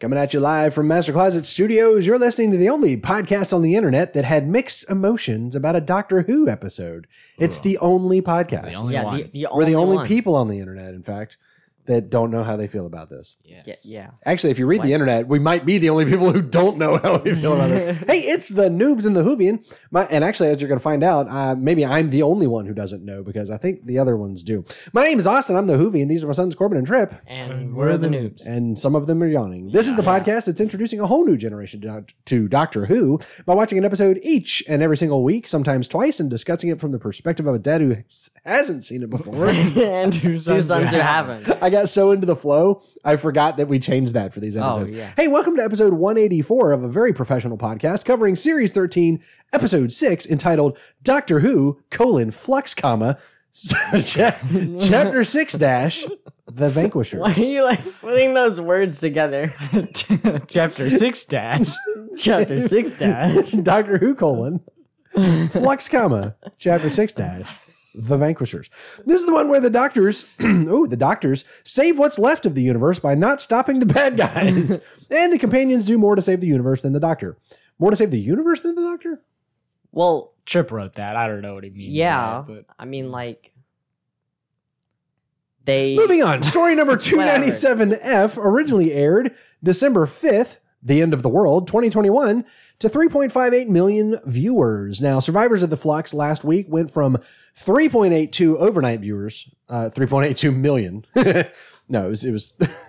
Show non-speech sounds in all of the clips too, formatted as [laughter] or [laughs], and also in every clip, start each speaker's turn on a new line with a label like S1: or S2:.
S1: Coming at you live from Master Closet Studios, you're listening to the only podcast on the internet that had mixed emotions about a Doctor Who episode. It's
S2: Ugh.
S1: the only podcast.
S2: The only
S3: yeah,
S2: one.
S3: the, the
S1: We're
S3: only
S1: the only
S3: one.
S1: people on the internet, in fact, that don't know how they feel about this.
S3: Yeah,
S2: Yes.
S3: yeah.
S1: Actually, if you read the internet, we might be the only people who don't know how we feel about
S3: [laughs]
S1: this. hey, it's the noobs and the Hoovian. My, and actually, as you're going to find out, uh, maybe I'm the only one who doesn't know because I think the other ones do. My name is Austin. I'm the Hoovian. These are my sons, Corbin and Trip.
S3: And we're the noobs.
S1: And some of them are yawning. This is the podcast that's introducing a whole new generation to, Doc- to Doctor Who by watching an episode each and every single week, sometimes twice, and discussing it from the perspective of a dad who s- hasn't seen it
S3: [laughs]
S1: before.
S3: [laughs] and two sons, who haven't.
S1: I got so into the flow, I forgot that we changed that for these episodes.
S3: Oh, yeah.
S1: Hey, welcome to episode 184 of a very professional podcast covering series 13, episode 6, entitled Doctor Who, colon, flux,
S3: [laughs]
S1: comma, [laughs] cha- chapter 6 dash, The Vanquisher.
S3: [laughs] Why are you like putting those words together? [laughs]
S2: [laughs] Chapter six dash.
S3: Chapter [laughs] six
S1: [laughs]
S3: dash.
S1: Doctor Who colon flux comma chapter six dash the vanquishers this is the one where the doctors [clears throat] oh the doctors save what's left of the universe by not stopping the bad guys and the companions do more to save the universe than the doctor more to save the universe than the doctor
S3: Well,
S2: Trip wrote that. I don't know what he means. by
S3: Yeah.
S2: that, but
S3: I mean, like they.
S1: moving on story
S2: [laughs]
S1: number 297f originally aired december 5th the end of the world 2021 to 3.58 million viewers now survivors of the flux last week went from 3.82 overnight viewers, uh, 3.82 million. [laughs] no, it was it was [laughs] it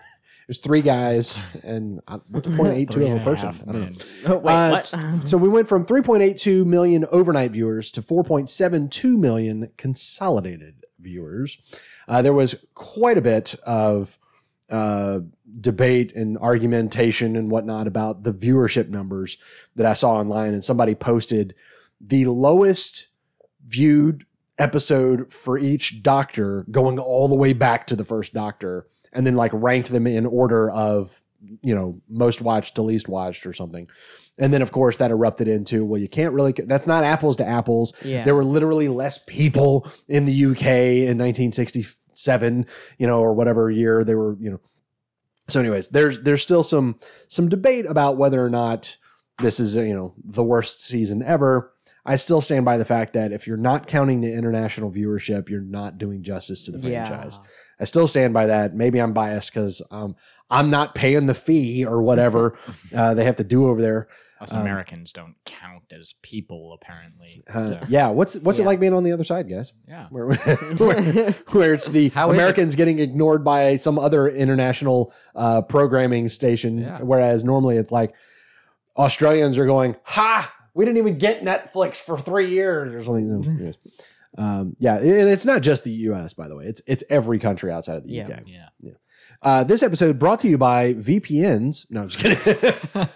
S1: was three guys and uh,
S2: [laughs]
S1: what's 0.82
S2: three
S1: of
S2: and
S1: a
S2: a
S1: person?
S2: half
S1: I don't know.
S2: men.
S3: Oh, [laughs] wait,
S1: Uh,
S3: [laughs] what?
S1: t- so we went from 3.82 million overnight viewers to 4.72 million consolidated viewers. Uh, there was quite a bit of uh, debate and argumentation and whatnot about the viewership numbers that I saw online, and somebody posted the lowest viewed episode for each doctor going all the way back to the first doctor and then like ranked them in order of you know most watched to least watched or something and then of course that erupted into well you can't really that's not apples to apples
S3: Yeah.
S1: there were literally less people in the uk in 1967 you know or whatever year they were you know so anyways there's there's still some some debate about whether or not this is you know the worst season ever I still stand by the fact that if you're not counting the international viewership, you're not doing justice to the
S3: Yeah.
S1: franchise. I still stand by that. Maybe I'm biased because um, I'm not paying the fee or
S3: [laughs]
S1: whatever uh, they have to do over there.
S2: Us
S1: Um,
S2: Americans don't count as people, apparently.
S1: Uh,
S2: so,
S1: Yeah, what's what's it
S3: Yeah.
S1: like being on the other side, guys? [laughs]
S2: yeah.
S1: Where,
S2: [laughs]
S3: [laughs]
S1: where, where it's the
S2: How is it?
S1: Americans getting ignored by some other international uh, programming station,
S2: Yeah.
S1: whereas normally it's like Australians are going, "Ha, we didn't even get Netflix for three years or
S2: [laughs]
S1: something." um, yeah, and it's not just the U.S. by the way; it's it's every country outside of the
S3: Yeah.
S1: U.K.
S2: [laughs] Yeah.
S1: Uh, this episode brought to you by VPNs. No, I'm just kidding.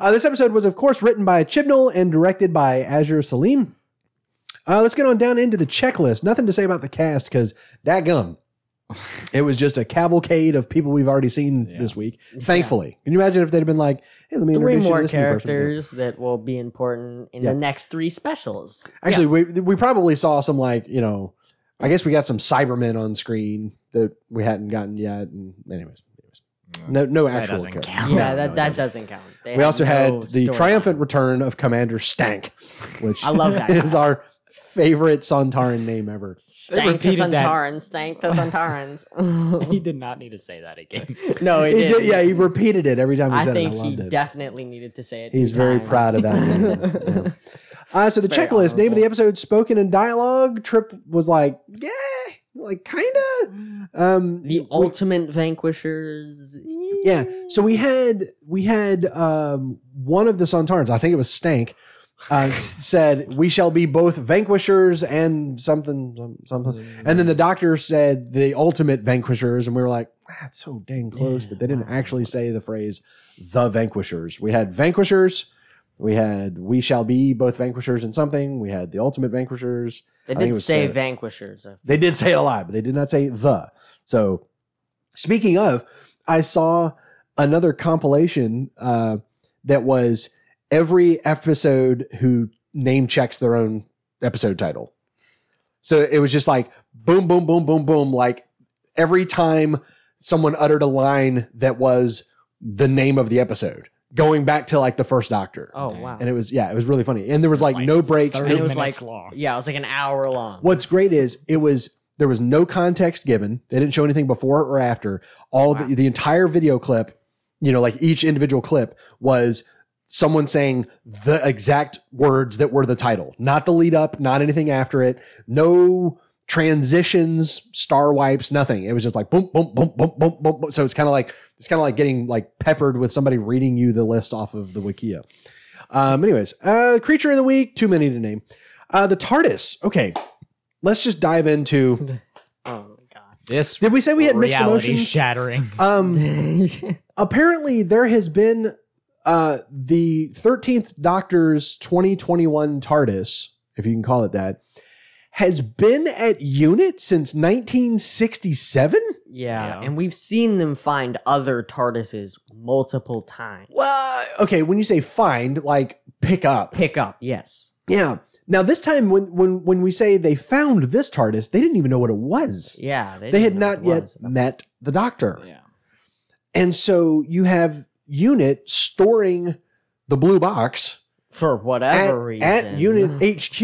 S1: uh, this episode was, of course, written by Chibnall and directed by Azure Salim. Uh, let's get on down into the checklist. Nothing to say about the cast because
S2: [laughs]
S1: gum. It was just a cavalcade of people we've already seen
S2: Yeah.
S1: this week. Thankfully, can you imagine if they'd have been like, "Hey, let me
S3: three
S1: introduce you to
S3: more
S1: this new person."
S3: characters that will be important in
S1: Yeah.
S3: the next three specials.
S1: Actually, we we probably saw some like you know, I guess we got some Cybermen on screen that we hadn't gotten yet. And anyways, anyways. no no
S2: That
S1: actual
S2: doesn't
S1: characters.
S2: count.
S3: [laughs] Yeah,
S1: No,
S3: that,
S1: no,
S3: that doesn't count. They
S1: We also
S3: no
S1: had the
S3: storyline.
S1: triumphant return of Commander Stank, which
S3: I love that
S1: is
S3: guy.
S1: our favorite Sontaran name ever.
S3: Stank to
S2: repeated that.
S3: Santarans, stank to [laughs] Santarans.
S2: [laughs] He did not need to say that again.
S3: [laughs] no,
S1: He did, yeah, he repeated it every time he
S3: I
S1: said
S3: think
S1: it. I
S3: he
S1: loved it.
S3: definitely needed to say it.
S1: He's
S3: two
S1: very
S3: times.
S1: proud
S3: [laughs]
S1: of that. name. Yeah. Uh, so the
S3: It's very
S1: checklist, name of
S3: honorable.
S1: the episode, spoken and dialogue. Trip was like, yeah, like kinda. Um,
S3: the
S1: we-
S3: ultimate vanquishers.
S1: yeah. So we had we had um, one of the Sontarans, I think it was Stank, uh, s- said, "We shall be both vanquishers and something, some- something." And then the doctor said the ultimate vanquishers, and we were like, that's so dang close, but they didn't actually say the phrase the vanquishers. We had vanquishers, we had we shall be both vanquishers and something, we had the ultimate vanquishers.
S3: They
S1: I think it
S3: did
S1: was
S3: say
S1: seven.
S3: vanquishers. I
S1: They did say it a lot, but they did not say the. So speaking of, I saw another compilation uh, that was every episode who name checks their own episode title. So it was just like boom, boom, boom, boom, boom. Like every time someone uttered a line that was the name of the episode, going back to like the first Doctor.
S3: Oh
S2: Okay.
S3: wow.
S1: And it was yeah, it was really funny. And there was
S2: It's
S1: like,
S2: like
S1: no breaks.
S2: 30
S3: and it was
S2: minutes
S3: like
S2: long.
S3: yeah, it was like an hour long.
S1: What's great is it was there was no context given. They didn't show anything before or after. All the, the entire video clip, you know, like each individual clip was someone saying the exact words that were the title, not the lead up, not anything after it, no transitions, star wipes, nothing. It was just like boom, boom, boom, boom, boom, boom. boom. So it's kind of like it's kind of like getting like peppered with somebody reading you the list off of the Wikia. Um, anyways, uh, creature of the week, too many to name. Uh, the TARDIS. Okay, let's just dive into.
S3: Oh
S1: [laughs]
S3: my
S2: This
S1: Did we say we had mixed
S2: reality
S1: emotions?
S2: [laughs] shattering.
S1: Um,
S3: god.
S1: apparently there has been uh the 13th Doctor's 2021 TARDIS, if you can call it that, has been at unit since 1967.
S3: Yeah,
S2: Yeah.
S3: and we've seen them find other TARDISes multiple times.
S1: Well, okay, when you say find, like pick up.
S3: Pick up, yes.
S1: Yeah. Now this time when when when we say they found this TARDIS, they didn't even know what it was.
S3: Yeah,
S1: They had
S3: didn't know
S1: not
S3: what it
S1: yet
S3: was.
S1: met the doctor.
S2: yeah.
S1: And so you have unit storing the blue box
S3: for
S1: at,
S3: whatever reason.
S1: at unit
S3: [laughs]
S1: HQ.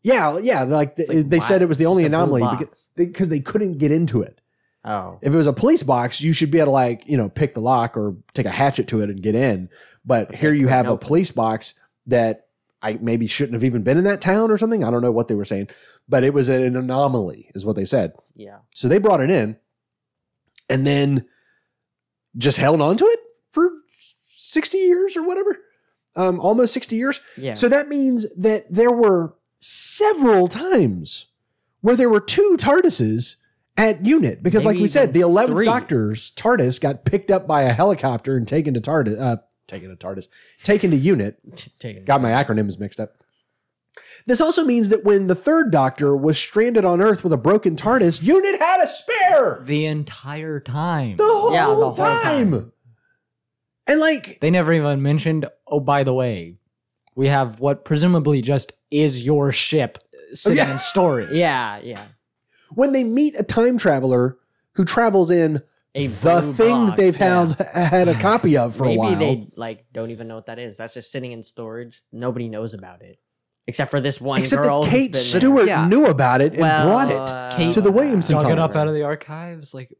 S1: Yeah, yeah. Like the,
S3: It's like,
S1: they
S3: why-
S1: said, it was the
S3: it's
S1: only
S3: just a blue
S1: anomaly
S3: box.
S1: because they, 'cause they couldn't get into it.
S3: oh,
S1: If it was a police box, you should be able to like you know pick the lock or take a hatchet to it and get in. But
S3: But
S1: here
S3: they
S1: you have
S3: couldn't
S1: a
S3: open it.
S1: police box that I maybe shouldn't have even been in that town or something. I don't know what they were saying, but it was an anomaly, is what they said.
S3: yeah,
S1: So they brought it in and then just held on to it for 60 years or whatever. Um, almost 60 years.
S3: yeah. [laughs]
S1: So that means that there were several times where there were two TARDISes at unit because, like
S3: Maybe
S1: we said,
S3: even
S1: the 11th
S3: three.
S1: Doctor's TARDIS got picked up by a helicopter and taken to TARDIS, uh, taken to TARDIS, taken to unit.
S3: Taking-
S1: Got my acronyms mixed up. This also means that when the third Doctor was stranded on Earth with a broken TARDIS, Unit had a spare
S2: The entire time.
S1: the whole,
S3: Yeah, the whole
S1: time.
S3: time.
S1: And like,
S2: They never even mentioned, oh, by the way, we have what presumably just is your ship uh, sitting
S1: Yeah.
S2: in storage.
S3: yeah, yeah.
S1: when they meet a time traveler who travels in
S3: A
S1: the
S3: blue
S1: thing that
S3: box,
S1: they
S3: yeah.
S1: found had a copy of for
S3: Maybe
S1: a while.
S3: they like don't even know what that is. That's just sitting in storage. Nobody knows about it except for this one
S1: Except
S3: girl.
S1: that
S3: who's
S1: Kate
S3: been there.
S1: Stewart
S2: Yeah.
S1: knew about it and
S3: Well,
S1: brought it.
S3: uh,
S2: Kate
S1: to the Williamson
S2: Dug it up
S1: Sometimes.
S2: out of the archives, like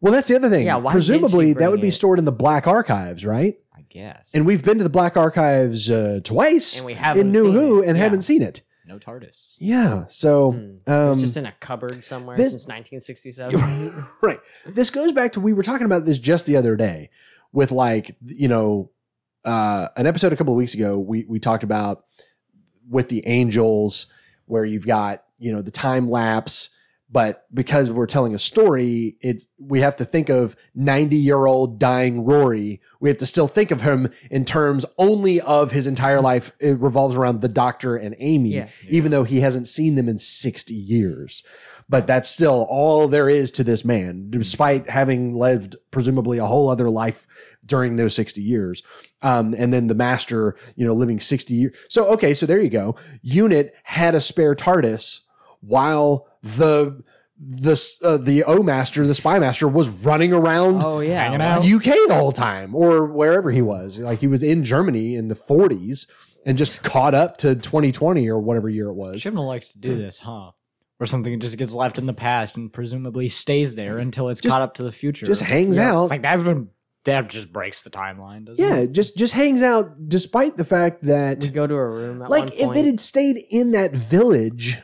S1: Well, that's the other thing.
S3: Yeah, why did she
S1: Presumably, that
S3: bring
S1: would be
S3: it?
S1: stored in the Black Archives, right?
S2: I guess.
S1: And we've been to the Black Archives uh, twice
S3: and we haven't
S1: in New
S3: seen
S1: Who
S3: it.
S1: and
S3: Yeah.
S1: haven't seen it.
S2: no TARDIS.
S1: Yeah. So,
S3: Hmm.
S1: um, [laughs]
S3: it's just in a cupboard somewhere
S1: this- [laughs]
S3: since 1967.
S1: right. This goes back to we were talking about this just the other day with like you know uh, an episode a couple of weeks ago. We we talked about with the angels where you've got you know the time lapse. But because we're telling a story, it's we have to think of ninety-year-old dying Rory. We have to still think of him in terms only of his entire life. It revolves around the Doctor and Amy,
S3: Yeah.
S1: even though he hasn't seen them in sixty years but that's still all there is to this man, despite having lived presumably a whole other life during those 60 years. Um, and then the master, you know, living 60 years. So, okay, so there you go. Unit had a spare TARDIS while the the uh, the O master, the spy master, was running around
S3: oh yeah,
S2: Hanging
S3: wow.
S2: out.
S1: UK the whole time or wherever he was. Like he was in Germany in the 40s and just caught up to 2020 or whatever year it was.
S2: Shibnall likes to do this, huh? Where something just gets left in the past and presumably stays there until it's
S1: Just-
S2: caught up to the future.
S1: Just hangs
S2: Yeah.
S1: out.
S2: It's like that's been that just breaks the timeline, doesn't
S1: Yeah,
S2: it?
S1: it just just hangs out despite the fact
S3: We
S1: that
S3: go to a room. At
S1: like
S3: one
S1: if it
S3: point.
S1: had stayed in that village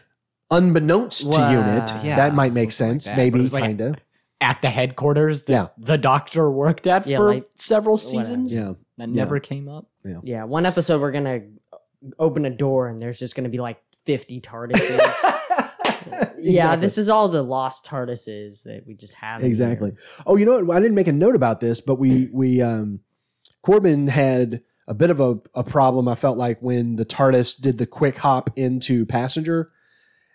S1: unbeknownst
S3: Wow.
S1: to unit,
S3: Yeah,
S1: that might make
S2: something like
S1: sense.
S2: that. But it
S1: Maybe
S2: was like-
S1: kind of.
S2: At the headquarters that
S1: Yeah.
S2: the doctor worked at
S3: Yeah,
S2: for
S3: like-
S2: several
S3: whatever.
S2: seasons.
S3: [laughs]
S1: Yeah.
S2: That
S1: Yeah.
S2: never
S1: [laughs]
S2: came up.
S3: Yeah, one episode we're gonna open a door and there's just gonna be like
S1: [laughs]
S3: fifty TARDIses. Yeah,
S1: Exactly.
S3: this is all the lost TARDIses that we just have. in
S1: Exactly.
S3: here.
S1: Oh, you know what? I didn't make a note about this, but we we um Corbin had a bit of a, a problem I felt like when the TARDIS did the quick hop into passenger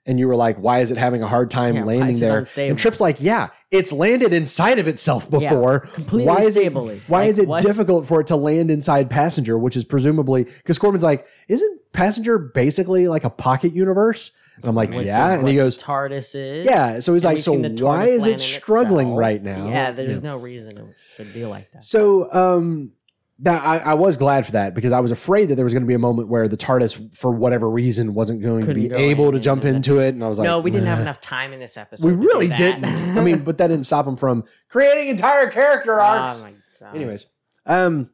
S1: and you were like, why is it having a hard time
S3: Yeah, why
S1: landing
S3: is it
S1: there?
S3: unstable?
S1: And Trip's like, yeah, it's landed inside of itself
S3: Yeah,
S1: before.
S3: completely
S1: why is
S3: stably.
S1: It, why
S3: Like,
S1: is it
S3: what?
S1: difficult for it to land inside Passenger, which is presumably because Corbin's like, isn't Passenger basically like a pocket universe? And I'm like,
S3: Which
S1: yeah.
S3: is
S1: And
S3: what
S1: he goes,
S3: TARDIS is.
S1: yeah. So he's
S3: And
S1: like,
S3: we've
S1: so
S3: seen the
S1: why
S3: TARDIS
S1: is
S3: land in
S1: it struggling
S3: itself.
S1: right now?
S3: Yeah, there's no reason it should be like that.
S1: So um that I, I was glad for that because I was afraid that there was going to be a moment where the TARDIS, for whatever reason, wasn't going
S3: Couldn't
S1: to be
S3: go
S1: able to
S3: in.
S1: jump into it, and I was like,
S3: no, we didn't have
S1: "Nah."
S3: enough time in this episode.
S1: We
S3: to do
S1: really
S3: that.
S1: didn't.
S3: [laughs]
S1: I mean, but that didn't stop him from creating entire character arcs.
S3: Oh my god.
S1: Anyways, um,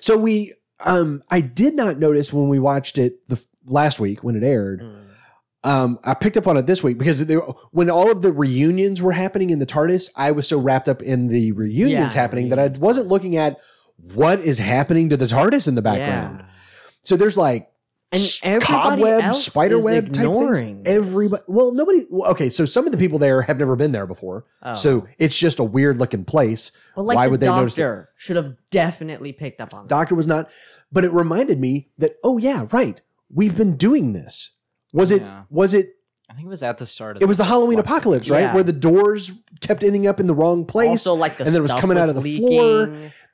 S1: so we, um, I did not notice when we watched it the f- last week when it aired.
S3: Mm.
S1: Um, I picked up on it this week because they, when all of the reunions were happening in the TARDIS, I was so wrapped up in the reunions
S3: Yeah.
S1: happening that I wasn't looking at what is happening to the TARDIS in the background.
S3: Yeah.
S1: So there's like
S3: And
S1: s-
S3: everybody else
S1: spider
S3: is
S1: web type
S3: ignoring
S1: things.
S3: this.
S1: Everybody, well, nobody. well, Okay, so some of the people there have never been there before,
S3: Oh.
S1: so it's just a weird looking place.
S3: But like
S1: why
S3: the
S1: would they notice it?
S3: doctor should have definitely picked up on that.
S1: Doctor was not, but it reminded me that oh yeah, right, we've been doing this. Was it?
S2: Yeah.
S1: Was it?
S2: I think it was at the start of
S1: It was the Halloween apocalypse, right?
S3: Yeah.
S1: Where the doors kept ending up in the wrong place.
S3: Also, like the
S1: and then it was
S3: stuff
S1: coming out of the
S3: leaking,
S1: floor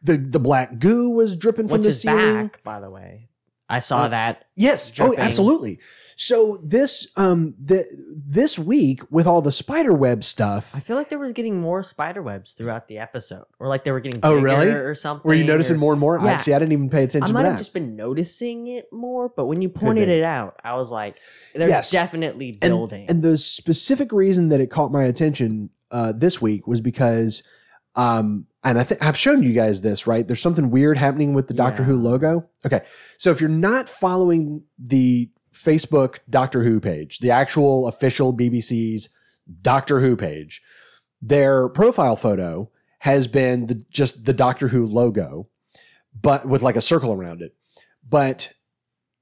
S1: the the black goo was dripping from
S3: which
S1: the
S3: is
S1: ceiling.
S3: back, by the way. I saw
S1: Uh,
S3: that.
S1: Yes,
S3: dripping.
S1: oh, absolutely. So this um the this week with all the spider web stuff,
S3: I feel like there was getting more spider webs throughout the episode, or like they were getting
S1: Oh,
S3: bigger
S1: really?
S3: or something.
S1: were you noticing
S3: or-
S1: more and more? I
S3: Yeah.
S1: see. I didn't even pay attention
S3: I
S1: to
S3: might
S1: that.
S3: have just been noticing it more, but when you pointed
S1: be.
S3: it out, I was like, "There's
S1: Yes.
S3: definitely
S1: and,
S3: building."
S1: and the specific reason that it caught my attention uh, this week was because, um, and I think I've shown you guys this, right? There's something weird happening with the Doctor
S3: Yeah.
S1: Who logo. Okay, so if you're not following the Facebook Doctor Who page, the actual official BBC's Doctor Who page, their profile photo has been the, just the Doctor Who logo, but with like a circle around it. But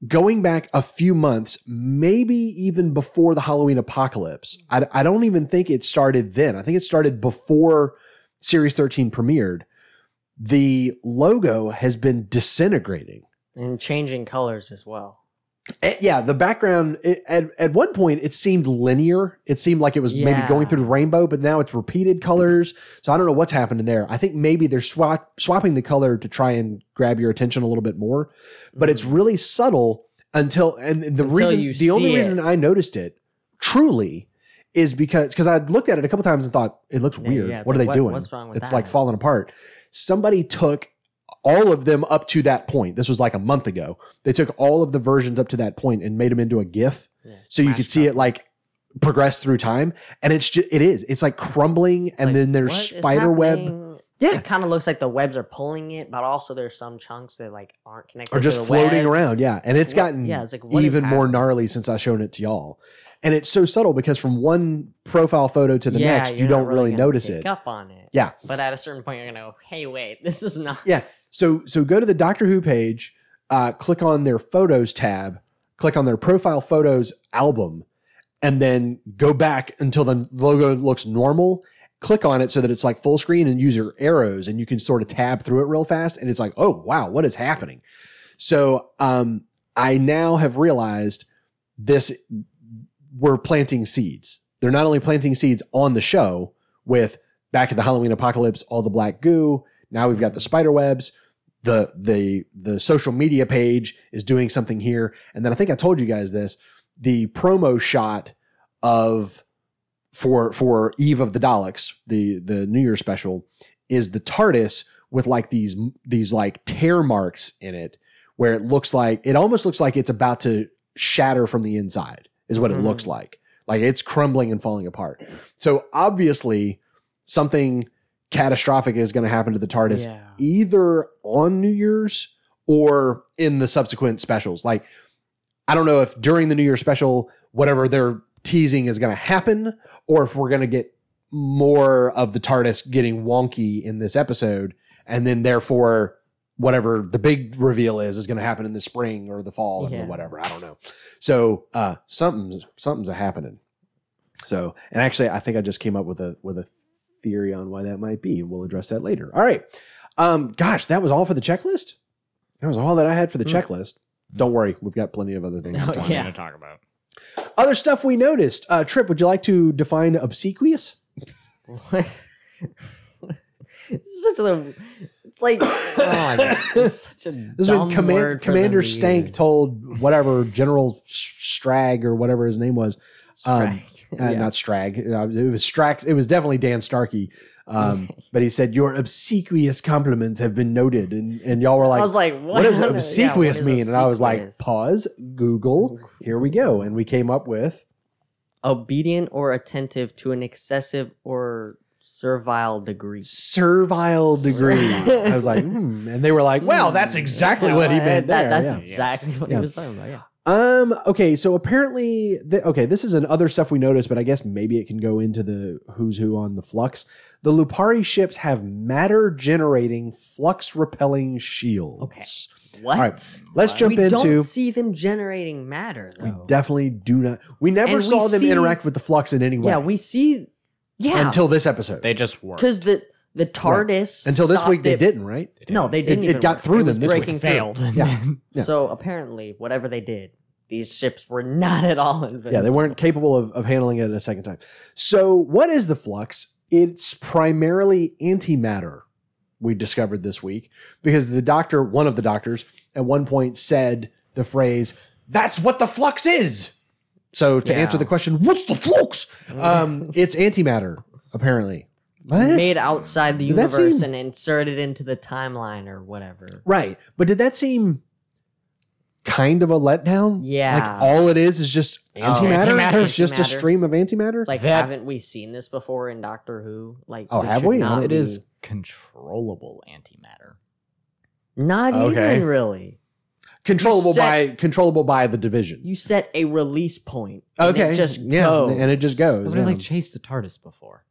S1: going back a few months, maybe even before the Halloween apocalypse, I, I don't even think it started then. I think it started before Series 13 premiered. The logo has been disintegrating.
S3: and changing colors as well.
S1: Eh, yeah, the background it, at at one point it seemed linear. It seemed like it was maybe
S3: Yeah.
S1: going through the rainbow, but now it's repeated colors. So I don't know what's happening there. I think maybe they're swap, swapping the color to try and grab your attention a little bit more, but it's really subtle until and the
S3: Mm-hmm. Until
S1: reason
S3: you
S1: the only
S3: see it.
S1: reason I noticed it truly is because because I looked at it a couple times and thought it looks
S3: Yeah,
S1: weird.
S3: Mm-hmm. yeah, it's
S1: what are
S3: like,
S1: they
S3: what-
S1: doing?
S3: what's wrong with
S1: it's
S3: that?
S1: like falling apart. Somebody took all of them up to that point. This was like a month ago. They took all of the versions up to that point and made them into a GIF,
S3: Yeah,
S1: so you could
S3: smashed
S1: see
S3: up.
S1: it like progress through time. And it's just it is. It's like crumbling,
S3: It's
S1: and
S3: like,
S1: then there's
S3: what is
S1: spider web,
S3: happening?
S1: Yeah.
S3: it kind of looks like the webs are pulling it, but also there's some chunks that like aren't connected.
S1: or
S3: to
S1: just
S3: the
S1: floating
S3: webs.
S1: around. Yeah, and it's
S3: What-
S1: gotten
S3: yeah, it's like, what is
S1: even more
S3: happening?
S1: gnarly since I've shown it to y'all. And it's so subtle because from one profile photo to the
S3: Yeah,
S1: next, you
S3: you're not
S1: don't really,
S3: gonna
S1: notice
S3: pick
S1: it.
S3: Up on it.
S1: Yeah.
S3: but at a certain point, you're gonna go, "Hey, wait, [laughs] this is not."
S1: Yeah. So so go to the Doctor Who page, uh, click on their photos tab, click on their profile photos album, and then go back until the logo looks normal. Click on it so that it's like full screen and use your arrows and you can sort of tab through it real fast. And it's like, oh wow, what is happening? So um, I now have realized this we're planting seeds. They're not only planting seeds on the show with back at the Halloween apocalypse, all the black goo. Now we've got the spider webs. The the the social media page is doing something here. And then I think I told you guys this. The promo shot of for for Eve of the Daleks, the the New Year special, is the TARDIS with like these these like tear marks in it, where it looks like it almost looks like it's about to shatter from the inside. Is what it
S3: Mhm.
S1: looks like. Like it's crumbling and falling apart. So obviously, something catastrophic is going to happen to the TARDIS
S3: Yeah.
S1: either on New Year's or in the subsequent specials. Like, I don't know if during the New Year special, whatever they're teasing is going to happen, or if we're going to get more of the TARDIS getting wonky in this episode, and then therefore whatever the big reveal is is going to happen in the spring or the fall
S3: Yeah.
S1: or whatever. I don't know. So uh, something's something's a happening. So, and actually, I think I just came up with a with a theory on why that might be, and we'll address that later. All right. Um, gosh, that was all for the checklist. That was all that I had for the
S3: Mm.
S1: checklist. Don't worry, we've got plenty of other things.
S3: Hmm. [laughs] Oh,
S1: to talk
S3: yeah.
S2: talk about.
S1: about. Other stuff we noticed. Uh, Trip, would you like to define obsequious?
S3: What? [laughs] This is such a.
S1: [coughs]
S3: It's like oh my god,
S1: [laughs]
S3: this is such a
S1: This is
S3: dumb
S1: when Command-
S3: word for them
S1: Commander
S3: to
S1: Stank
S3: use.
S1: told whatever General Strag or whatever his name was. Um,
S3: Right.
S1: [laughs] uh,
S3: Yeah.
S1: Not Strag. Uh, It was Strax. It was definitely Dan Starkey. Um,
S3: [laughs]
S1: but he said, Your obsequious compliments have been noted. And, and y'all were like,
S3: I was like, what,
S1: What does
S3: [laughs] Yeah, what
S1: obsequious
S3: does
S1: mean? And I was like,
S3: obsequious?
S1: Pause, Google. Here we go. And we came up with
S3: obedient or attentive to an excessive or servile degree.
S1: servile degree. I was
S3: [laughs]
S1: like, hmm. And they were like, Well, that's exactly what he
S3: Yeah,
S1: meant.
S3: Hmm. that-
S1: there."
S3: that's
S1: Yeah.
S3: exactly what
S1: Yeah.
S3: he was talking about. Yeah.
S1: Um. Okay. So apparently, th- okay, this is an other stuff we noticed, but I guess maybe it can go into the who's who on the flux. The Lupari ships have matter generating, flux repelling shields.
S3: Okay. What?
S1: right, Let's jump
S3: we
S1: into.
S3: don't see them generating matter though.
S1: We definitely do not. We never
S3: Oh. And we
S1: saw them
S3: see-
S1: interact with the flux in any way.
S3: yeah, we see. Yeah,
S1: until this episode.
S2: They just work.
S3: because the the TARDIS
S1: until this
S3: stopped
S1: week, they
S3: it-
S1: didn't. Right.
S3: No, they didn't.
S1: It- it
S3: even
S1: got
S3: work.
S1: through them
S3: was
S1: this week.
S3: breaking through.
S2: failed.
S3: [laughs]
S1: Yeah.
S2: [laughs]
S1: Yeah.
S3: So apparently, whatever they did, these ships were not at all invincible.
S1: Yeah, they weren't capable of, of handling it a second time. So, what is the flux? It's primarily antimatter, we discovered this week, because the doctor, one of the doctors, at one point said the phrase, That's what the flux is. So, to
S3: Yeah.
S1: answer the question, What's the flux?
S3: Mm-hmm. [laughs]
S1: Um, it's antimatter, apparently. What?
S3: made outside the
S1: Did that
S3: universe
S1: seem-
S3: and inserted into the timeline or whatever.
S1: Right. But did that seem kind of a letdown?
S3: Yeah.
S1: Like,
S3: Oh,
S1: all it is is just antimatter?
S2: Antimatter.
S1: It's just a
S3: Antimatter.
S1: stream of antimatter?
S3: It's like,
S2: That-
S3: haven't we seen this before in Doctor Who? Like,
S1: Oh,
S3: this
S1: have
S3: should
S1: we? I
S3: Not,
S1: don't-
S2: it is controllable antimatter.
S3: not
S1: Okay.
S3: even really.
S1: controllable
S3: You set-
S1: by controllable by the division.
S3: You set a release point. and it just
S1: yeah,
S3: goes.
S1: and it just goes.
S2: Nobody
S1: yeah.
S2: like chased the TardIS before.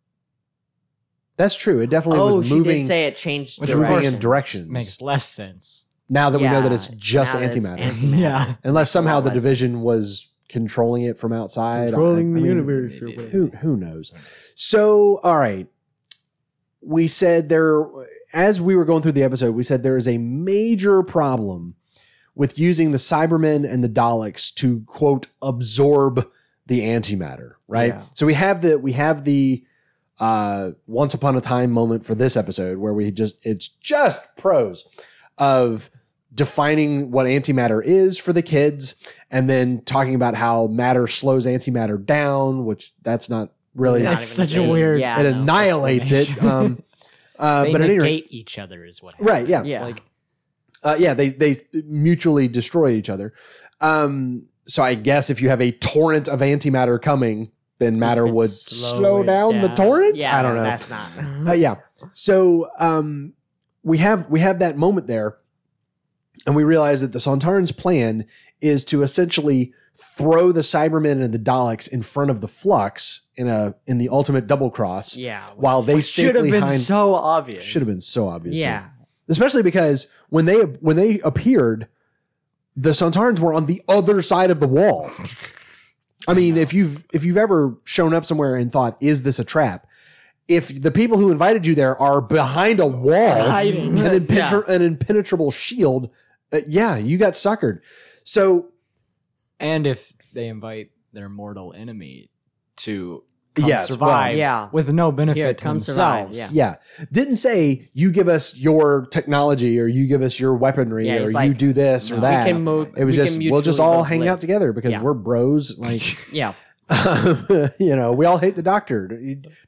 S1: That's true. It definitely
S3: Oh,
S1: was
S3: she
S1: moving,
S3: did say it changed
S2: Which
S1: moving
S2: directions.
S1: in
S3: direction.
S1: directions.
S2: Makes less sense.
S1: now that we know that
S3: Yeah,
S1: it's just
S3: now that it's
S1: antimatter,
S2: [laughs]
S3: anti-
S2: yeah.
S1: unless somehow the
S3: Well, that's-
S1: division was controlling it from outside, I- I mean,
S2: or whatever.
S1: Who who knows? So all right, we said there as we were going through the episode, we said there is a major problem with using the Cybermen and the Daleks to quote absorb the antimatter, right?
S3: Yeah.
S1: So we have the we have the uh once upon a time moment for this episode where we just it's just prose of defining what antimatter is for the kids and then talking about how matter slows antimatter down which that's not really
S3: Not
S2: It's
S3: even
S2: such a
S3: dating.
S2: weird.
S3: Yeah.
S1: it
S3: no,
S1: annihilates it
S2: explanation.
S1: um
S2: [laughs]
S1: uh,
S2: they
S1: but at any
S2: negate
S1: rate
S2: each other is what. Happens.
S1: right yeah
S3: Yeah.
S2: Like
S1: uh, yeah they they mutually destroy each other um so i guess if you have a torrent of antimatter coming then matter
S2: could
S1: would
S2: slow
S1: slow,
S2: it
S1: down, the
S3: down.
S1: torrent
S3: Yeah,
S1: i don't
S3: no,
S1: know [laughs]
S3: That's not.
S1: uh, yeah. So um, we have we have that moment there, and we realize that the Sontaran's plan is to essentially throw the Cybermen and the Daleks in front of the Flux in a in the ultimate double cross,
S3: yeah.
S1: while they
S2: Which should have
S1: safely
S2: been
S1: hind-
S2: so obvious.
S1: should have been so obvious, to
S3: Yeah.
S1: especially because when they when they appeared, the Santarans were on the other side of the wall. I mean, if you've if you've ever shown up somewhere and thought, "Is this a trap?" If the people who invited you there are behind a
S3: [laughs]
S1: wall,
S2: Hiding.
S1: an, impenetra- an impenetrable shield, uh, yeah, you got suckered. So
S2: And if they invite their mortal enemy to come
S1: Yes, well,
S2: survive,
S3: yeah.
S2: with no benefit
S3: Here,
S2: to
S3: come survive,
S2: themselves,
S3: yeah.
S1: yeah, didn't say you give us your technology or you give us your weaponry
S3: Yeah,
S1: or
S3: he's
S1: you
S3: like,
S1: do this or
S2: "No, we
S1: that.
S3: We can mo-
S1: it was
S3: we
S1: just
S3: can
S1: we'll just
S3: mutually
S1: all
S3: both
S1: hang
S3: live.
S1: out together because
S3: Yeah.
S1: we're bros.
S3: [laughs]
S1: Like [laughs]
S3: Yeah.
S1: you know, we all hate the doctor.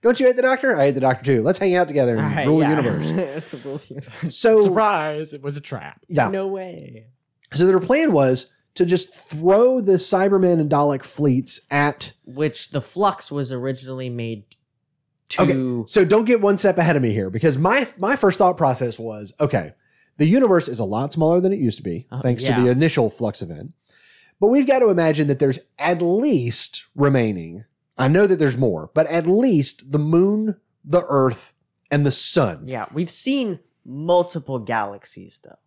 S1: Don't you hate the doctor? I hate the doctor too. Let's hang out together and
S3: Alright,
S1: rule
S3: Uh, yeah.
S1: the
S3: [laughs]
S1: universe.
S3: It's a
S1: [laughs]
S3: rule the universe.
S1: So
S2: surprise! It was a trap.
S1: yeah.
S3: No way.
S1: So their plan was to just throw the Cybermen and Dalek fleets at
S3: Which the flux was originally made to.
S1: Okay, so don't get one step ahead of me here because my my first thought process was okay, the universe is a lot smaller than it used to be
S3: Uh,
S1: thanks to
S3: yeah.
S1: the initial flux event. But we've got to imagine that there's at least remaining. I know that there's more, but at least the moon, the earth, and the sun.
S3: Yeah, we've seen multiple galaxies though.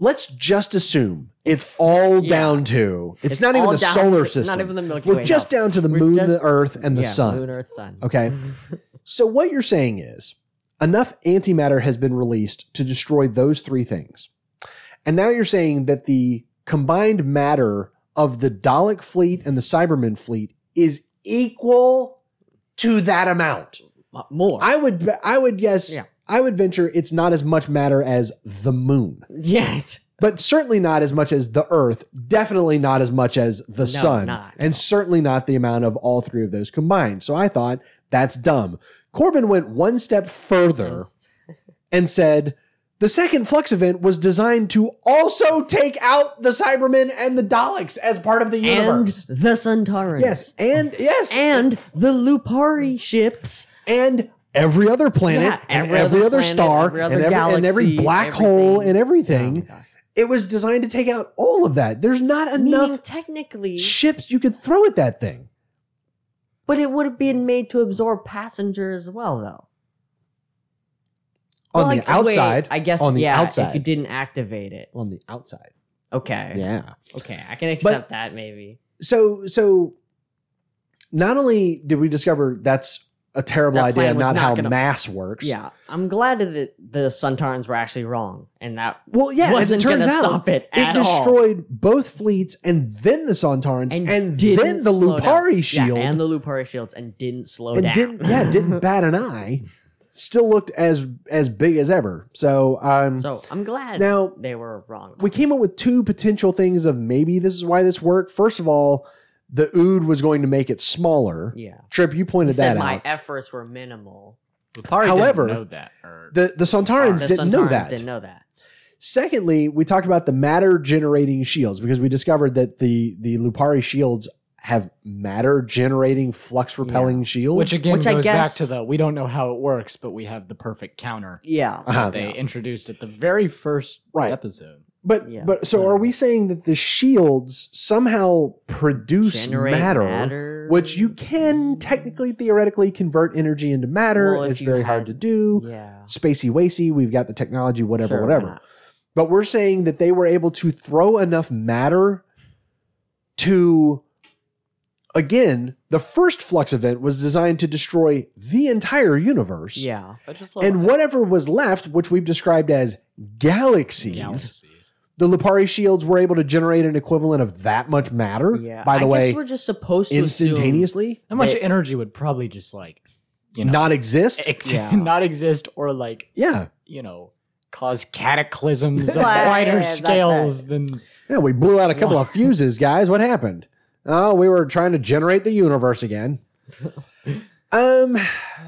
S1: Let's just assume it's all
S3: yeah.
S1: down to it's, not even
S3: all
S1: the
S3: down
S1: solar
S3: to-
S1: system.
S3: Not even the Milky Way.
S1: We're just
S3: no.
S1: down to the
S3: We're
S1: moon,
S3: just-
S1: the earth, and the
S3: Yeah,
S1: sun.
S3: Moon, Earth, Sun.
S1: Okay. So what you're saying is enough antimatter has been released to destroy those three things. And now you're saying that the combined matter of the Dalek fleet and the Cybermen fleet is equal to that amount.
S3: M- More.
S1: I would I would guess
S3: Yeah.
S1: I would venture it's not as much matter as the moon,
S3: yeah. it's-
S1: but certainly not as much as the Earth. Definitely not as much as the sun,
S3: not.
S1: and certainly not the amount of all three of those combined. So I thought that's dumb. Corbin went one step further and said. The second flux event was designed to also take out the Cybermen and the Daleks as part of the
S3: And
S1: universe.
S3: the Suntarans.
S1: yes, and yes,
S3: And the Lupari ships.
S1: and every other planet
S3: Yeah,
S1: and every,
S3: every other
S1: other
S3: planet,
S1: star
S3: every other
S1: and, every, and every
S3: galaxy,
S1: black
S3: everything.
S1: hole and everything
S3: Oh my God.
S1: it was designed to take out all of that there's not enough
S4: Meaning technically,
S1: ships you could throw at that thing
S4: but it would have been made to absorb passengers as well, though.
S1: on
S3: Well,
S1: the outside
S3: wait, I guess.
S1: on the
S3: yeah,
S1: outside.
S3: if you didn't activate it.
S1: on the outside
S3: Okay.
S1: yeah
S3: Okay, I can accept that maybe.
S1: so so not only did we discover that's a terrible
S3: That
S1: idea
S3: plan was
S1: not,
S3: not
S1: how
S3: gonna-
S1: mass works
S3: Yeah, I'm glad that the Suntarans were actually wrong, and that
S1: well yeah as
S3: wasn't
S1: it turns
S3: going to
S1: out
S3: stop it
S1: it
S3: at all.
S1: destroyed both fleets and then the Sontarans and,
S3: didn't
S1: then the
S3: slow down.
S1: Lupari
S3: Yeah,
S1: shield
S3: and the Lupari shields, and didn't slow
S1: and
S3: down.
S1: didn't yeah didn't bat an eye still looked as as big as ever so um
S3: [laughs] so I'm glad
S1: Now-
S3: they were wrong.
S1: we came up with two potential things of maybe this is why this worked first of all the ood was going to make it smaller
S3: yeah,
S1: trip you
S3: You
S1: pointed
S3: said
S1: that
S3: my
S1: out
S3: efforts were minimal.
S2: Lupari
S1: However,
S2: didn't know that. Or
S1: the the Sontarans
S3: The
S1: didn't know
S3: Suntarans
S1: that
S3: Didn't know that.
S1: secondly we talked about the matter generating shields because we discovered that the the Lupari shields have matter generating flux repelling shields
S2: which again
S3: Which I
S2: goes
S3: guess-
S2: back to the we don't know how it works, but we have the perfect counter
S3: Yeah,
S1: Uh-huh.
S2: that they introduced at the very first
S1: Right.
S2: episode.
S1: but
S3: Yeah.
S1: but so are we saying that the shields somehow produce
S3: generate matter,
S1: which you can technically theoretically convert energy into matter
S3: Well, if
S1: it's
S3: you
S1: very
S3: had-
S1: hard to do
S3: Yeah,
S1: spacey wacy we've got the technology whatever
S3: Sure, why
S1: whatever
S3: not?
S1: but we're saying that they were able to throw enough matter to again the first flux event was designed to destroy the entire universe
S3: Yeah,
S2: I just
S1: and whatever was left which we've described as galaxies
S2: galaxies.
S1: the lupari shields were able to generate an equivalent of that much matter
S3: yeah.
S1: by the
S3: I
S1: way
S3: guess we're just supposed to assume-
S1: instantaneously
S2: How much
S3: They-
S2: energy would probably just like you know
S1: not exist
S2: ex- [laughs]
S3: Yeah.
S2: not exist or like
S1: Yeah.
S2: you know cause
S3: [laughs]
S2: cataclysms on
S4: Like,
S2: wider
S4: yeah, that-
S2: scales than
S1: Yeah, we blew out a couple of fuses, guys. What happened? Oh, we were trying to generate the universe again. um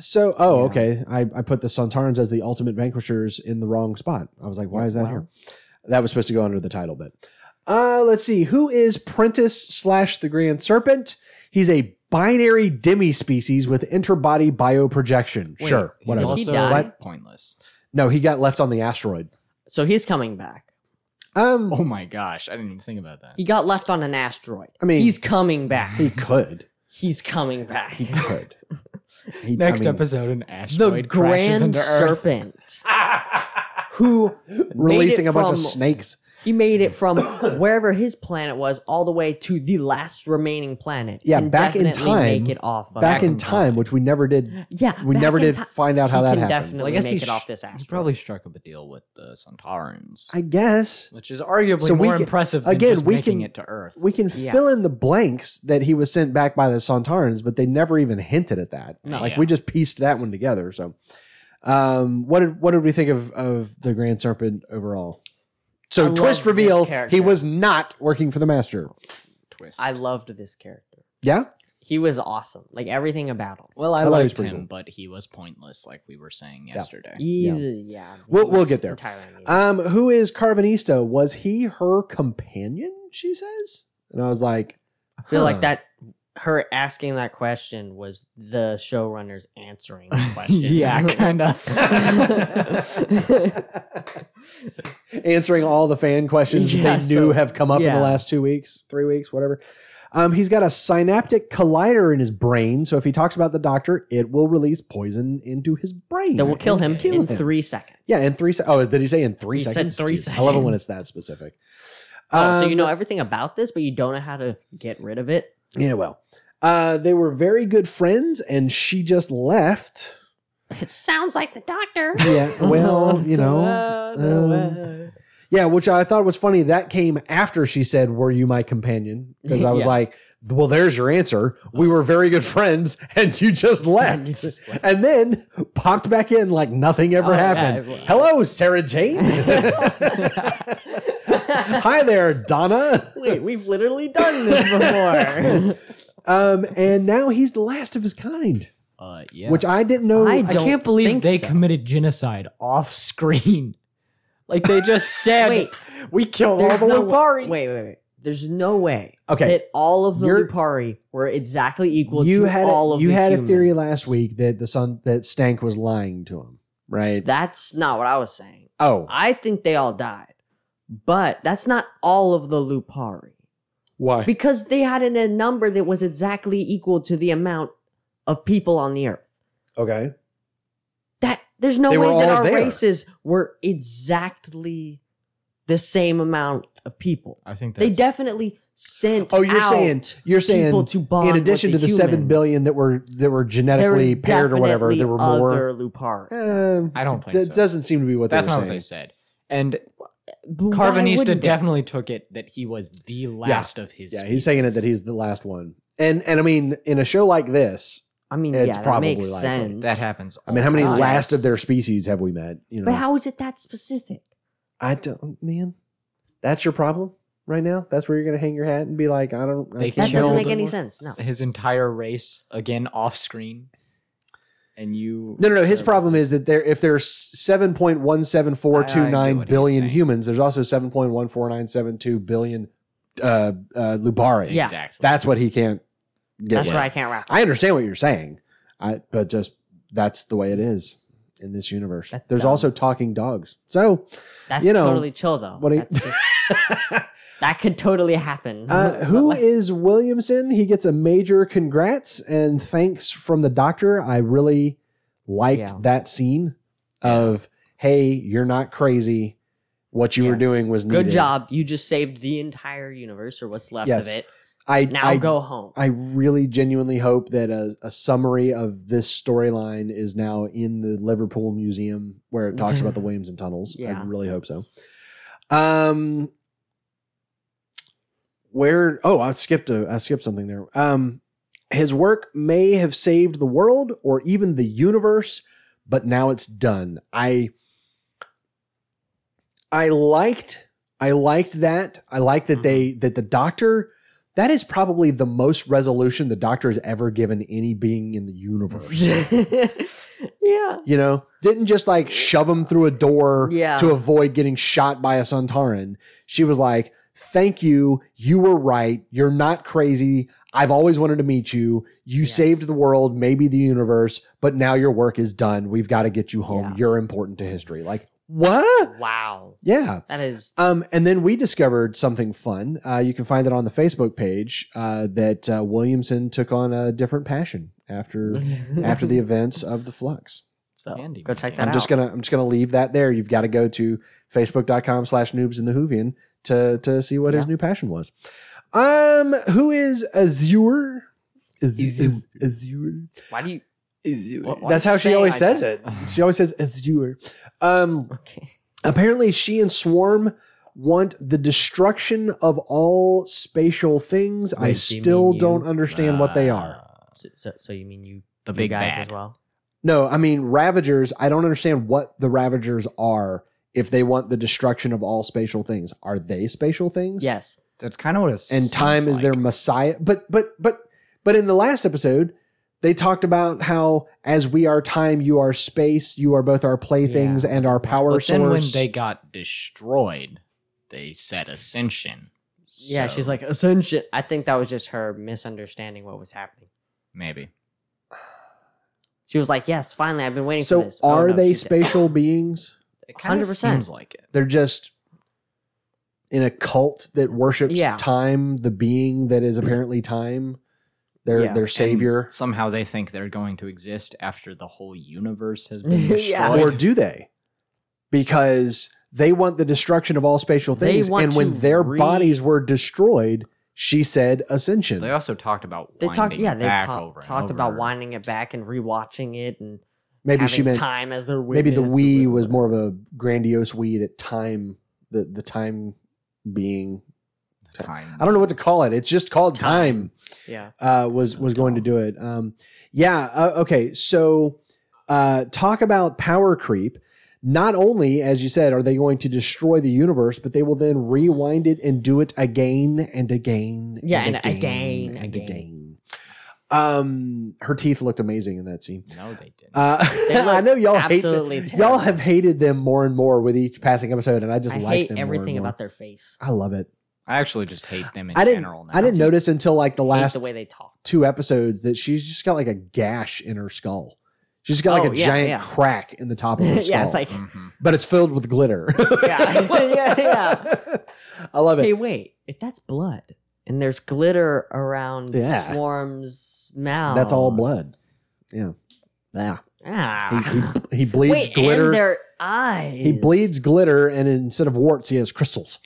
S1: so oh
S2: Yeah.
S1: okay. I, I put the Suntarans as the ultimate vanquishers in the wrong spot. I was like, why is that
S2: wow.
S1: here? That was supposed to go under the title bit. Uh let's see. Who is Prentice slash the Grand Serpent? He's a binary demi species with interbody bioprojection.
S3: Wait,
S1: sure.
S2: He's
S1: Whatever.
S3: He
S2: Also
S3: died?
S2: like, pointless.
S1: No, he got left on the asteroid.
S3: So he's coming back.
S1: Um
S2: Oh my gosh, I didn't even think about that.
S3: He got left on an asteroid.
S1: I mean-
S3: he's coming back.
S1: he could.
S3: He's coming back.
S1: He could. He, I
S2: Next
S1: mean,
S2: episode, an
S1: [laughs]
S3: The
S2: asteroid crashes
S3: Grand
S2: into [laughs] Earth.
S3: Serpent, who
S1: releasing a bunch of
S3: snakes.
S1: snakes.
S3: He made it from [coughs] wherever his planet was all the way to the last remaining planet.
S1: Yeah,
S3: and
S1: back in
S3: definitely
S1: time-
S3: Make it off. of
S1: back
S3: it.
S1: in time, which we never did.
S3: Yeah,
S1: We
S3: back
S1: never
S3: in
S1: did
S3: ti-
S1: find out how
S3: He
S1: that
S3: can
S1: happened.
S3: Definitely
S2: I guess
S3: make
S2: he's
S3: it off this asteroid.
S2: probably struck up a deal with the Santarans,
S1: I guess
S2: which is arguably
S1: So we
S2: more
S1: can-
S2: impressive than
S1: again,
S2: just
S1: we
S2: making
S1: can-
S2: it to Earth.
S1: we can
S3: Yeah.
S1: fill in the blanks that he was sent back by the Santarans, but they never even hinted at that.
S2: No.
S1: like
S2: Yeah.
S1: we just pieced that one together. So, um, what did what did we think of of the Grand Serpent overall?
S3: I
S1: So
S3: loved
S1: twist
S3: this
S1: reveal: he
S3: character.
S1: was not working for the Master.
S2: Twist.
S3: I loved this character.
S1: Yeah,
S3: He was awesome. Like everything about him.
S2: well, I,
S1: I thought he was
S2: liked
S1: pretty
S2: him,
S1: cool.
S2: but he was pointless, like we were saying
S1: Yeah.
S2: yesterday.
S3: He-
S1: Yeah.
S3: yeah.
S1: We'll-
S3: he
S1: we'll
S3: was
S1: get there.
S3: entirely needed.
S1: Um, who is Carvanista? Was he her companion? She says, and I was like,
S3: I feel
S1: huh.
S3: like that. Her asking that question was the showrunners
S1: [laughs]
S3: answering the question.
S2: yeah, kind of.
S1: [laughs] answering all the fan questions
S3: Yeah,
S1: they knew
S3: so-
S1: have come up in
S3: yeah.
S1: the last two weeks, three weeks, whatever. Um, he's got a synaptic collider in his brain, so if he talks about the doctor, it will release poison into his brain.
S3: that will kill him
S1: Kill
S3: in
S1: him.
S3: three seconds.
S1: Yeah, in three. Se- oh, did he say in three
S3: He said
S1: seconds?
S3: three
S1: I love it when
S3: seconds.
S1: it's that specific.
S3: oh, so you
S1: Um,
S3: know everything about this, but you don't know how to get rid of it.
S1: Yeah, well, uh, they were very good friends, and she just left. [laughs]
S4: It sounds like the doctor.
S1: Oh,
S3: Uh,
S1: Yeah, well, you know. um, Yeah, which I thought was funny. That came after she said, "Were you my companion?" Because I was
S3: Yeah.
S1: like, "Well, there's your answer. We were very good friends, and you just left."
S3: [laughs] And you just left.
S1: And then popped back in like nothing ever
S3: Oh, yeah,
S1: happened.
S3: it was-
S1: Hello, Sarah
S3: [laughs]
S1: Jane. Hi there, Donna.
S3: Wait, we've literally
S1: [laughs]
S3: done this before.
S1: Um, and now he's the last of his kind,
S2: [laughs] Uh, yeah.
S1: which I didn't know.
S2: I can't believe they committed genocide off screen. [laughs] Like they just
S1: [laughs]
S2: said,
S3: Wait.
S2: we killed all
S3: There's
S2: the
S3: no
S2: Lupari.
S3: Wait, wait, wait. There's no way
S1: Okay.
S3: that all of the
S1: You're-
S3: Lupari were exactly equal
S1: you
S3: to
S1: had
S3: all
S1: a,
S3: of
S1: you
S3: the
S1: had a
S3: humans.
S1: theory last week that the son that Stank was lying to him, right?
S3: That's not what I was saying.
S1: oh,
S3: I think they all died, but that's not all of the Lupari
S1: why?
S3: because they had an- a number that was exactly equal to the amount of people on the earth.
S1: Okay.
S3: That there's no
S1: They were
S3: way that
S1: all
S3: our
S1: there.
S3: races were exactly the same amount of people.
S2: I think
S3: They definitely sent.
S1: Oh, you're
S3: out
S1: saying you're saying
S3: people to bond
S1: in addition to
S3: with
S1: the seven
S3: humans.
S1: billion that were that were
S3: There was
S1: genetically paired or whatever, there were
S3: definitely
S1: more.
S3: other Lupari.
S1: Um,
S2: I don't think
S1: that
S2: so.
S1: doesn't seem to be what
S2: That's
S1: they were
S2: not what
S1: saying.
S2: they said. And
S3: But why
S2: Carvanista
S3: wouldn't they?
S2: definitely took it that he was the last of his.
S1: yeah, he's saying it that he's the last one, and and I mean in a show like this,
S3: I mean,
S1: It's
S3: yeah, that
S1: probably
S3: makes
S1: likely.
S3: sense.
S2: that happens.
S1: I mean how many
S3: Oh,
S1: last
S3: yes.
S1: of their species have we met? You know,
S3: But how is it that specific?
S1: I don't, man. That's your problem right now. That's where you're gonna hang your hat and be like, I don't.
S2: They
S1: I
S2: Can
S3: That
S1: can't
S2: you
S3: doesn't
S2: hold
S3: make
S2: it
S3: any
S2: more?
S3: sense. No.
S2: his entire race again off screen, and you.
S1: No, no, no. His problem is that there, if there's seven point one seven four two
S2: I- I get
S1: nine
S2: what he's
S1: billion
S2: saying.
S1: humans, there's also seven point one four nine seven two billion uh, uh, Lubari.
S3: Yeah.
S2: Exactly.
S1: that's what he can't get.
S3: That's
S1: with.
S3: why I can't wrap.
S1: I understand what you're saying, I, but just that's the way it is in this universe.
S3: That's
S1: there's
S3: dumb.
S1: also talking dogs. So
S3: That's
S1: you know,
S3: totally chill though.
S1: what do you-
S3: That's just-
S1: [laughs]
S3: that could totally happen.
S1: Uh, who
S3: Like,
S1: is Williamson? He gets a major congrats and thanks from the doctor. I really liked
S3: Yeah.
S1: that scene of hey, you're not crazy. What you were
S3: Yes.
S1: doing was needed.
S3: Good job. You just saved the entire universe or what's left
S1: Yes.
S3: of it.
S1: I
S3: Now
S1: I,
S3: go home.
S1: I really genuinely hope that a, a summary of this storyline is now in the Liverpool Museum where it talks about the Williamson tunnels. I
S3: Yeah.
S1: really hope so. Um, where? Oh, I skipped a I skipped something there. Um, his work may have saved the world or even the universe, but now it's done. I I liked I liked that. I liked that they that the doctor that is probably the most resolution the doctor has ever given any being in the universe.
S3: [laughs] [laughs] yeah.
S1: you know, didn't just like shove him through a door
S3: Yeah.
S1: to avoid getting shot by a Suntaran. She was like, "Thank you. You were right. You're not crazy. I've always wanted to meet you. You
S3: Yes.
S1: saved the world, maybe the universe, but now your work is done. We've got to get you home.
S3: Yeah.
S1: You're important to history." Like, what?
S3: Wow.
S1: Yeah.
S3: That is
S1: Um, and then we discovered something fun. Uh, you can find it on the Facebook page uh, that uh, Williamson took on a different passion
S3: [laughs]
S1: after after the events of the flux.
S3: So,
S2: Candy
S3: go
S2: man.
S3: check that
S1: I'm
S3: out.
S1: just gonna I'm just gonna leave that there. You've got to go to facebook.com slash noobs in the Hoovian to to see what his new passion was. Um, who is Azure? Azure. Azure.
S3: Why do you? Why
S1: That's
S3: do you
S1: how she
S3: say
S1: always
S3: I
S1: says
S3: don't-
S1: it. She always says Azure. Um,
S3: Okay.
S1: Apparently, she and Swarm want the destruction of all spatial things. I
S3: Wait, do you
S1: still
S3: mean you?
S1: don't understand what they are.
S3: So, so, so you mean you
S2: The
S3: you
S2: big
S3: guys
S2: bad.
S3: as well?
S1: No, I mean, Ravagers, I don't understand what the Ravagers are if they want the destruction of all spatial things. Are they spatial things?
S3: Yes.
S2: That's kind of what it.
S1: And time
S2: seems
S1: is their
S2: like.
S1: messiah. But, but, but, but in the last episode, they talked about how as we are time, you are space, you are both our playthings
S3: Yeah.
S1: and our power
S2: But
S1: source.
S2: then when they got destroyed, they said ascension.
S3: Yeah, she's
S2: So,
S3: like ascension. I think that was just her misunderstanding what was happening.
S2: maybe.
S3: She was like, "Yes, finally, I've been waiting
S1: so
S3: for this." Oh,
S1: are
S3: no,
S1: they
S3: she's dead.
S1: spatial beings?
S2: It kind of
S3: 100%.
S2: seems like it.
S1: they're just in a cult that worships
S3: Yeah.
S1: time, the being that is apparently time, their
S3: Yeah.
S1: their savior.
S2: And somehow they think they're going to exist after the whole
S1: [laughs]
S2: universe has been destroyed.
S3: Yeah.
S1: Or do they? Because they want the destruction of all spatial
S3: They
S1: things,
S3: want
S1: and when
S3: to
S1: their
S3: re-
S1: bodies were destroyed, she said ascension.
S2: They also talked about
S3: They talked, yeah, they
S2: back
S3: ta-
S2: over and
S3: talked about
S2: over.
S3: winding it back and rewatching it, and
S1: maybe
S3: having
S1: she meant
S3: time as their
S1: maybe the
S3: witness or
S1: we
S3: whatever.
S1: was more of a grandiose we that time the the time being.
S2: Time.
S1: I don't know what to call it. It's just called time [laughs]
S3: Yeah.
S1: uh, was was going to do it. Um, yeah. Uh, okay. So uh, talk about power creep. Not only, as you said, are they going to destroy the universe, but they will then rewind it and do it again and again.
S3: Yeah,
S1: and,
S3: and
S1: again,
S3: again,
S1: and
S3: again.
S1: again. Um, her teeth looked amazing in that scene.
S2: No, they didn't.
S1: Uh,
S3: They
S1: [laughs]
S3: look
S1: I know y'all hate them.
S3: absolutely terrible.
S1: y'all have hated them more and more with each passing episode, and I just
S3: I
S1: like
S3: hate
S1: them more
S3: everything
S1: and more.
S3: about their face.
S1: I love it.
S2: I actually just hate them in
S1: I didn't.
S2: general. Now.
S1: I didn't
S2: Just-
S1: notice until like the
S3: Last
S1: last
S3: the way they talk.
S1: two episodes that she's just got like a gash in her skull. She's got like
S3: Oh,
S1: a
S3: yeah,
S1: giant
S3: yeah.
S1: crack in the top of her skull.
S3: [laughs] yeah, it's like
S2: Mhm.
S1: but it's filled with glitter.
S3: [laughs] yeah, yeah, yeah.
S1: [laughs] I love it.
S3: Hey, wait. If that's blood and there's glitter around
S1: Yeah.
S3: Swarm's mouth,
S1: That's all blood. Yeah, yeah. He,
S3: Ah.
S1: he, he bleeds
S3: Wait,
S1: glitter.
S3: and their eyes.
S1: he bleeds glitter, and instead of warts, he has crystals.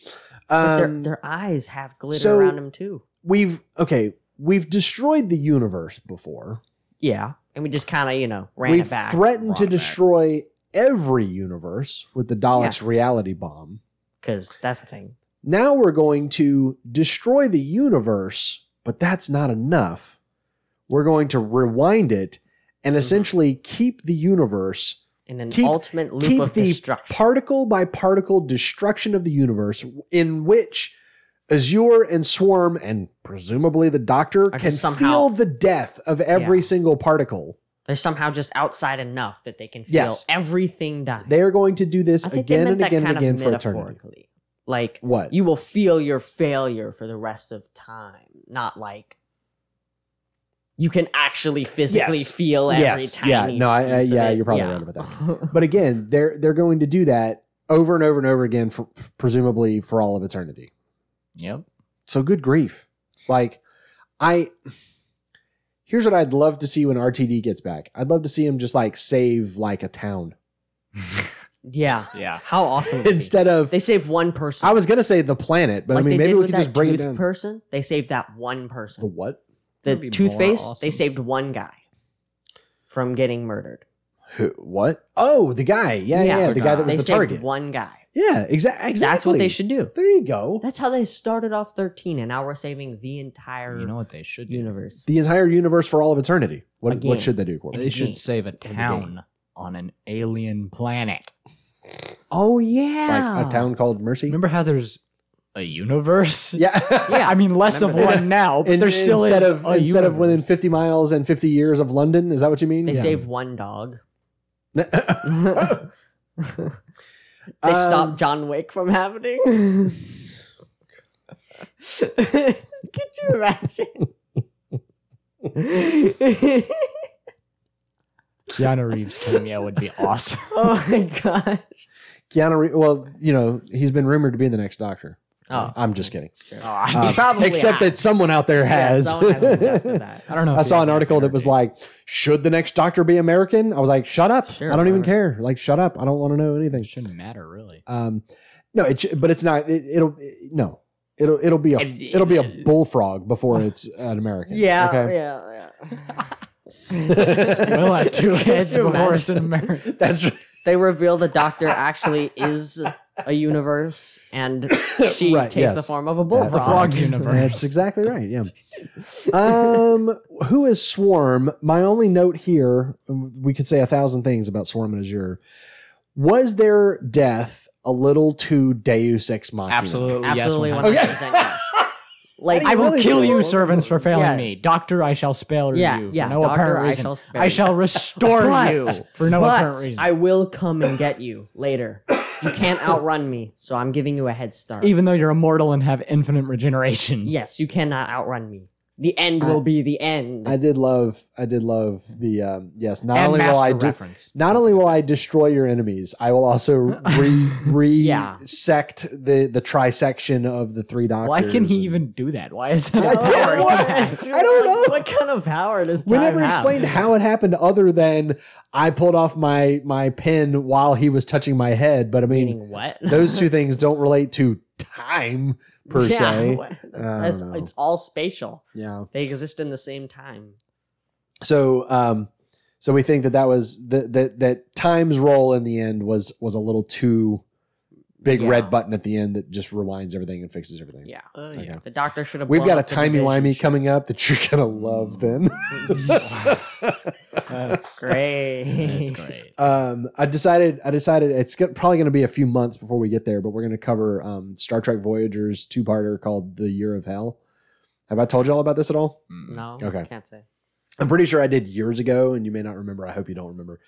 S3: But
S1: Um,
S3: their, their eyes have glitter
S1: so-
S3: around them too.
S1: we've okay. We've destroyed the universe before.
S3: Yeah, and we just kind of you know ran
S1: we've
S3: it back.
S1: threatened to
S2: brought it back.
S1: destroy every universe with the Daleks' reality bomb.
S3: Because that's the thing.
S1: now we're going to destroy the universe, but that's not enough. We're going to rewind it
S3: Mm-hmm.
S1: and essentially keep the universe,
S3: In an
S1: Keep-
S3: ultimate loop
S1: keep
S3: of
S1: the
S3: destruction.
S1: particle by particle destruction of the universe, in which Azure and Swarm and presumably the Doctor
S3: just
S1: can
S3: somehow-
S1: feel the death of every
S3: Yeah.
S1: single particle.
S3: They're somehow just outside enough that they can feel
S1: Yes.
S3: everything die.
S1: They are going to do this
S3: I think
S1: again
S3: they
S1: and
S3: meant
S1: again
S3: that
S1: and
S3: kind
S1: again
S3: of
S1: for eternity.
S3: metaphorically. Like
S1: What?
S3: you will feel your failure for the rest of time, not like you can actually physically
S1: Yes.
S3: feel every
S1: Yes.
S3: tiny.
S1: Yeah. No, I- I-
S3: piece of
S1: yeah,
S3: it.
S1: you're probably
S3: Yeah.
S1: right about
S3: [laughs]
S1: But again, they're they're going to do that over and over and over again for presumably for all of eternity.
S2: Yep. [laughs]
S1: So good grief. Like I here's what I'd love to see when RTD gets back. I'd love to see him just like save like a
S3: [laughs]
S1: town
S3: yeah.
S2: Yeah.
S3: How awesome! would it be?
S1: instead of
S3: they saved one person.
S1: I was going to say the planet, but
S3: like
S1: I mean
S3: they
S1: maybe
S3: did
S1: we
S3: with
S1: could
S3: that
S1: just break it
S3: tooth
S1: down.
S3: Person, they saved that one
S1: the
S3: person.
S1: what?
S3: The
S2: That'd be more
S3: toothpaste,
S2: awesome.
S3: they saved one guy from getting murdered.
S1: Who, what? Oh, the guy. Yeah, yeah,
S3: Yeah.
S1: yeah, the guy that
S3: they
S1: was
S3: saved
S1: the target.
S3: one guy.
S1: Yeah, exa- exactly.
S3: That's what they should do.
S1: There you go.
S3: That's how they started off 13, and now we're saving the entire
S2: You know what they should do?
S3: universe.
S1: The entire universe for all of eternity. What
S3: Again.
S1: what should they do, Corbin?
S2: They
S3: game.
S2: should save a
S1: the
S2: town on an alien planet.
S3: Oh yeah,
S1: Like a town called Mercy?
S2: Remember how there's a universe?
S1: [laughs] Yeah.
S3: [laughs] Yeah.
S2: I mean, less of
S1: Remember that.
S2: one now, but
S1: In-
S2: there's still
S1: instead
S2: is
S1: of
S2: a
S1: instead of
S2: universe.
S1: within 50 miles and 50 years of London, is that what you mean? Uh,
S3: They
S1: Yeah. [laughs]
S3: saved one dog.
S1: they Um,
S3: They stopped John Wick
S1: [laughs]
S3: from happening. [laughs] Could you
S1: [laughs]
S3: imagine?
S2: Keanu Reeves cameo
S1: [laughs]
S2: would be awesome.
S3: oh my gosh.
S1: Keanu Reeves. Well, you know, he's been rumored to be the next Doctor.
S3: Oh.
S1: I'm just
S3: [laughs]
S1: kidding.
S2: I [laughs]
S1: Um, except that someone out there
S3: Yeah,
S1: has.
S3: someone
S1: [laughs]
S3: has invested that.
S2: don't know. if
S1: I
S2: he
S1: saw
S2: has
S1: an article that was
S2: character.
S1: like, "Should the next Doctor be American?" I was like, "Shut up!
S3: Sure,
S1: I don't even
S3: whatever.
S1: care. Like, shut up! I don't want to know anything."
S2: It shouldn't matter
S1: [laughs]
S2: really.
S1: Um, no, it, sh- but it's not. It, it'll no. It'll it'll be a it'll
S3: [laughs]
S1: be a bullfrog before it's an American.
S3: Yeah,
S1: Okay?
S3: [laughs] yeah, yeah.
S2: We'll
S1: [laughs]
S2: have two heads
S3: you
S2: before it's in America.
S1: That's
S3: [laughs] They reveal the doctor actually is a universe [coughs] and she
S1: Right,
S3: takes
S1: yes.
S3: the form of a
S1: That-
S3: bullfrog.
S2: the frog universe.
S1: That's exactly right. Yeah. Um, who is Swarm? My only note here, we could say a thousand things about Swarm and Azure. Was their death a little too Deus ex machina?
S2: [laughs] Absolutely,
S3: Absolutely
S2: yes. 100%.
S3: 100% yes. [laughs] Like
S1: do
S2: I
S1: you
S2: will
S1: really
S2: kill
S1: do?
S2: you, servants, for failing
S3: Yes.
S2: me. Doctor, I shall spare
S3: Yeah,
S2: you for
S3: yeah,
S2: no
S3: doctor,
S2: apparent
S3: I
S2: reason.
S3: shall spare
S2: I
S3: you.
S1: [laughs]
S2: shall restore
S3: But-
S2: you for no apparent
S3: but
S2: reason.
S3: I will come and get you later. You [laughs] can't outrun me, so I'm giving you a head start.
S2: Even though you're immortal and have infinite regenerations.
S3: yes, you cannot outrun me. The end will be the end.
S1: I did love. I did love the um, yes. [laughs] Not
S2: And
S1: only will
S2: master
S1: I do,
S2: reference.
S1: not only will I destroy your enemies, I will also re
S2: [laughs]
S1: re
S3: Yeah.
S1: sect the the trisection of the three doctors.
S2: Why can he
S1: and-
S2: even do that? Why is that
S1: I
S2: a
S1: don't
S2: power?
S1: know.
S2: [laughs]
S3: [laughs]
S1: I don't know.
S3: What kind of power does
S1: We
S3: time
S1: never
S3: have?
S1: explained how it happened, other than I pulled off my my pin while he was touching my head. But I mean,
S3: Meaning what?
S1: [laughs]
S3: [laughs]
S1: those two things don't relate to time per
S3: yeah,
S1: se. um,
S3: what-
S1: don't
S3: That's,
S1: know.
S3: it's all spatial.
S1: Yeah.
S3: They exist in the same time.
S1: So, um, so we think that that was that that that time's role in the end was was a little too big
S3: Yeah.
S1: red button at the end that just rewinds everything and fixes everything.
S3: Yeah.
S2: Oh,
S1: Okay.
S3: The doctor should have.
S1: We've
S3: blown
S1: got a
S3: up the
S1: timey
S3: division
S1: wimey
S3: ship.
S1: coming up that you're gonna love. Then, [laughs]
S2: [laughs] That's
S3: [laughs] Great.
S1: [laughs]
S2: That's great.
S1: um, I decided I decided it's go- probably going to be a few months before we get there, but we're going to cover um, Star Trek Voyager's two parter called "The Year of Hell." Have I told you all about this at all?
S2: Mm.
S3: No.
S1: Okay.
S3: Can't say.
S1: I'm pretty sure I did years ago, and you may not remember. I hope you don't remember.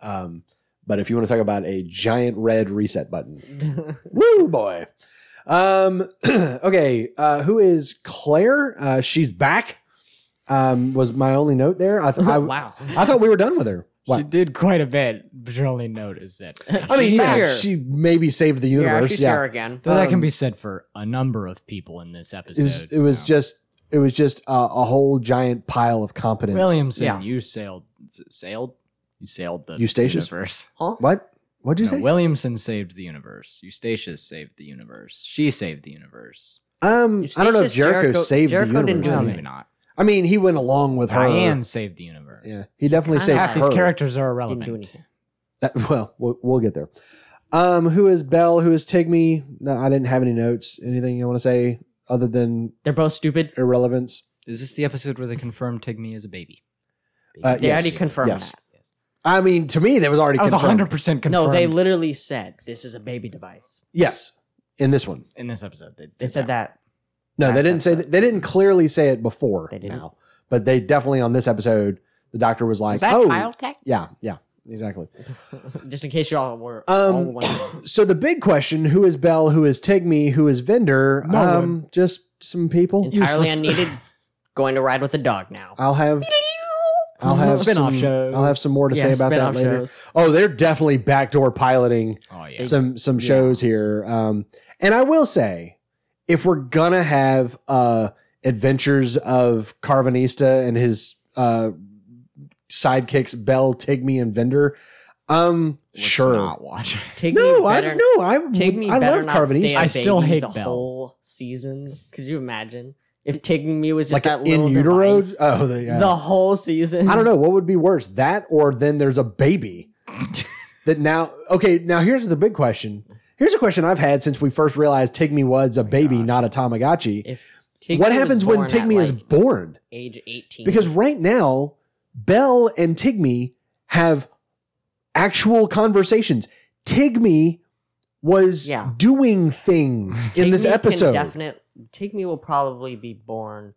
S1: Um, but if you want to talk about a giant red reset button, woo boy. Um, [clears throat] okay, uh, who is Claire? Uh, she's back. Um, was my only note there. I, th- I,
S3: [laughs] [laughs] wow.
S1: I thought we were done with her. What?
S2: She did quite a bit, but you only noticed [laughs] it.
S1: I mean,
S3: She's
S1: yeah,
S3: here.
S1: she maybe saved the
S3: yeah,
S1: universe.
S3: she's
S1: Yeah,
S3: here again.
S2: Though that can
S1: Um,
S2: be said for a number of people in this episode.
S1: it was. It was
S2: so.
S1: just. It was just a, a whole giant pile of competence.
S2: Williamson.
S3: Yeah.
S2: You sailed, sailed, you sailed the
S1: Eustachius?
S2: universe.
S3: Um,
S1: What? What'd you
S2: No,
S1: say?
S2: Williamson saved the universe. Eustachius saved the universe. She saved the universe.
S1: um, I don't know if
S3: Eustachius
S1: Jericho,
S3: Jericho-
S1: saved the
S3: Jericho
S1: universe.
S3: didn't do
S1: did
S2: Well,
S1: he?
S3: anything.
S2: maybe not.
S1: I mean, he went along with her.
S2: Diane saved the universe.
S1: Yeah, he definitely
S3: Kinda
S1: saved
S2: Half
S1: her.
S2: these characters are
S3: Didn't do
S2: irrelevant.
S3: anything.
S1: That- well, well, we'll get there. Um, who is Belle? Who is Tigme? No, I didn't have any notes. Anything you want to say other than
S3: They're both stupid.
S1: irrelevance?
S2: Is this the episode where they confirm Tigme is a baby?
S1: Uh,
S3: They
S1: yes.
S3: already confirmed
S1: Yes.
S3: that.
S1: I mean, to me, that was already
S2: I was
S1: confirmed.
S2: 100 percent confirmed.
S3: No, they literally said this is a baby device.
S1: Yes, in this one.
S2: in this episode they,
S3: They said that.
S1: No, they
S3: Last
S1: didn't say.
S3: episode.
S1: They didn't clearly say it before.
S3: They didn't.
S1: Now, but they definitely on this episode, the doctor was like, "Oh, yeah, yeah, exactly."
S3: Just in case you all were.
S1: Um, [coughs]
S3: all wondering.
S1: So the big question: Who is Belle? Who is Tigme? Who is Vendor?
S2: No
S1: um, just some people.
S3: entirely
S2: useless.
S3: unneeded. Going to ride with a dog now.
S1: I'll have. I'll have
S2: Spin-off
S1: some,
S2: shows.
S1: I'll have some more to
S3: Yeah,
S1: say about that
S3: spin-off
S1: later.
S3: shows.
S1: Oh, they're definitely backdoor piloting
S2: Oh yeah.
S1: some some shows here. Um, and I will say, if we're gonna have uh, adventures of Carvanista and his uh, sidekicks Bell, Tigme, and Vendor, um,
S2: Let's
S1: sure.
S2: Not watch.
S3: Take
S1: No,
S3: me
S1: I
S3: better,
S1: no, I
S3: Take me
S1: I
S3: better
S1: love
S3: not
S1: Carvanista.
S3: stay a
S2: I still
S3: baby
S2: hate
S3: the
S2: Belle.
S3: whole season. Could you imagine if taking me was
S1: Like
S3: just that little
S1: in utero.
S3: device
S1: Oh, the, yeah.
S3: the whole season?
S1: I don't know what would be worse, that or then there's a baby that now. Okay, now here's the big question. Here's a question I've had since we first realized Tigme was
S3: Oh
S1: a baby, not a Tamagotchi.
S3: If Tig
S1: what
S3: Me was
S1: happens when
S3: born at,
S1: Tigme is
S3: like,
S1: born?
S3: age eighteen?
S1: Because right now, Bell and Tigme have actual conversations. Tigme was
S3: Yeah.
S1: doing things in
S3: Take
S1: this
S3: Me can
S1: episode.
S3: definite take me will probably be born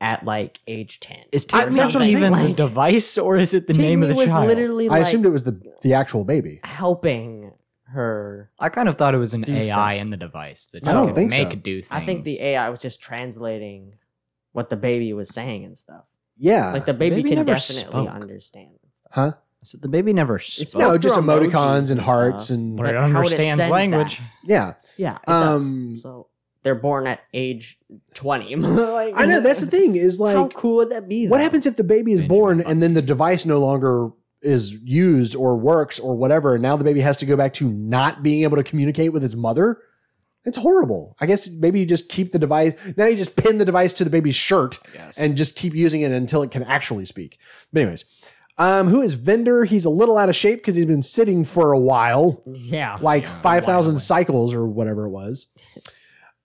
S3: at like age ten.
S2: Is
S1: I-
S2: Tigme
S1: that's what I'm
S2: even
S1: saying,
S2: the
S1: like-
S2: device or is it the
S3: Take
S2: name
S3: Me
S2: of the
S3: was
S2: child?
S3: literally
S1: I
S3: like
S1: assumed it was the, the actual baby.
S3: helping her.
S2: I kind of thought it was an
S3: Do
S2: AI in the device that
S1: I
S2: you
S1: don't
S2: could
S1: think
S2: make
S1: so.
S2: do things.
S3: I think the AI was just translating what the baby was saying and stuff.
S1: Yeah.
S3: Like the baby,
S2: baby
S3: can
S2: never
S3: definitely
S2: spoke.
S3: understand. and stuff.
S1: huh?
S2: so the baby never spoke,
S1: No,
S3: not
S1: just
S3: through emojis
S1: emoticons and
S3: and
S1: hearts
S3: stuff.
S1: and
S2: but, it
S3: but how would it
S2: understands
S3: send
S2: language.
S1: yeah.
S3: Yeah, it
S1: Um,
S3: does. So they're born at age twenty. [laughs] Like-
S1: I know
S3: [laughs]
S1: that's the thing is like
S3: How cool would that be?
S1: What
S3: though?
S1: happens if the baby is
S2: Benjamin
S1: born
S2: Button.
S1: and then the device no longer is used or works or whatever, and now the baby has to go back to not being able to communicate with its mother? It's horrible. I guess maybe you just keep the device. Now you just pin the device to the baby's shirt
S2: Yes.
S1: and just keep using it until it can actually speak. But anyways, um, who is Vendor? He's a little out of shape because he's been sitting for a while
S2: yeah.
S1: like
S2: a while,
S1: 5,000
S2: like-
S1: cycles or whatever it was.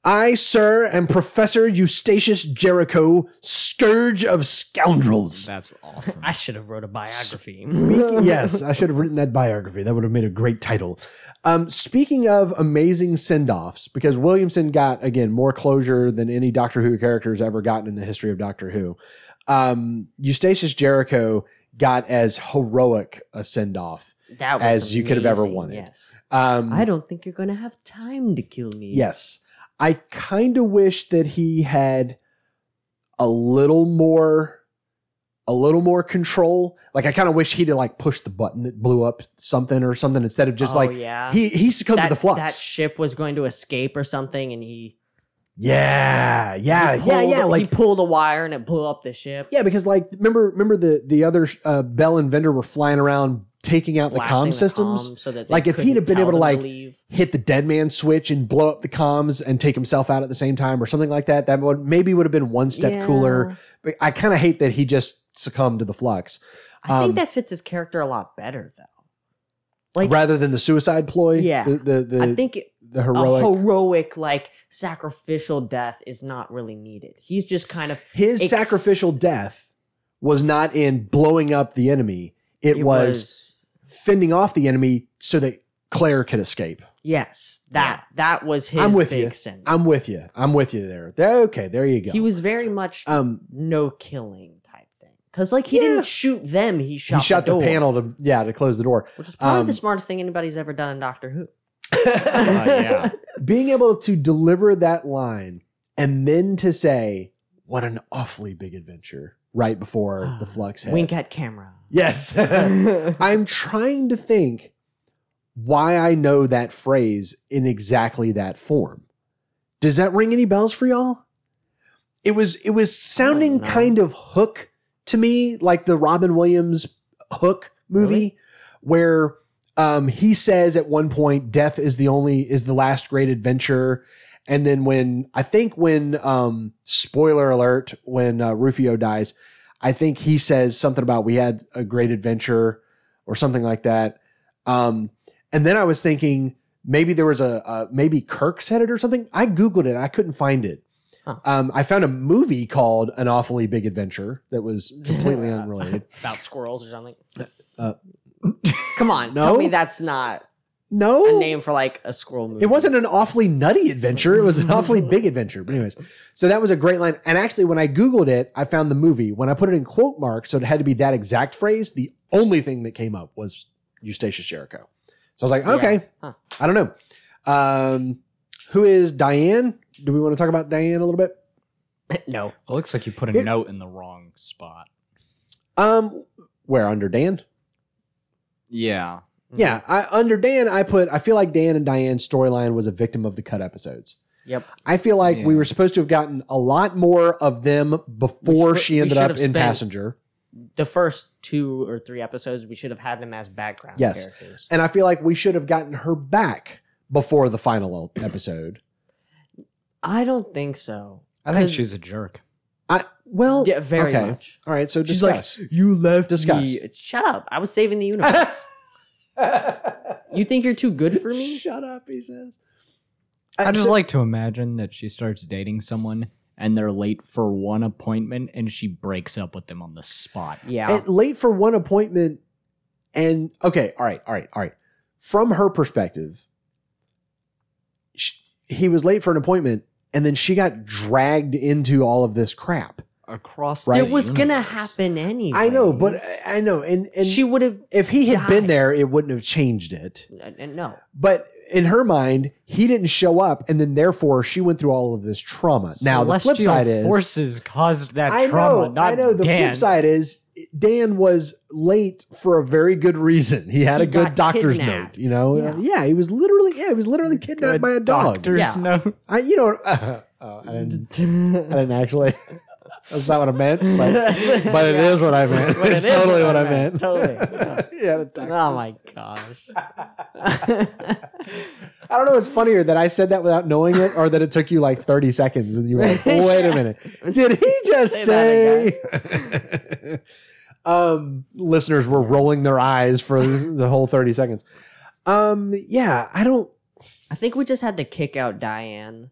S1: I, sir, am Professor Eustachius Jericho, Scourge of Scoundrels.
S2: That's awesome.
S3: I should have wrote a biography.
S1: yes, I should have written that biography. That would have made a great title. Um, speaking of amazing send offs, because Williamson got, again, more closure than any Doctor Who character has ever gotten in the history of Doctor Who, um, Eustachius Jericho got as heroic a send off.
S3: [laughs] That was
S1: As you could have ever
S3: amazing,
S1: wanted.
S3: Yes.
S1: Um,
S4: I don't think you're gonna have time to kill me.
S1: Yes. I kind of wish that he had a little more a little more control. Like I kind of wish he'd have like pushed the button that blew up something or something instead of just
S3: Oh,
S1: like
S3: yeah.
S1: he he succumbed
S3: that,
S1: to the flux.
S3: that ship was going to escape or something, and he
S1: yeah. Yeah.
S3: he
S1: yeah,
S3: pulled-
S1: yeah,
S3: he
S1: like
S3: pulled a wire and it blew up the ship.
S1: yeah, because like remember remember the the other uh, Bell and Vendor were flying around taking out the
S3: blasting
S1: comm systems.
S3: comm so that they
S1: Like, if he'd
S3: couldn't
S1: have been
S3: tell
S1: able to,
S3: them
S1: like-
S3: leave.
S1: hit the dead man switch and blow up the comms and take himself out at the same time or something like that that would maybe would have been one step
S4: Yeah.
S1: cooler but i kind of hate that he just succumbed to the flux
S4: I
S1: Um,
S4: think that fits his character a lot better though.
S3: Like,
S1: rather than the suicide ploy.
S3: Yeah.
S1: the the, the,
S3: I think
S1: the heroic.
S3: a heroic, like sacrificial death is not really needed. He's just kind of
S1: His
S3: ex-
S1: sacrificial death was not in blowing up the enemy. It, was, fending off the enemy so that Claire could escape.
S3: yes that that was his
S1: I'm with
S3: big
S1: you.
S3: sin.
S1: I'm with you. I'm with you there. There- Okay, there you go.
S3: He was very much
S1: um,
S3: no killing type thing because like he
S1: Yeah.
S3: didn't shoot them. He
S1: he
S3: shot.
S1: shot the,
S3: door,
S1: panel to yeah to close the door.
S3: which is probably
S1: um,
S3: the smartest thing anybody's ever done in Doctor Who.
S1: [laughs]
S2: yeah.
S1: Being able to deliver that line and then to say, "What an awfully big adventure!" right before
S3: [sighs]
S1: the flux hit.
S3: Wink at camera.
S1: Yes. [laughs] I'm trying to think why I know that phrase in exactly that form. Does that ring any bells for y'all? It was it was sounding
S3: know.
S1: kind of hook to me, like the Robin Williams hook movie,
S3: Really?
S1: where um, he says at one point, "Death is the only is the last great adventure." And then when I think when um, spoiler alert, when uh, Rufio dies, I think he says something about we had a great adventure or something like that. Um, and then I was thinking maybe there was a, a maybe Kirk said it or something. I googled it. I couldn't find it.
S3: Huh.
S1: Um, I found a movie called An Awfully Big Adventure that
S3: [laughs]
S1: was completely unrelated.
S3: about squirrels or something.
S1: Uh,
S3: Come on,
S1: no?
S3: tell me that's not
S1: No,
S3: a name for like a squirrel movie.
S1: It wasn't an awfully nutty adventure. It was an awfully big adventure. But anyways, so that was a great line. And actually, when I Googled it, I found the movie. When I put it in quote marks, so it had to be that exact phrase, the only thing that came up was Eustachius Jericho. So I was like,
S3: Yeah.
S1: okay,
S3: Huh.
S1: I don't know. Um, who is Diane? Do we want to talk about Diane a little bit?
S3: [laughs] no.
S2: It looks like you put a
S1: Yeah.
S2: note in the wrong spot.
S1: Um, where under Dan?
S3: Mm-hmm.
S2: Yeah.
S1: Yeah, I, under Dan, I put. I feel like Dan and Diane's storyline was a victim of the cut episodes.
S3: Yep.
S1: I feel like we
S2: Yeah.
S1: were supposed to have gotten a lot more of them before
S3: We should-
S1: she
S3: we
S1: ended
S3: should
S1: up
S3: have
S1: in
S3: spent-
S1: Passenger.
S3: The first two or three episodes, we should have had them as background
S1: Yes.
S3: characters.
S1: And I feel like we should have gotten her back before the final episode.
S3: I don't think so.
S2: I think
S3: 'Cause-
S2: she's a jerk.
S1: I well,
S3: Yeah, very
S1: okay.
S3: much.
S1: All right, so
S3: She's like,
S1: discuss.
S2: You left.
S1: discuss.
S3: [laughs] Ye- shut up. I was saving
S1: [laughs]
S3: the universe. you think you're too good for me?
S1: Shut up, he says.
S2: I just
S1: so-
S2: like to imagine that she starts dating someone and they're late for one appointment and she breaks up with them on the spot.
S3: Yeah.
S1: and late for one appointment and okay all right all right all right from her perspective sh he was late for an appointment and then she got dragged into all of this crap
S2: Across
S1: Right.
S3: it was gonna
S2: universe.
S3: happen anyway.
S1: i know but i know and and
S3: she would have.
S1: if he had been
S3: died.
S1: there it wouldn't have changed it [laughs]
S3: No.
S1: but in her mind he didn't show up and then therefore she went through all of this trauma now the flip
S2: Celestial
S1: side is
S2: forces caused that
S1: I
S2: trauma.
S1: know,
S2: not
S1: I know. The
S2: Dan.
S1: flip side is Dan was late for a very good reason. He had
S3: He
S1: a good
S3: got
S1: doctor's
S3: kidnapped.
S1: note. You know, Uh,
S3: Yeah.
S1: yeah. he was literally, yeah, he was literally kidnapped
S2: Good
S1: by a dog.
S2: Doctor's
S3: Yeah.
S2: note.
S1: I, you know, [laughs] oh, I didn't, [laughs] I didn't actually. [laughs] That's not what I meant, but,
S3: [laughs]
S1: but it is what I meant.
S3: But it
S1: it's
S3: is
S1: totally
S3: what
S1: what
S3: [laughs] I
S1: I
S3: meant.
S1: meant. [laughs]
S3: Totally. Yeah.
S1: He had a doctor-
S3: Oh my gosh.
S1: I don't know. It's funnier that I said that without knowing it, or that it took you like thirty seconds, and you were like, "Wait a minute, did he just
S3: Say
S1: say?" [laughs] um, listeners were rolling their eyes for the whole thirty seconds. Um, yeah, I don't.
S3: I think we just had to kick out Diane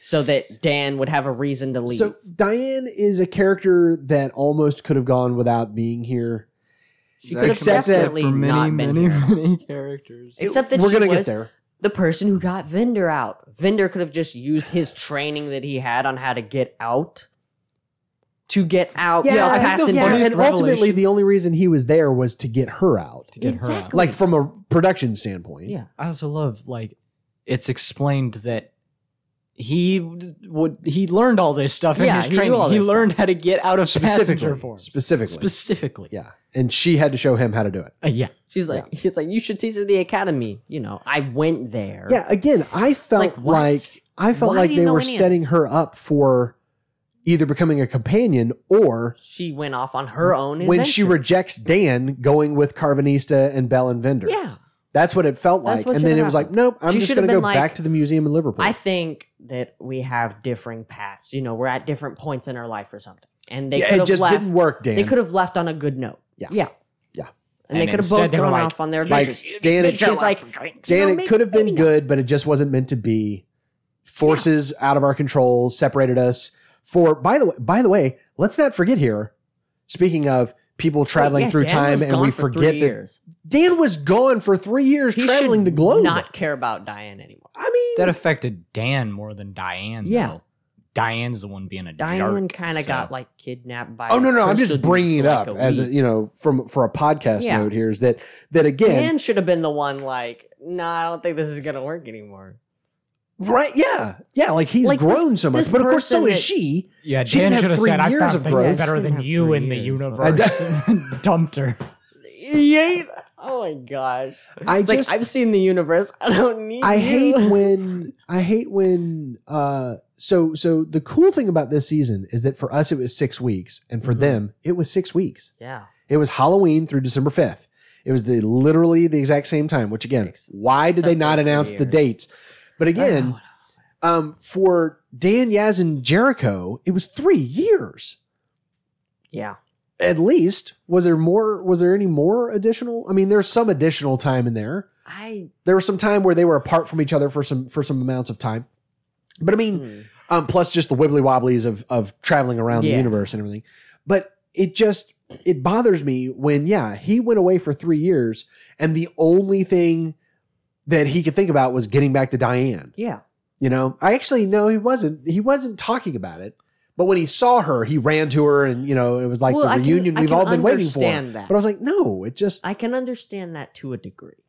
S3: so that Dan would have a reason to leave.
S1: So Diane is a character that almost could have gone without being here.
S3: [laughs] she could have
S1: Except that
S3: definitely not been here.
S2: many characters.
S3: Except that
S1: we're
S3: she
S1: gonna get
S3: was
S1: there.
S3: the person who got Vendor out. Vendor could have just used
S1: [sighs]
S3: his training that he had on how to get out to get out.
S1: Yeah,
S3: without
S1: I think the-
S3: passing
S1: yeah,
S3: by.
S1: and ultimately
S2: revelation-
S1: the only reason he was there was to get her out,
S2: to get her out.
S3: Exactly.
S1: like from a production standpoint.
S3: Yeah.
S2: I also love like it's explained that he w- would he learned all this stuff in
S3: Yeah,
S2: his
S3: he knew
S2: training.
S3: all
S2: He
S3: this
S2: learned how to get out of passenger
S1: specifically,
S2: forms.
S1: specifically,
S2: Specifically.
S1: yeah. And she had to show him how to do it.
S2: Uh, yeah.
S3: She's like, he's like, you should teach her the academy. You know, I went there.
S1: Yeah, again, I felt
S3: like,
S1: like,
S3: what?
S1: I felt
S3: Why
S1: like
S3: do you
S1: they
S3: know
S1: were
S3: any of
S1: setting
S3: this?
S1: her up for either becoming a companion or
S3: She went off on her own.
S1: when she
S3: adventure.
S1: rejects Dan going with Carvanista and Bell and Vender.
S3: yeah,
S1: That's what it felt
S3: That's
S1: like.
S3: what
S1: And
S3: should
S1: then it
S3: have
S1: was like, nope, I'm
S3: She
S1: just
S3: should
S1: going
S3: have
S1: to go
S3: been like,
S1: back to the museum in Liverpool.
S3: I think that we have differing paths. You know, we're at different points in our life or something, and they
S1: Yeah,
S3: could
S1: it
S3: have
S1: just
S3: left.
S1: didn't work, Dan.
S3: They could have left on a good note.
S1: Yeah.
S3: yeah,
S1: Yeah.
S3: and, they could have
S2: instead
S3: both
S2: they were
S3: gone
S2: like,
S3: off on their
S1: Like
S3: bitches.
S1: Dan, it,
S3: She's like,
S1: Dan, it could have been good, but it just wasn't meant to be. Forces out of our control separated us. For by the way, by the way, let's not forget here. Speaking of people traveling through time, and we forget that
S3: years.
S1: Dan was gone for three years
S3: He
S1: traveling
S3: should
S1: the globe.
S3: Not care about Diane anymore.
S1: I mean,
S2: That affected Dan more than Diane.
S3: Yeah.
S2: though. Diane's the one being a
S3: Diane
S2: jerk,
S3: kind of
S2: so-
S3: got like kidnapped by.
S1: oh no, no, I'm just
S3: Crystal
S1: bringing it
S3: Dude for,
S1: up
S3: like,
S1: as a,
S3: week.
S1: you know from for a podcast
S3: Yeah.
S1: note here is that that again,
S3: Dan should have been the one like, no, nah, I don't think this is gonna work anymore.
S1: right? Yeah, yeah, like he's
S3: Like, this-
S1: grown so much,
S3: this
S1: but of course, so
S3: person
S1: is
S3: that-
S1: she.
S2: Yeah,
S1: She
S2: Dan
S1: didn't have
S2: should have
S1: three
S2: said, "I
S1: years
S2: found
S1: of
S2: things
S1: growth."
S2: better than
S3: She
S2: you
S3: didn't have
S2: in the
S3: three
S2: universe." [laughs] and dumped her.
S3: Yeah. Oh my gosh.
S1: I
S3: It's
S1: just
S3: like I've seen the universe. I don't need.
S1: I hate
S3: [laughs] you.
S1: when I hate when uh so so the cool thing about this season is that for us it was 6 weeks and for
S3: Mhm.
S1: them it was 6 weeks.
S3: Yeah.
S1: It was Halloween through December 5th. It was the literally the exact same time, which again,
S3: Ex-
S1: why did they
S3: except
S1: not
S3: for three
S1: announce the
S3: years.
S1: dates? But
S3: I
S1: again,
S3: know.
S1: um for Dan Yaz and Jericho, it was 3 years
S3: Yeah.
S1: at least. Was there more was there any more additional? I mean, there's some additional time in there.
S3: I.
S1: There was some time where they were apart from each other for some for some amounts of time. But I mean,
S3: hmm.
S1: um, plus just the wibbly wobblies of of traveling around the
S3: Yeah.
S1: universe and everything. But it just it bothers me when yeah he went away for three years and the only thing that he could think about was getting back to Diane.
S3: Yeah.
S1: You know, I actually no, he wasn't. He wasn't talking about it. But when he saw her, he ran to her, and you know, it was like
S3: Well, I
S1: the
S3: can-
S1: reunion
S3: I
S1: we've
S3: can
S1: all been waiting for.
S3: understand that.
S1: But I was like, no, it just
S3: I can understand that to a degree.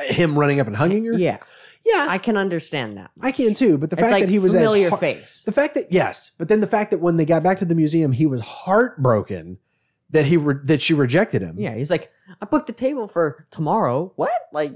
S1: him running up and hugging her. [laughs]
S3: Yeah.
S1: yeah,
S3: I can understand that.
S1: I can too, but the fact
S3: it's like
S1: that he was
S3: familiar
S1: as har-
S3: face.
S1: the fact that yes, but then the fact that when they got back to the museum, he was heartbroken that he re- that she rejected him.
S3: Yeah, he's like, I booked the table for tomorrow. What? Like,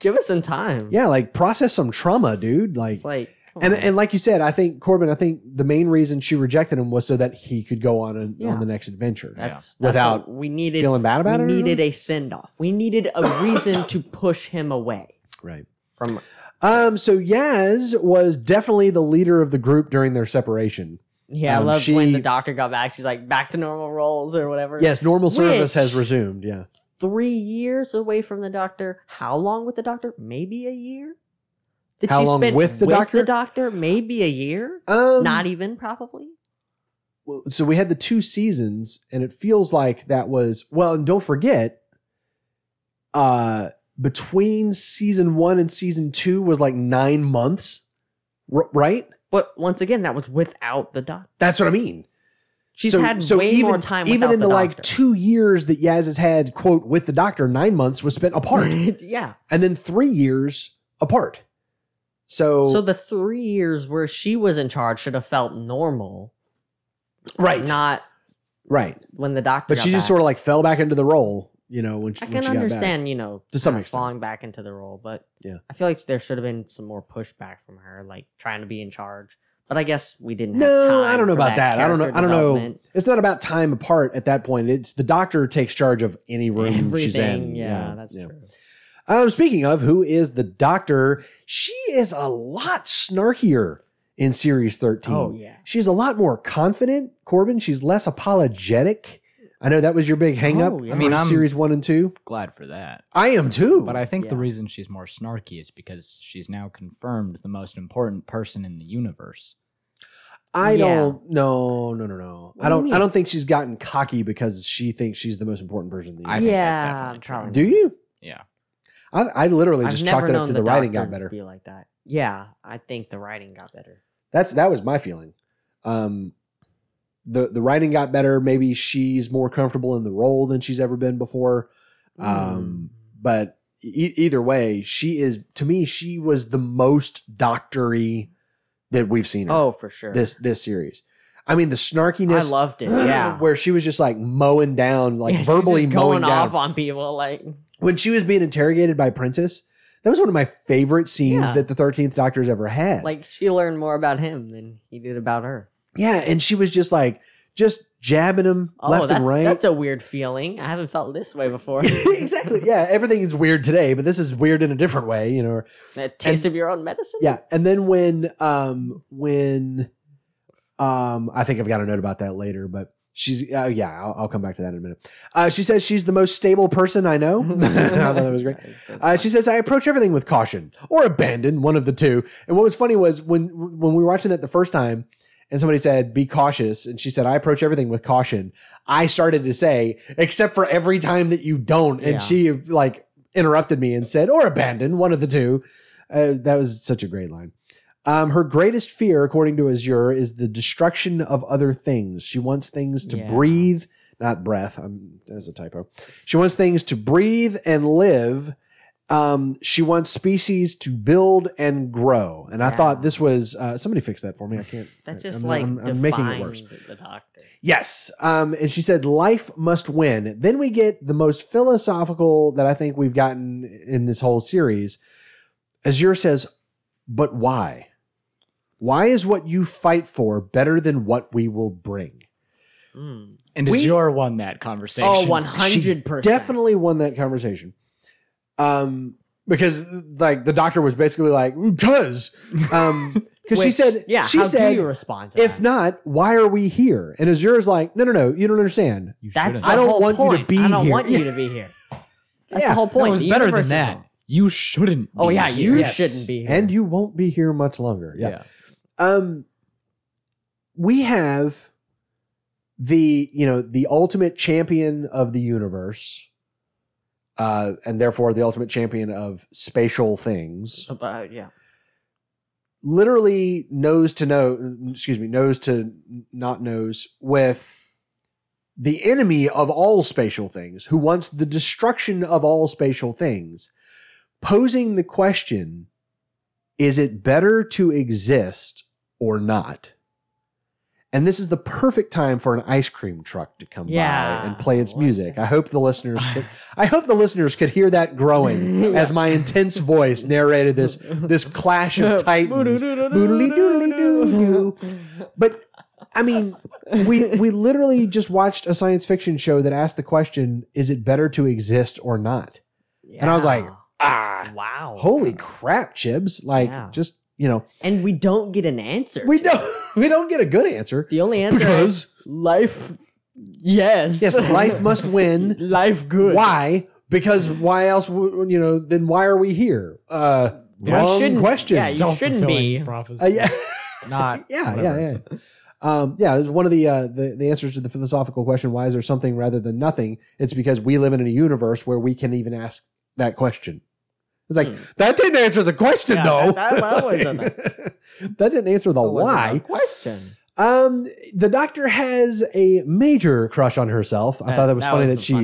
S3: give us some time.
S1: yeah, like process some trauma, dude. Like,
S3: It's like, oh. come
S1: and
S3: on.
S1: and like you said, I think Corbin, I think the main reason she rejected him was so that he could go on and,
S3: Yeah.
S1: on the next adventure.
S3: that's, that's
S1: Without
S3: what we needed.
S1: Feeling bad about it?
S3: we
S1: or
S3: needed a send off. We needed a reason to push him away
S1: anything? right. [laughs]
S3: from.
S1: Um. So Yaz was definitely the leader of the group during their separation.
S3: Yeah,
S1: Um,
S3: I love when
S1: she-
S3: the doctor got back. She's like, back to normal roles or whatever.
S1: Yes, normal service
S3: Which-
S1: has resumed. Yeah.
S3: three years away from the doctor. How long with the doctor? Maybe a year. Did
S1: How long with the doctor?
S3: The doctor, maybe a year.
S1: Um,
S3: Not even probably.
S1: well, so we had the two seasons and it feels like that was well and don't forget uh between season 1 and season 2 was like 9 months r- right
S3: But once again, that was without the doctor.
S1: that's what i mean
S3: She's
S1: so,
S3: had
S1: so
S3: way
S1: even,
S3: more time.
S1: even
S3: without
S1: in the, like
S3: doctor.
S1: 2 years that Yaz has had quote with the doctor 9 months was spent
S3: [gasps]
S1: apart
S3: [laughs] yeah.
S1: and then 3 years apart so,
S3: So the three years where she was in charge should have felt normal,
S1: right
S3: not
S1: right
S3: when the doctor.
S1: but she just sort of like fell back into the role you know when she,
S3: I
S1: when
S3: can
S1: she got back.
S3: understand, you know,
S1: To some
S3: kinda
S1: extent.
S3: falling back into the role, but
S1: Yeah.
S3: I feel like there should have been some more pushback from her, like trying to be in charge. But I guess we didn't. have
S1: No,
S3: time
S1: I don't know
S3: for
S1: about that. I don't know.
S3: character
S1: I don't know.
S3: development.
S1: It's not about time apart at that point. It's the doctor takes charge of any room she's in.
S3: Everything, yeah, that's
S1: yeah.
S3: true.
S1: Um, speaking of who is the doctor, she is a lot snarkier in series thirteen.
S3: Oh yeah,
S1: She's a lot more confident, Corbin. She's less apologetic. I know that was your big hang up
S3: Oh, yeah.
S1: for
S2: I mean, I'm-
S1: series one and two.
S2: Glad for that.
S1: I am too.
S2: But I think the
S3: Yeah.
S2: reason she's more snarky is because she's now confirmed the most important person in the universe.
S1: I
S3: Yeah.
S1: don't no no no no. I
S3: What do you
S1: don't I
S3: mean?
S1: don't think she's gotten cocky because she thinks she's the most important person. in the
S2: I
S1: universe.
S2: think
S3: Yeah,
S2: that's definitely true.
S3: probably.
S1: Do you?
S2: Yeah.
S1: I, I literally
S3: I've
S1: just
S3: never
S1: chalked it up
S3: known
S1: to the, writing
S3: doctor
S1: got better.
S3: To be like that. Yeah, I think the writing got better.
S1: That's that was my feeling. Um, the the writing got better. Maybe she's more comfortable in the role than she's ever been before.
S3: Mm.
S1: Um, but e- either way, she is to me. She was the most doctory that we've seen. Her,
S3: Oh, for sure.
S1: this this series. I mean, the
S3: I
S1: snarkiness. [gasps]
S3: loved it. Yeah,
S1: where she was just like mowing down, like
S3: Yeah, [laughs] she's
S1: verbally
S3: just
S1: mowing
S3: going
S1: down
S3: off on people, like
S1: when she was being interrogated by Princess. That was one of my favorite scenes
S3: Yeah.
S1: that the Thirteenth Doctor's ever had.
S3: like she learned more about him than he did about her.
S1: Yeah, and she was just like just jabbing him
S3: Oh,
S1: left
S3: that's,
S1: and right. [laughs]
S3: that's a weird feeling. I haven't felt this way before.
S4: [laughs]
S1: exactly. Yeah, everything is weird today, but this is weird in a different way, you know.
S3: A taste of your own medicine.
S4: [laughs]
S1: Yeah, [laughs] and then when um when um I think I've got a note about that later, but She's uh, yeah. I'll, I'll come back to that in a minute. Uh, she says she's the most stable person I know. [laughs] I thought that was great. Uh, she says I approach everything with caution or abandon, one of the two. And what was funny was when when we were watching that the first time, and somebody said be cautious, and she said I approach everything with caution. I started to say except for every time that you don't, and
S2: Yeah.
S1: she like interrupted me and said or abandon, one of the two. Uh, that was such a great line. Um, her greatest fear, according to Azure, is the destruction of other things. She wants things to
S2: Yeah.
S1: breathe, not breath. I'm, there's a typo. She wants things to breathe and live. Um, she wants species to build and grow. And I
S4: Yeah.
S1: thought this was uh, somebody fixed that for me. I can't.
S4: That just
S1: I'm-
S4: like
S1: I'm- I'm
S4: defined
S1: making it worse.
S4: the doctor.
S1: Yes. Um, and she said, life must win. Then we get the most philosophical that I think we've gotten in this whole series. Azure says, but why? Why is what you fight for better than what we will bring?
S4: Mm.
S2: And
S1: We-
S2: Azure won that conversation.
S4: Oh, one
S1: She
S4: hundred percent.
S1: definitely won that conversation. Um, because like the doctor was basically like, because,
S4: [laughs]
S1: um, because she
S4: Which-
S1: said,
S4: Yeah.
S1: she
S4: how
S1: said,
S4: do you respond? To
S1: if
S4: that?
S1: not, why are we here? And Azure's like, no, no, no, you don't understand.
S2: You
S4: that's
S2: should've.
S4: the
S1: I don't
S4: whole
S1: want you to
S4: point.
S1: be
S4: I don't
S1: here.
S4: want you to be here. That's
S1: Yeah.
S4: the whole point.
S2: That was
S4: The
S2: better than
S4: universe is
S2: that.
S4: wrong.
S2: You shouldn't.
S4: Oh
S2: be
S4: yeah,
S2: here.
S4: you
S1: Yes.
S4: shouldn't be. Here.
S1: And you won't be here much longer. Yeah. Um we have the, you know, the ultimate champion of the universe. Uh, and therefore the ultimate champion of spatial things.
S4: About- yeah.
S1: Literally nose to nose, excuse me, nose to not nose with the enemy of all spatial things, who wants the destruction of all spatial things, posing the question is it better to exist or not? And this is the perfect time for an ice cream truck to come
S4: Yeah.
S1: by and play its
S4: What
S1: music. I hope the listeners could, I hope the listeners could hear that growing as my intense voice narrated this
S4: [laughs]
S1: this clash of titans. Boodly-doodly-doo-doo. But I mean,
S4: [laughs]
S1: we we literally just watched a science fiction show that asked the question, is it better to exist or not? And I was like, ah,
S4: wow.
S1: holy crap, Chibs. Like
S4: Yeah.
S1: just, you know,
S4: And we don't get an answer.
S1: we
S4: to
S1: don't [laughs]
S4: it.
S1: we don't get a good answer.
S4: The only answer is
S1: Because
S4: life. Yes.
S1: yes, life must win.
S4: life [laughs] good.
S1: Why? Because why else would you know, then why are we here? Uh
S2: Yeah.
S1: wrong
S4: shouldn't-
S1: question.
S4: yeah, you- shouldn't be.
S2: Self-fulfilling prophecy.
S1: Uh, yeah.
S2: Not.
S1: [laughs] Yeah,
S2: whatever.
S1: yeah, yeah. Um, yeah, it's one of the, uh, the the answers to the philosophical question: Why is there something rather than nothing? It's because we live in a universe where we can even ask that question. It's like that didn't answer the question,
S4: Hmm. Yeah,
S1: though.
S4: that-
S1: [laughs]
S4: that wasn't
S1: That didn't answer the
S4: That wasn't a
S1: why.
S4: Question.
S1: Um, the doctor has a major crush on herself. I thought that was funny that she.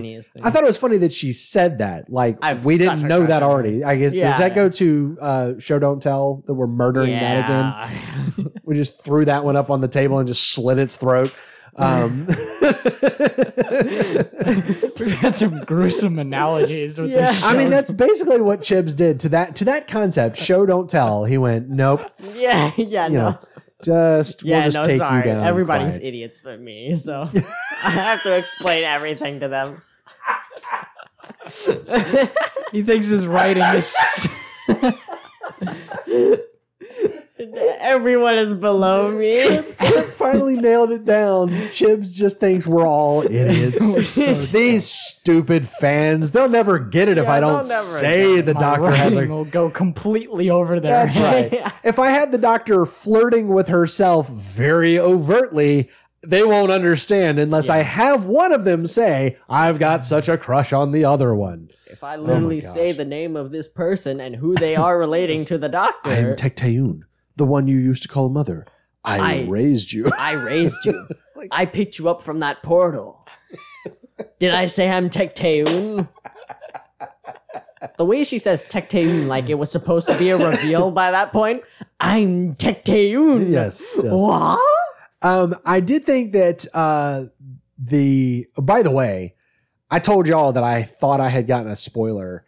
S1: I thought it was funny that she said that. Like
S4: I have
S1: we
S4: such
S1: didn't
S4: a
S1: know
S4: crush
S1: that
S4: on her.
S1: already. I guess does
S4: Yeah.
S1: that go to uh, show don't tell that we're murdering that again?
S4: again.
S1: We just threw that one up on the table and just slit its throat. Um,
S2: We've had some gruesome analogies with
S4: Yeah.
S2: this. Show.
S1: I mean, that's basically what Chibs did to that to that concept. Show don't tell. He went, nope.
S4: yeah, [laughs] yeah,
S1: You
S4: no.
S1: know, just
S4: yeah,
S1: we'll just
S4: no,
S1: take
S4: sorry.
S1: you down.
S4: Everybody's
S1: quiet.
S4: idiots but me, so [laughs] I have to explain everything to them. [laughs]
S2: he thinks his writing is.
S4: Everyone is below me.
S1: finally nailed it down. Chibs just thinks we're
S4: [laughs]
S1: all idiots.
S2: We're so
S1: These stupid fans, they'll never get it if
S4: Yeah,
S1: I
S4: they'll
S1: don't
S4: never
S1: say
S4: get it.
S1: the
S2: [laughs] my
S1: doctor
S2: writing
S1: has a
S2: will go completely over their
S1: That's
S2: [laughs] head.
S1: right. If I had the doctor flirting with herself very overtly, they won't understand unless I have one of them say, I've got such a crush on the other one.
S4: If I literally
S1: Oh gosh.
S4: say the name of this person and who they
S1: [laughs]
S4: are relating to the doctor,
S1: I am Tektayun, the one you used to call mother. I,
S4: I-
S1: raised you. [laughs]
S4: I raised you. I picked you up from that portal. Did I say I'm Tekteun? The way she says Tekteun, like it was supposed to be a reveal by that point. I'm Tekteun.
S1: yes. yes.
S4: What?
S1: Um, I did think that uh, the, by the way, I told y'all that I thought I had gotten a spoiler.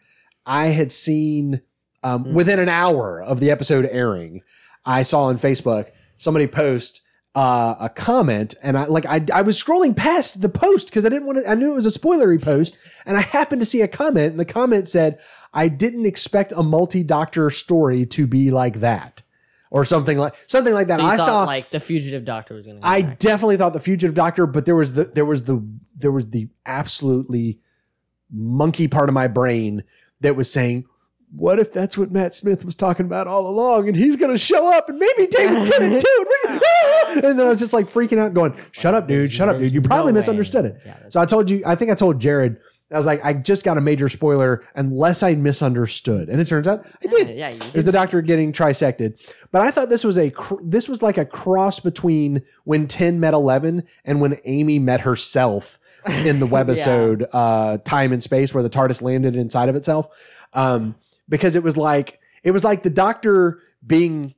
S1: I had seen um,
S3: Hmm.
S1: within an hour of the episode airing, I saw on Facebook somebody post uh, a comment, and I like I, I was scrolling past the post because I didn't want to. I knew it was a spoilery post, and I happened to see a comment, and the comment said, "I didn't expect a multi-doctor story to be like that." or something like something like that.
S3: So you
S1: And I
S3: thought,
S1: saw
S3: like the fugitive doctor was gonna. Come
S1: I
S3: back.
S1: definitely thought the fugitive doctor, but there was the there was the there was the absolutely monkey part of my brain that was saying, "What if that's what Matt Smith was talking about all along, and he's going to show up, and maybe David
S3: [laughs]
S1: Tennant too?" and we- [laughs] and then I was just like freaking out, going, "Shut up, dude! Shut up, dude! You probably misunderstood it." So I told you, I think I told Jared. I was like, I just got a major spoiler unless I misunderstood. And it turns out I did.
S3: Yeah, you
S1: There's the doctor getting trisected. But I thought this was a cr- this was like a cross between when 10 met 11 and when Amy met herself
S3: [laughs]
S1: in the webisode uh, Time and Space where the TARDIS landed inside of itself. Um, because it was like it was like the doctor being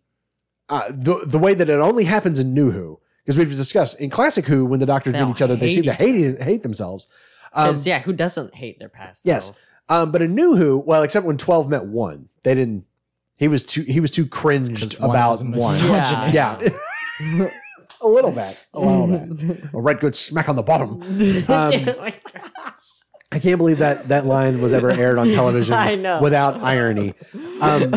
S1: uh, the the way that it only happens in New Who because we've discussed in classic Who when the doctors
S3: They'll
S1: meet each other they
S3: hate
S1: seem to
S3: each
S1: hate hate themselves.
S3: 'Cause, yeah, who doesn't hate their past?
S1: um, Yes.
S3: [laughs] self?
S1: Um, but a new Who, well, except when twelve met one, they didn't. He was too. He was too cringed
S5: 'Cause was
S1: about
S5: a
S1: one.
S5: misogynist. [laughs]
S1: Yeah, [laughs] a little bit. A
S5: [laughs]
S1: little bit. A red good smack on the bottom. Um, [laughs] I can't believe that that line was ever aired
S3: [laughs]
S1: on television
S3: I know.
S1: without irony. Um,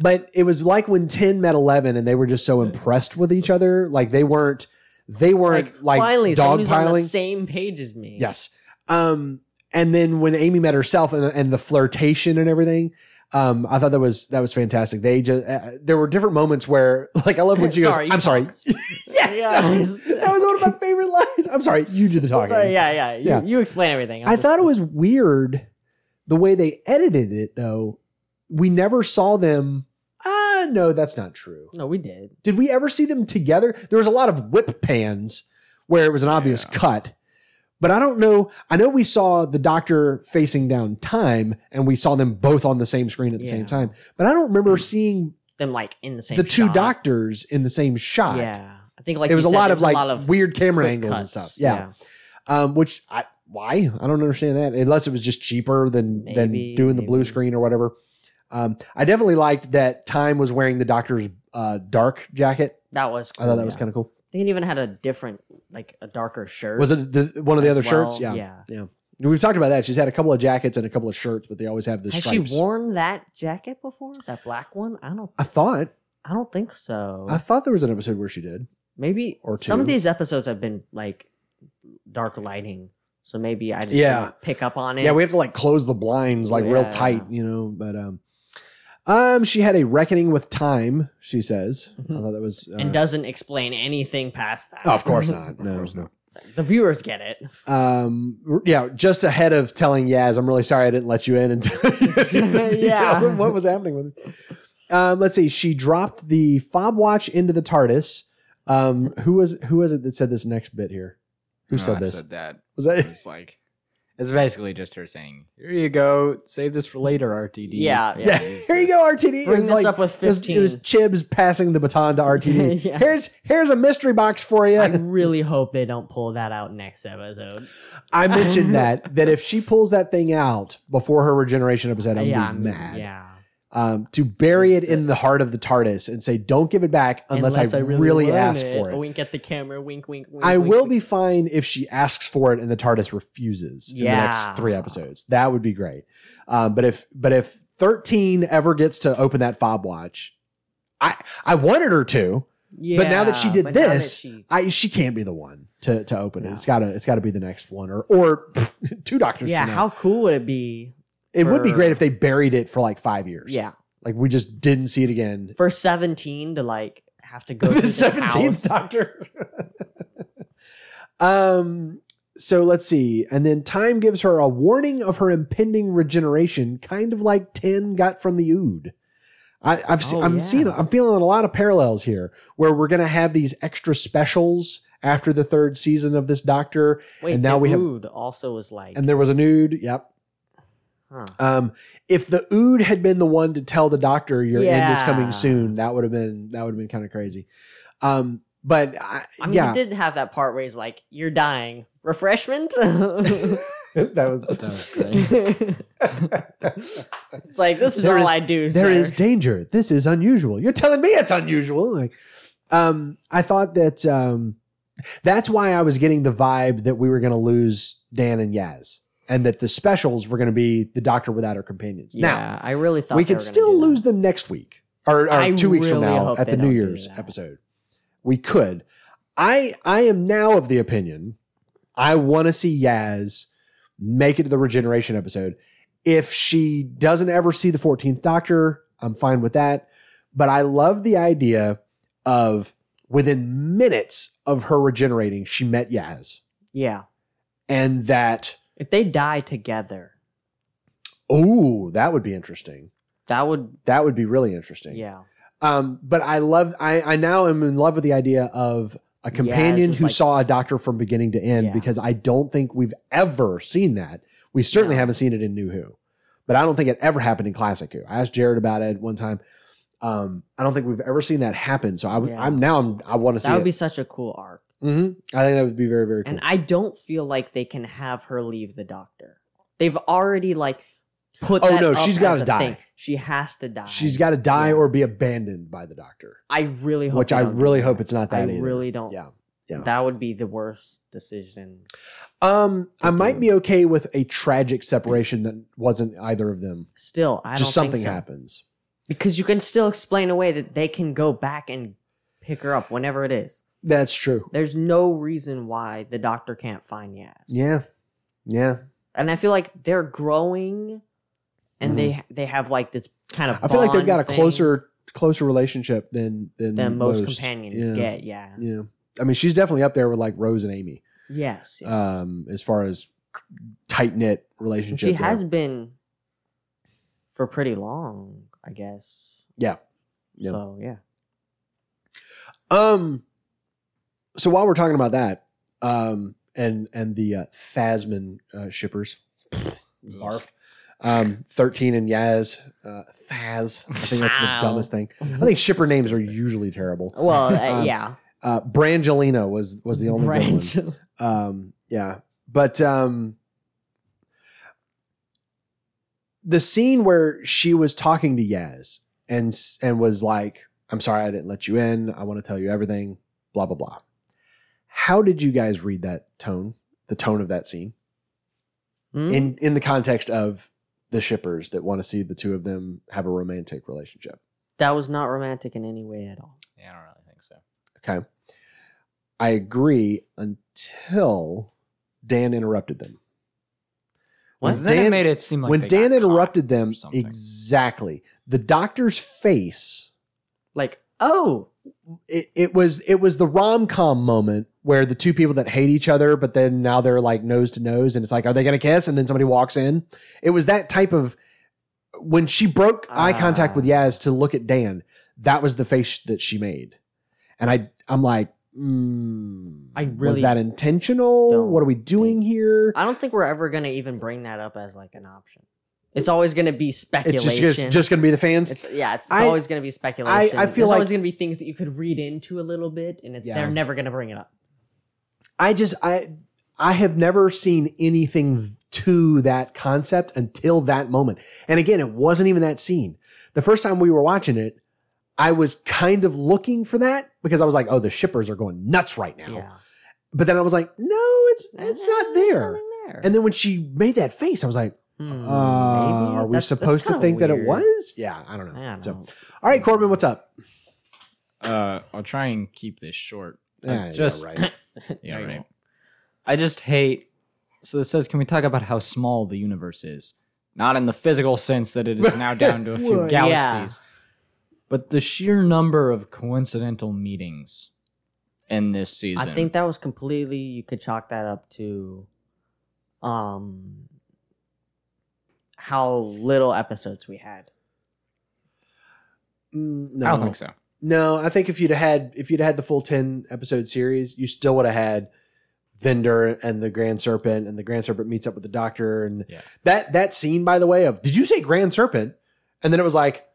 S1: but it was like when ten met eleven, and they were just so impressed with each other. Like they weren't. They weren't like,
S3: finally, someone who's on the
S1: dogpiling.
S3: same page as me. [laughs]
S1: Yes. Um, and then when Amy met herself and, and the flirtation and everything, um, I thought that was that was fantastic. They just uh, there were different moments where like I love
S3: [laughs]
S1: when she
S3: Sorry,
S1: goes,
S3: you
S1: "I'm sorry." yes, that was, [laughs] that was one of my favorite lines. I'm sorry, you do the talking.
S3: Sorry, yeah, yeah. You,
S1: Yeah.
S3: you explain everything.
S1: I thought it was weird the way they edited it though. We never saw them. Ah, no, that's not true.
S3: No, we did.
S1: Did we ever see them together? There was a lot of whip pans where it was an obvious cut. But I don't know. I know we saw the doctor facing down time and we saw them both on the same screen at the same
S3: Yeah.
S1: time. But I don't remember seeing
S3: Them like in the same.
S1: the two
S3: shot.
S1: doctors in the same shot.
S3: Yeah, I think like
S1: it
S3: you
S1: was a
S3: said,
S1: lot
S3: there
S1: of like weird camera
S3: quick
S1: angles and
S3: cuts.
S1: stuff. Yeah.
S3: yeah.
S1: Um, which I why? I don't understand that. Unless it was just cheaper than than
S3: Maybe,
S1: doing the blue
S3: maybe.
S1: screen or whatever. Um, I definitely liked that time was wearing the doctor's uh, dark jacket.
S3: That was.
S1: I
S3: Cool,
S1: thought that was
S3: Oh, yeah.
S1: kind of cool.
S3: I think it even had a different, like a darker shirt.
S1: Was it the, one of the
S3: as
S1: other
S3: well.
S1: shirts? Yeah.
S3: Yeah.
S1: We've talked about that. She's had a couple of jackets and a couple of shirts, but they always have the
S3: Has
S1: stripes.
S3: she worn that jacket before? That black one? I don't.
S1: I thought.
S3: I don't think so.
S1: I thought there was an episode where she did.
S3: maybe
S1: or
S3: some of
S1: two.
S3: these episodes have been like dark lighting, so maybe I just
S1: Yeah.
S3: didn't pick up on it.
S1: Yeah, we have to like close the blinds like real
S3: Yeah.
S1: tight, you know. But um, um, she had a reckoning with time. She says. I
S3: Mhm.
S1: thought that was. Uh,
S3: and doesn't explain anything past that.
S1: Oh, of course not. No, no.
S3: [laughs] the viewers get it.
S1: Um, r- yeah, just ahead of telling Yaz, I'm really sorry I didn't let you in and tell [laughs]
S3: [laughs]
S1: you the details of what was happening with me. Um, let's see. She dropped the fob watch into the TARDIS. Um, who was who was it that said this next bit here? Who
S2: No,
S1: said
S2: I
S1: this?
S2: Said that.
S1: was that
S2: It's like it's basically just her saying, "Here you go, save this for later, RTD."
S3: Yeah, yeah.
S1: Yeah, [laughs] here you go, RTD. It
S3: Bring
S1: was
S3: this
S1: like-
S3: up with
S1: it was-
S3: fifteen.
S1: It was, Chibs passing the baton to RTD.
S3: [laughs] Yeah.
S1: Here's here's a mystery box for you.
S3: I
S1: I,
S3: really hope they don't pull that out next episode. [laughs]
S1: mentioned that that if she pulls that thing out before her regeneration episode, I'm
S3: yeah,
S1: gonna be mad.
S3: yeah.
S1: Um, to bury it in the heart of the TARDIS and say, "Don't give it back unless, I, really,
S3: want
S1: ask for it."
S3: Wink at the camera. Wink, wink. wink
S1: I
S3: wink,
S1: will
S3: wink.
S1: be fine if she asks for it and the TARDIS refuses in the next
S3: Yeah.
S1: three episodes. That would be great. Um, but if but if thirteen ever gets to open that fob watch, I I wanted her to. but now that she
S3: Yeah,
S1: did
S3: but now that
S1: this,
S3: she-
S1: I she can't be the one to to open it.
S3: No.
S1: It's gotta it's gotta be the next one or or [laughs] two doctors.
S3: yeah.
S1: from now.
S3: How cool would it be?
S1: it would be
S3: for-
S1: great if they buried it for like five years.
S3: Yeah,
S1: like we just didn't see it again.
S3: for seventeen to like
S1: [laughs]
S3: have to go to
S1: the
S3: this
S1: seventeenth
S3: house.
S1: Doctor. [laughs] um. So let's see, and then time gives her a warning of her impending regeneration, kind of like Ten got from the Ood. I, I've se-
S3: Oh,
S1: I'm
S3: yeah.
S1: seeing I'm feeling a lot of parallels here, where we're gonna have these extra specials after the third season of this Doctor,
S3: Wait,
S1: And now
S3: the
S1: we have-
S3: Ood also was like,
S1: and there was a nude. Yep.
S3: huh.
S1: Um, if the ood had been the one to tell the doctor your end is
S3: Yeah.
S1: coming soon, that would have been that would have been kind of crazy. Um, but I,
S3: I mean,
S1: yeah,
S3: you did have that part where he's like, "You're dying, refreshment."
S1: [laughs]
S3: [laughs]
S1: that was.
S5: That
S2: [laughs]
S5: was great.
S3: it's like this is
S1: There
S3: all
S1: is-
S3: I do.
S1: There
S3: sir.
S1: is danger. This is unusual. You're telling me it's unusual. Like, um, I thought that um, that's why I was getting the vibe that we were going to lose Dan and Yaz, and that the specials were going to be the Doctor without her companions.
S3: Yeah,
S1: Now
S3: I really thought
S1: we
S3: they
S1: could
S3: were gonna
S1: still
S3: do that.
S1: lose them next week or, or
S3: I
S1: two weeks from
S3: really
S1: now
S3: hope
S1: at
S3: they
S1: the New
S3: don't do
S1: Year's
S3: that.
S1: episode. We could. I I am now of the opinion I want to see Yaz make it to the regeneration episode. If she doesn't ever see the 14th Doctor, I'm fine with that. But I love the idea of within minutes of her regenerating, she met Yaz.
S3: Yeah.
S1: And that,
S3: If they die together,
S1: oh, that would be interesting.
S3: that would
S1: That would be really interesting.
S3: yeah.
S1: Um, but I love I, I now am in love with the idea of a companion
S3: was
S1: who
S3: like-
S1: saw a doctor from beginning to end
S3: Yeah.
S1: because I don't think we've ever seen that. We certainly haven't seen it in New Who, but I don't think it ever happened in Classic Who. I asked Jared about it one time. Um, I don't think we've ever seen that happen. So I, would
S3: Yeah.
S1: I'm now I'm, I want to see
S3: That would
S1: it.
S3: be such a cool arc.
S1: Mhm. I think that would be very very cool.
S3: And I don't feel like they can have her leave the doctor. They've already like put.
S1: Oh,
S3: that
S1: no,
S3: up
S1: she's
S3: as
S1: gotta
S3: a
S1: die.
S3: thing. She has to die.
S1: She's got to die
S3: Yeah.
S1: or be abandoned by the doctor,
S3: I really hope.
S1: which
S3: they
S1: I
S3: don't do
S1: really
S3: that.
S1: hope it's not
S3: I
S1: that. either.
S3: really don't.
S1: Yeah. Yeah.
S3: That would be the worst decision.
S1: Um, I
S3: to
S1: might
S3: do.
S1: be okay with a tragic separation that wasn't either of them.
S3: Still, I
S1: Just
S3: don't
S1: something
S3: think so.
S1: happens.
S3: because you can still explain away that they can go back and pick her up whenever it is.
S1: That's true.
S3: There's no reason why the doctor can't find Yaz.
S1: Yeah. Yeah.
S3: And I feel like they're growing and they they have like this kind of
S1: Mm-hmm. I feel like they've
S3: bond
S1: got a
S3: thing
S1: closer closer relationship than than,
S3: than most, companions
S1: yeah.
S3: get, yeah.
S1: Yeah. I mean, she's definitely up there with like Rose and Amy.
S3: Yes. yeah.
S1: Um, as far as tight knit
S3: And
S1: relationship.
S3: she
S1: there.
S3: has been for pretty long, I guess.
S1: Yeah. Yeah.
S3: So, yeah.
S1: Um. So while we're talking about that, um, and and the uh, Phasmin uh, shippers, barf, um, thirteen and Yaz, uh, Phaz. I think that's the
S3: Ow.
S1: dumbest thing. I think shipper names are usually terrible.
S3: [laughs] Well,
S1: [laughs]
S3: uh,
S1: Um,
S3: yeah.
S1: Uh, Brangelina was was the only good one.
S3: Brangelina.
S1: Um, yeah, but um, the scene where she was talking to Yaz and s- and was like, "I'm sorry, I didn't let you in. I want to tell you everything." Blah blah blah. How did you guys read that tone? The tone of that scene
S3: [laughs] Hmm?
S1: in in the context of the shippers that want to see the two of them have a romantic relationship.
S3: That was not romantic in any way at all.
S6: Yeah, I don't really think so.
S1: Okay, I agree until Dan interrupted them.
S3: What?
S1: When
S2: Then it
S1: Dan-
S2: made it seem like
S1: when
S2: they
S1: Dan
S2: got
S1: interrupted them,
S6: something.
S1: exactly the doctor's face.
S3: Like, oh,
S1: It, it was it was the rom com moment where the two people that hate each other, but then now they're like nose to nose, and it's like, are they gonna kiss? And then somebody walks in. It was that type of when she broke eye
S3: Ah.
S1: contact with Yaz to look at Dan. That was the face that she made, and I I'm like, mm,
S3: I
S1: was
S3: really
S1: that intentional?
S3: don't
S1: What are we doing here?
S3: I don't think we're ever gonna even bring that up as like an option. It's always gonna be
S1: It's
S3: speculation.
S1: just it's just gonna be the [laughs] fans.
S3: It's- yeah, it's, it's
S1: I-
S3: always gonna be speculation.
S1: I feel
S3: There's
S1: like-
S3: always gonna be things that you could read into a little bit, and it,
S1: Yeah.
S3: they're never gonna bring it up.
S1: I just I I have never seen anything to that concept until that moment. And again, it wasn't even that scene. The first time we were watching it, I was kind of looking for that because I was like, "Oh, the shippers are going nuts right now."
S3: Yeah,
S1: But then I was like, "No, it's it's not there." And then when she made that face, I was like,
S3: Hmm,
S1: uh, "Are we supposed to think that it was?" Yeah, I don't know. So, all right, Corbin, what's up?
S6: Uh, I'll try and keep this short. I
S1: Yeah, yeah,
S6: just-
S1: [laughs] right. Mm,
S6: Yeah,
S2: No, you
S6: right.
S2: won't. I just hate. So this says, can we talk about how small the universe is? Not in the physical sense that it is now down to a few
S1: Well,
S3: yeah.
S2: galaxies, but the sheer number of coincidental meetings in this
S3: I
S2: season.
S3: think that was completely. You could chalk that up to, um, how little episodes we had.
S1: Mm,
S6: I
S1: no,
S6: don't think so.
S1: No, I think if you'd had if you'd had the full ten episode series, you still would have had Vendor and the Grand Serpent, and the Grand Serpent meets up with the Doctor, and
S6: Yeah.
S1: that that scene, by the way, of did you say Grand Serpent? And then it was like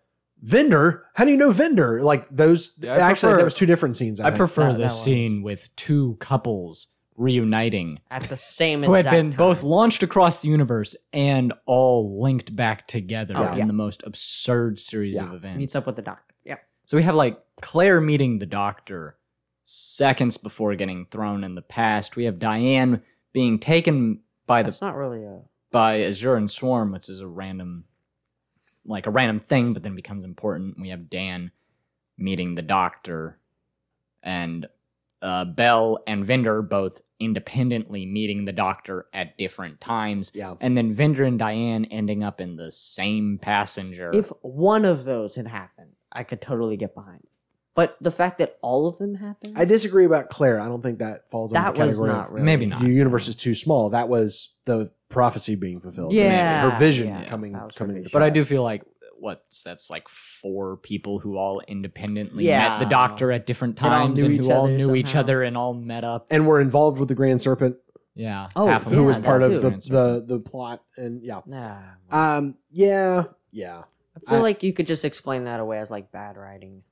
S1: Vendor. How do you know Vendor? Like those.
S2: Yeah, I
S1: actually,
S2: prefer-
S1: there was two different scenes. I,
S2: I
S1: think.
S2: prefer
S3: that-
S2: the
S3: that one.
S2: scene with two couples reuniting
S3: At the same
S2: who had
S3: exact
S2: been
S3: time.
S2: both launched across the universe and all linked back together
S3: Oh,
S2: in
S3: yeah.
S2: the most absurd series
S1: Yeah.
S2: of events.
S3: meets up with the doctor. Yeah.
S2: So we have like Claire meeting the doctor seconds before getting thrown in the past. We have Diane being taken by the
S3: That's not really a
S2: by Azure and Swarm, which is a random like a random thing, but then becomes important. We have Dan meeting the doctor and uh, Bell and Vendor both independently meeting the doctor at different times.
S1: Yeah.
S2: And then Vendor and Diane ending up in the same passenger.
S3: If one of those had happened, I could totally get behind it. But the fact that all of them happened,
S1: I disagree about Claire. I don't think that falls under
S3: that
S1: the
S3: was
S1: category.
S3: not
S1: of
S3: really.
S2: Maybe not.
S1: The universe is too small. That was the prophecy being fulfilled. It was
S3: Yeah,
S1: her vision
S3: yeah.
S1: coming
S3: That was her
S1: coming. into
S3: vision.
S2: But I
S1: pass.
S2: do feel like what's that's like four people who all independently met the
S3: Yeah.
S2: doctor at different
S3: all
S2: times
S3: knew
S2: and
S3: each
S2: who all
S3: other
S2: knew each
S3: somehow.
S2: other and all met up.
S1: and were involved with the Grand Serpent,
S2: Yeah.
S3: Oh,
S2: half of
S1: who
S2: them.
S3: Yeah,
S1: was
S3: that
S1: part of the,
S2: Grand Serpent.
S1: the the plot. And yeah,
S3: Nah.
S1: um, yeah,
S3: [laughs]
S1: yeah.
S3: I feel
S1: I-
S3: like you could just explain that away as like bad writing.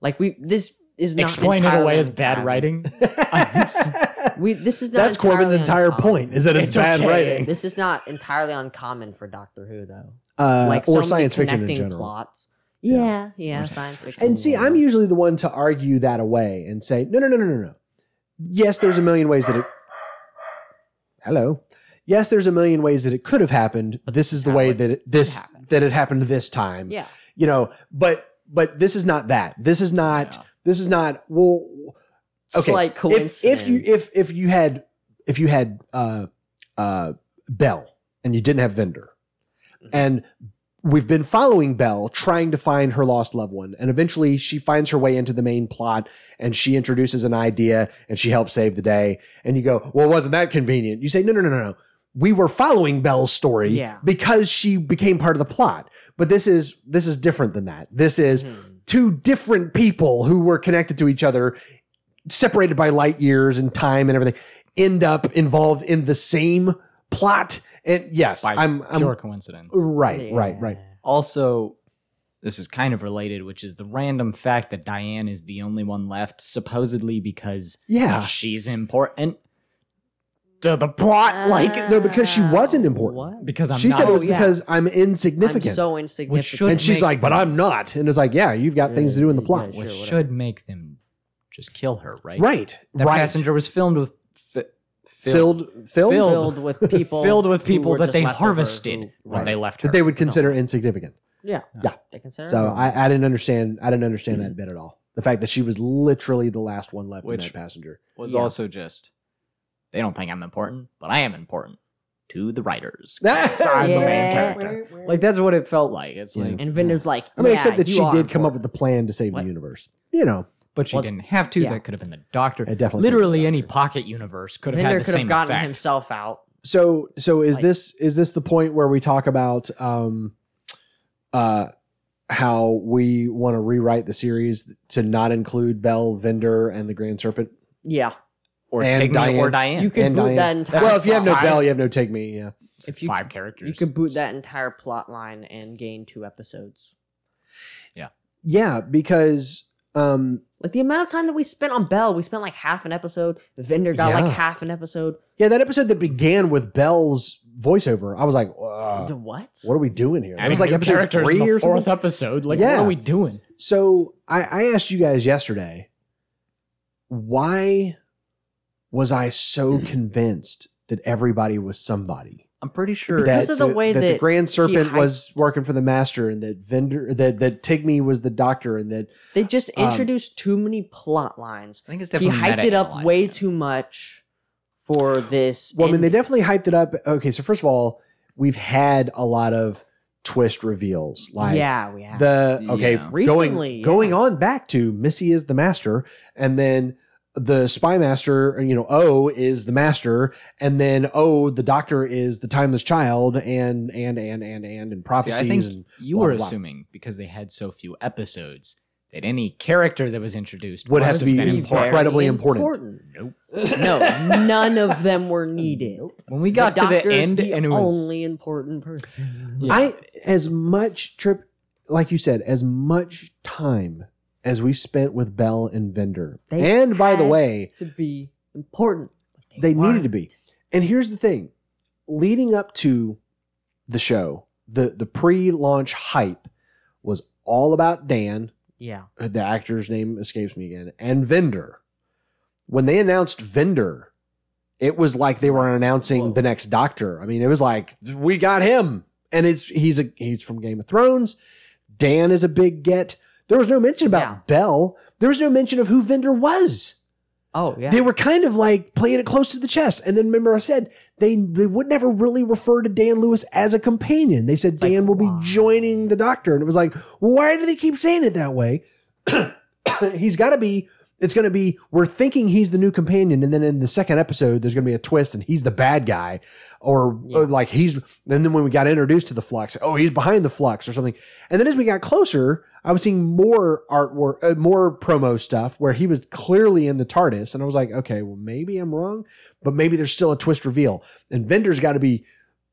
S3: Like we, this is not
S2: explain it
S3: entirely
S2: away as
S3: on
S2: bad
S3: Cobb. [laughs]
S2: writing.
S3: We this is not.
S1: That's Corbin's
S3: entirely
S1: entire
S3: uncommon.
S1: point is that it's,
S2: It's
S1: bad
S2: okay.
S1: writing
S3: This is not entirely uncommon for Doctor Who though.
S1: uh,
S3: like
S1: or
S3: somebody
S1: science fiction in
S3: connecting
S1: general.
S3: Plots.
S1: Yeah.
S3: Yeah, yeah, science fiction. in
S1: And see, I'm
S3: general.
S1: usually the one to argue that away and say, no, no, no, no, no, no. Yes, there's a million ways that it. Hello. Yes, there's a million ways that it could have happened. This is the
S3: how
S1: way
S3: it
S1: that it, this
S3: happened.
S1: that it happened this time.
S3: yeah.
S1: You know, but but this is not that. This is not. This is not. Well, okay.
S3: Slight coincidence.
S1: if if you if if you had if you had uh uh Bell and you didn't have Vendor,
S3: Mm-hmm.
S1: and we've been following Bell trying to find her lost loved one, and eventually she finds her way into the main plot, and she introduces an idea, and she helps save the day, and you go, well, wasn't that convenient? You say, no, no, no, no, no. We were following Belle's story
S3: Yeah.
S1: because she became part of the plot. But this is this is different than that. This is two different people who were connected to each other, separated by light years and time and everything, end up involved in the same plot. And yes,
S2: By
S1: I'm, I'm
S2: Pure coincidence.
S1: right, right, right.
S2: Also, this is kind of related, which is the random fact that Diane is the only one left, supposedly because
S1: Yeah,
S2: she's important to the plot. like,
S3: Uh,
S1: no, because she wasn't important.
S3: What?
S2: because I'm
S1: she
S2: not.
S1: said it was
S3: Oh, yeah.
S1: because I'm insignificant,
S3: I'm so
S2: which
S3: insignificant.
S2: should
S1: and she's
S2: make
S1: like, but
S2: them-
S1: I'm not. And it's like, yeah, you've got
S3: Yeah,
S1: things to do in the
S3: yeah,
S1: plot.
S3: yeah,
S2: which
S3: sure, whatever.
S2: should make them just kill her, right?
S1: Right,
S2: That
S1: right.
S2: passenger was filmed with fi-
S1: filled, filled,
S2: [laughs] Filled.
S3: filled with [laughs] people
S2: filled with
S3: who
S2: people
S3: were
S2: that
S3: just
S2: they
S3: left over
S2: harvested
S3: who-
S2: when
S1: Right.
S2: they left her.
S1: that they would consider insignificant.
S3: yeah
S1: Yeah.
S3: they consider
S1: So I, I didn't understand. I didn't understand that bit at all. The fact that she was literally the last one left in
S2: Which-
S1: that passenger.
S2: was Mm.
S3: Yeah.
S2: also just they don't think I'm important, but I am important to the writers.
S1: That's
S2: I'm the main
S3: Yeah.
S2: character. Like that's what it felt like. It's
S1: Yeah.
S2: like,
S3: and Vendor's like
S1: I mean,
S3: yeah,
S1: except that
S3: you
S1: she
S3: are
S1: did come up
S3: important.
S1: with the plan to save
S3: What?
S1: the universe. You know,
S2: but she
S3: Well,
S2: didn't have to.
S3: yeah.
S2: That could have been the doctor.
S1: It definitely
S2: literally
S1: could've been the
S2: any pocket universe could have
S3: Vendor
S2: had the
S3: could
S2: same
S3: have gotten
S2: effect.
S3: himself out
S1: so so is
S3: Like-
S1: this is this the point where we talk about um uh how we want to rewrite the series to not include Bell, Vendor, and the Grand Serpent?
S3: yeah
S2: Or
S1: And
S2: take me
S1: Diane.
S2: or Diane.
S3: you could
S1: And
S3: boot
S1: Diane.
S3: that entire
S1: well, if you have no
S3: plot-
S1: Bell, you have no Take Me. Yeah,
S2: It's
S3: if you-
S2: five characters.
S3: you could boot that entire plot line and gain two episodes
S1: yeah, because um
S3: like the amount of time that we spent on Bell we spent like half an episode Vendor got
S1: Yeah.
S3: like half an episode
S1: yeah that episode that began with Bell's voiceover, I was like, uh,
S3: the what
S1: what are we doing here?
S2: I
S1: it was like
S2: mean, new
S1: episode
S2: characters
S1: three
S2: in the
S1: or
S2: fourth
S1: something.
S2: episode. Like,
S1: Yeah.
S2: what are we doing?
S1: So I, I asked you guys yesterday, why was I so
S3: Mm.
S1: convinced that everybody was somebody?
S2: I'm pretty sure.
S1: That,
S3: Because of the way
S1: that, the
S3: that
S1: Grand Serpent
S3: hyped-
S1: was working for the Master, and that Vendor, that that Tigme was the Doctor, and that
S3: they just
S1: Um,
S3: introduced too many plot lines
S2: I think it's
S3: he
S2: definitely
S3: hyped it up
S2: meta-analyzing
S3: way
S2: it.
S3: too much for this
S1: well, I mean, they
S3: ending.
S1: definitely hyped it up. Okay, so first of all, we've had a lot of twist reveals, like
S3: yeah we have
S1: the okay
S2: Yeah.
S1: going
S3: Recently, yeah.
S1: going on back to Missy is the master, and then the spy master, you know, O is the master, and then O the doctor is the timeless child, and and and and and and
S2: See,
S1: prophecies.
S2: I think
S1: and,
S2: you
S1: blah,
S2: were
S1: blah, blah.
S2: assuming because they had so few episodes that any character that was introduced
S1: Would have
S2: must
S1: to be
S2: been
S1: in-
S2: important.
S1: incredibly important.
S2: Nope.
S3: No, none of them were needed.
S2: When we got to the
S3: doctor is
S2: end, and it was
S3: only important person.
S2: Yeah.
S1: I as much trip, like you said, as much time as we spent with Bell and Vendor,
S3: They
S1: and by the
S3: had
S1: way,
S3: to be important.
S1: they needed to be. And here's the thing: leading up to the show, the the pre-launch hype was all about Dan.
S3: Yeah,
S1: The actor's name escapes me again, and Vendor. When they announced Vendor, it was like they were announcing the next Doctor. I mean, it was like we got him, and it's he's a he's from Game of Thrones. Dan is a big get. There was no mention about
S3: Yeah.
S1: Bell. There was no mention of who Vendor was.
S3: Oh yeah.
S1: They were kind of like playing it close to the chest. And then remember, I said they they would never really refer to Dan Lewis as a companion. They said Dan will
S3: why?
S1: be joining the Doctor, and it was like, why do they keep saying it that way? [coughs] he's got to be. It's going to be we're thinking he's the new companion, and then in the second episode, there's going to be a twist, and he's the bad guy, or, or like he's. And then when we got introduced to the Flux, oh, he's behind the Flux or something. And then as we got closer, I was seeing more artwork, uh, more promo stuff where he was clearly in the TARDIS, and I was like, okay, well maybe I'm wrong, but maybe there's still a twist reveal, and Vender's got to be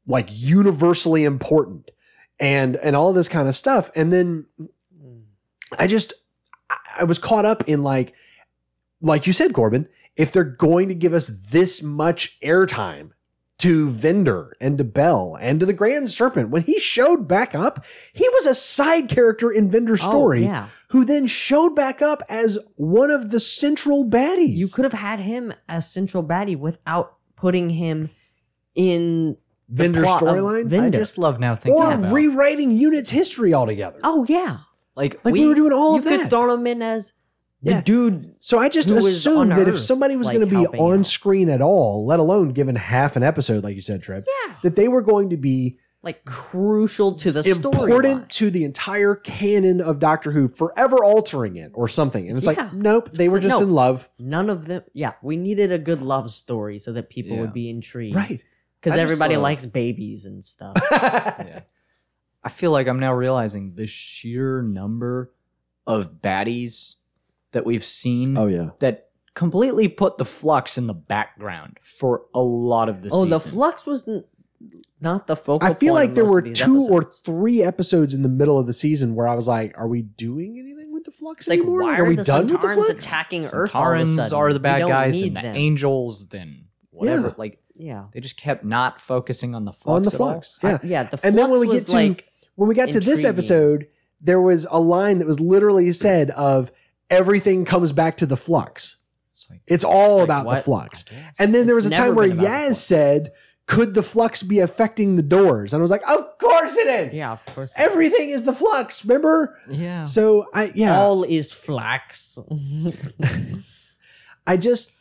S1: like universally important, and and all this kind of stuff, and then I just I- I was caught up in like, like you said, Corbin, if they're going to give us this much airtime to Vendor and to Bell and to the Grand Serpent, when he showed back up, he was a side character in Vendor's
S3: Oh,
S1: story
S3: yeah.
S1: who then showed back up as one of the central baddies.
S3: You could have had him as central baddie without putting him in the
S1: Vendor
S3: plot of
S1: storyline?
S7: I
S3: Vendor.
S7: just love now thinking
S1: or
S7: about
S1: rewriting Unit's history altogether.
S3: Oh yeah.
S7: like,
S1: like we, were doing all
S3: you
S1: of
S3: could
S1: that.
S3: throw him in as the
S1: Yeah.
S3: dude.
S1: So I just
S3: who was on
S1: assumed that if
S3: Earth,
S1: somebody was
S3: like,
S1: going to be
S3: helping
S1: on
S3: out.
S1: screen at all, let alone given half an episode, like you said, Trip,
S3: Yeah.
S1: that they were going to be
S3: Like crucial to the
S1: important to
S3: story.
S1: the entire canon of Doctor Who, forever altering it or something. And it's
S3: Yeah.
S1: like, nope, they were
S3: It's like,
S1: just
S3: no.
S1: in
S3: [laughs]
S1: love.
S3: None of them. Yeah, we needed a good love story so that people
S7: Yeah.
S3: would be intrigued.
S1: Right.
S3: Because
S7: I just
S3: everybody
S7: love-
S3: likes babies and stuff.
S7: yeah. I feel like I'm now realizing the sheer number of baddies that we've seen
S2: Oh,
S1: yeah.
S7: that completely put the flux in the background for a lot of the
S3: oh, the
S7: season.
S3: flux was n- not the focal.
S1: I feel
S3: point
S1: like
S3: of
S1: there
S3: most
S1: were
S3: of these
S1: two or
S3: episodes.
S1: three episodes in the middle of the season where I was like, are we doing anything with the flux
S3: It's like,
S1: anymore?
S3: why
S1: are we
S3: the
S1: done with the
S3: Suntarans
S1: flux?
S3: attacking
S7: Some
S3: Earth? all of a
S7: Taurans
S3: sudden?
S7: are the
S3: We
S7: bad
S3: don't
S7: guys, then
S3: need
S7: the
S3: them.
S7: angels, then whatever.
S1: Yeah.
S7: Like
S3: Yeah,
S7: they just kept not focusing on the flux.
S1: on the
S7: at all.
S1: flux.
S3: I-
S1: Yeah.
S3: yeah. The flux
S1: And then when we
S3: was
S1: get to-
S3: like,
S1: when we got to this
S3: Intriguing.
S1: episode, there was a line that was literally said of everything comes back to the flux.
S7: It's like,
S1: It's all
S7: It's like,
S1: about the
S7: what?
S1: flux. And then there was
S3: It's
S1: a
S3: never
S1: time where
S3: been about the
S1: Yaz
S3: flux.
S1: said, could the flux be affecting the doors? And I was like, of course it is.
S3: yeah, of course,
S1: Everything is the flux, remember?
S7: yeah.
S1: So I yeah,
S3: all is flax.
S1: I just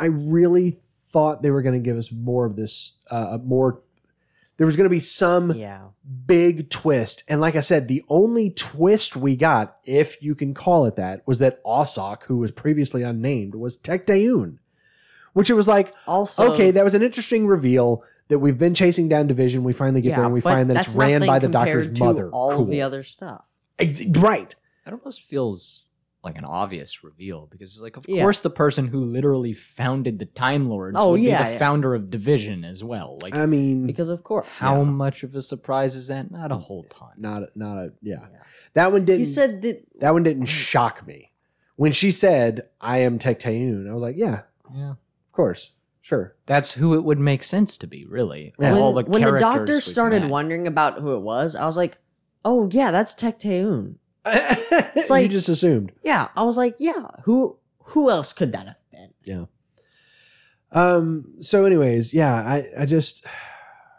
S1: I really thought they were going to give us more of this uh more there was going to be some
S3: [laughs] yeah,
S1: big twist. And like I said, the only twist we got, if you can call it that, was that Osok, who was previously unnamed, was Tekdayun. Which it was like,
S3: also
S1: okay, that was an interesting reveal that we've been chasing down Division. We finally get
S3: yeah,
S1: there and we
S3: but
S1: find that it's
S3: that's
S1: ran
S3: nothing
S1: by the
S3: compared
S1: doctor's
S3: to
S1: mother.
S3: All
S1: cool.
S3: the other stuff.
S1: Ex- right.
S7: That almost feels like an obvious reveal because, it's like, of
S3: Yeah.
S7: course, the person who literally founded the Time Lords
S3: Oh,
S7: would
S3: yeah,
S7: be the
S3: yeah.
S7: founder of Division as well. Like,
S1: I mean,
S3: Because of course,
S7: how much of a surprise is that? Not a whole ton.
S1: not not a yeah.
S3: Yeah.
S1: That one didn't
S3: he said that
S1: that one didn't shock me. When she said, "I am Tekdayun," I was like, "Yeah,
S7: Yeah.
S1: of course,
S3: [laughs]
S1: sure."
S7: That's who it would make sense to be, really.
S1: Yeah.
S7: Of
S3: when,
S7: all the
S3: when the
S7: characters
S3: doctor
S7: we've
S3: started
S7: met.
S3: wondering about who it was, I was like, "Oh yeah, that's Tekteun."
S1: it's you
S3: like-
S1: just assumed.
S3: Yeah, I was like, "Yeah, who who else could that have been?"
S1: Um. So, anyways, yeah, I, I just,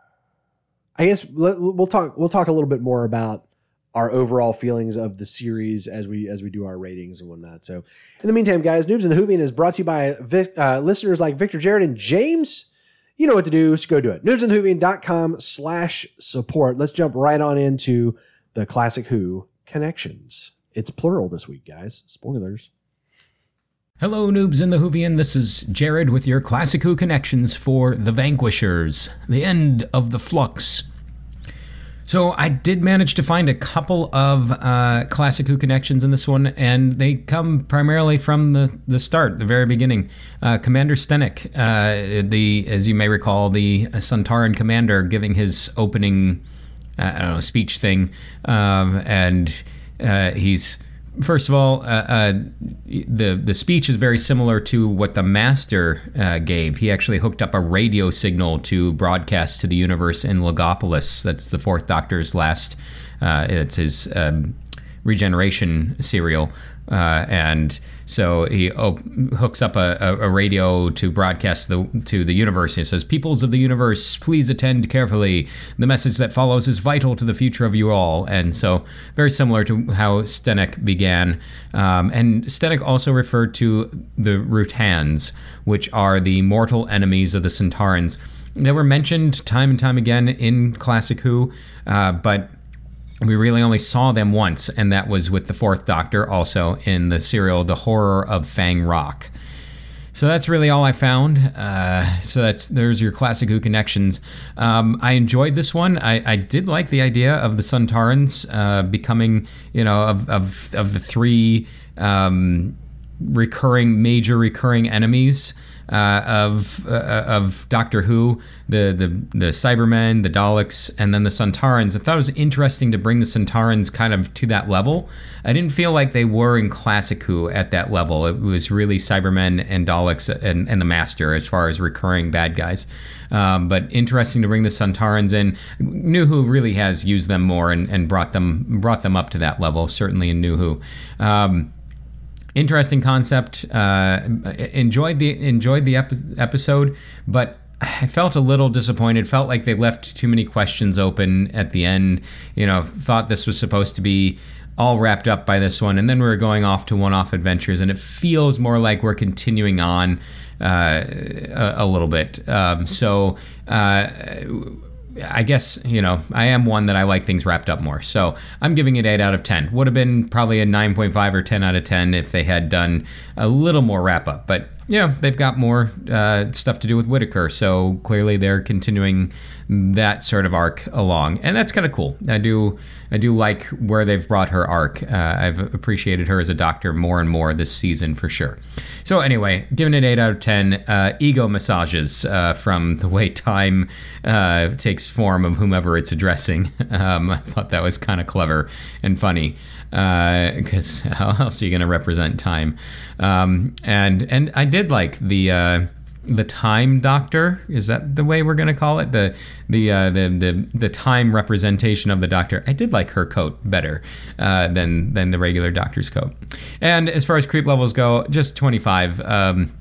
S1: [sighs] I guess let, we'll talk. We'll talk a little bit more about our overall feelings of the series as we as we do our ratings and whatnot. So, in the meantime, guys, Noobs in the Hoovian is brought to you by Vic, uh, listeners like Victor, Jared, and James. You know what to do, so go do it. Noobsandthehoovian.com slash support. Let's jump right on into the classic Who connections. It's plural this week, guys. Spoilers.
S8: Hello, noobs in the Hoovian. This is Jared with your Classic Who connections for The Vanquishers, the end of the flux. So, I did manage to find a couple of uh, Classic Who connections in this one, and they come primarily from the, the start, the very beginning. Uh, commander Stenek, uh, the as you may recall, the Suntaran commander giving his opening uh, I don't know speech thing, um, and uh, he's first of all uh, uh, the the speech is very similar to what the master uh, gave. He actually hooked up a radio signal to broadcast to the universe in Logopolis. That's the Fourth Doctor's last. Uh, it's his. Um, regeneration serial. Uh, and so he op- hooks up a, a, a radio to broadcast the, to the universe. It says, Peoples of the universe, please attend carefully. The message that follows is vital to the future of you all. And so, very similar to how Stenek began. Um, and Stenek also referred to the Rutans, which are the mortal enemies of the Centaurans. They were mentioned time and time again in Classic Who, uh, but we really only saw them once, and that was with the Fourth Doctor, also in the serial The Horror of Fang Rock. So that's really all I found. Uh, so that's there's your classic Who connections. Um, I enjoyed this one. I, I did like the idea of the Suntarans uh, becoming, you know, of of, of the three um, recurring major recurring enemies uh, of uh, of Doctor Who, the the the Cybermen, the Daleks, and then the Centaurans. I thought it was interesting to bring the Centaurans kind of to that level. I didn't feel like they were in classic Who at that level. It was really Cybermen and Daleks and, and the Master as far as recurring bad guys. Um, but interesting to bring the Centaurans in. New Who really has used them more and, and brought them brought them up to that level. Certainly in New Who. Um, interesting concept. Uh, enjoyed the enjoyed the epi- episode, but I felt a little disappointed. Felt like they left too many questions open at the end. You know, thought this was supposed to be all wrapped up by this one, and then we are going off to one-off adventures, and it feels more like we're continuing on uh, a, a, little bit. Um, so. Uh, I guess, you know, I am one that I like things wrapped up more. So I'm giving it 8 out of 10. Would have been probably a 9.5 or 10 out of 10 if they had done a little more wrap up. But yeah, they've got more uh, stuff to do with Whitaker. So clearly they're continuing that sort of arc along. And that's kind of cool. I do I do like where they've brought her arc. Uh, I've appreciated her as a doctor more and more this season for sure. So anyway, giving it 8 out of 10, uh, ego massages uh, from the way time uh, takes form of whomever it's addressing. [laughs] Um, I thought that was kind of clever and funny because uh, [laughs] how else are you going to represent time? Um, and and I did like the uh, the time doctor. Is that the way we're going to call it? The the, uh, the the the time representation of the doctor. I did like her coat better uh, than than the regular doctor's coat. And as far as creep levels go, just twenty five. Um,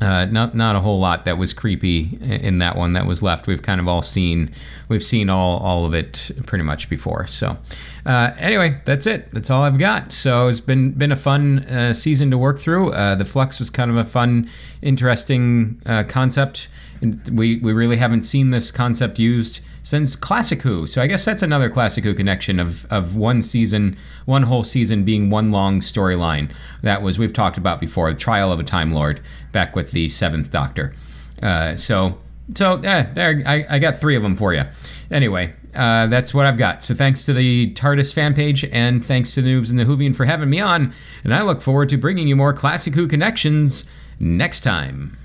S8: uh, not not a whole lot that was creepy in that one that was left. We've kind of all seen we've seen all all of it pretty much before. So uh, anyway, that's it. That's all I've got. So it's been been a fun uh, season to work through. Uh, the flux was kind of a fun, interesting uh, concept. And we we really haven't seen this concept used since Classic Who. So I guess that's another Classic Who connection of, of one season, one whole season being one long storyline. That was, we've talked about before, the Trial of a Time Lord back with the Seventh Doctor. Uh, so, so eh, there, I, I got three of them for you. Anyway, uh, that's what I've got. So thanks to the TARDIS fan page and thanks to the Noobs and the Hoovian for having me on. And I look forward to bringing you more Classic Who connections next time.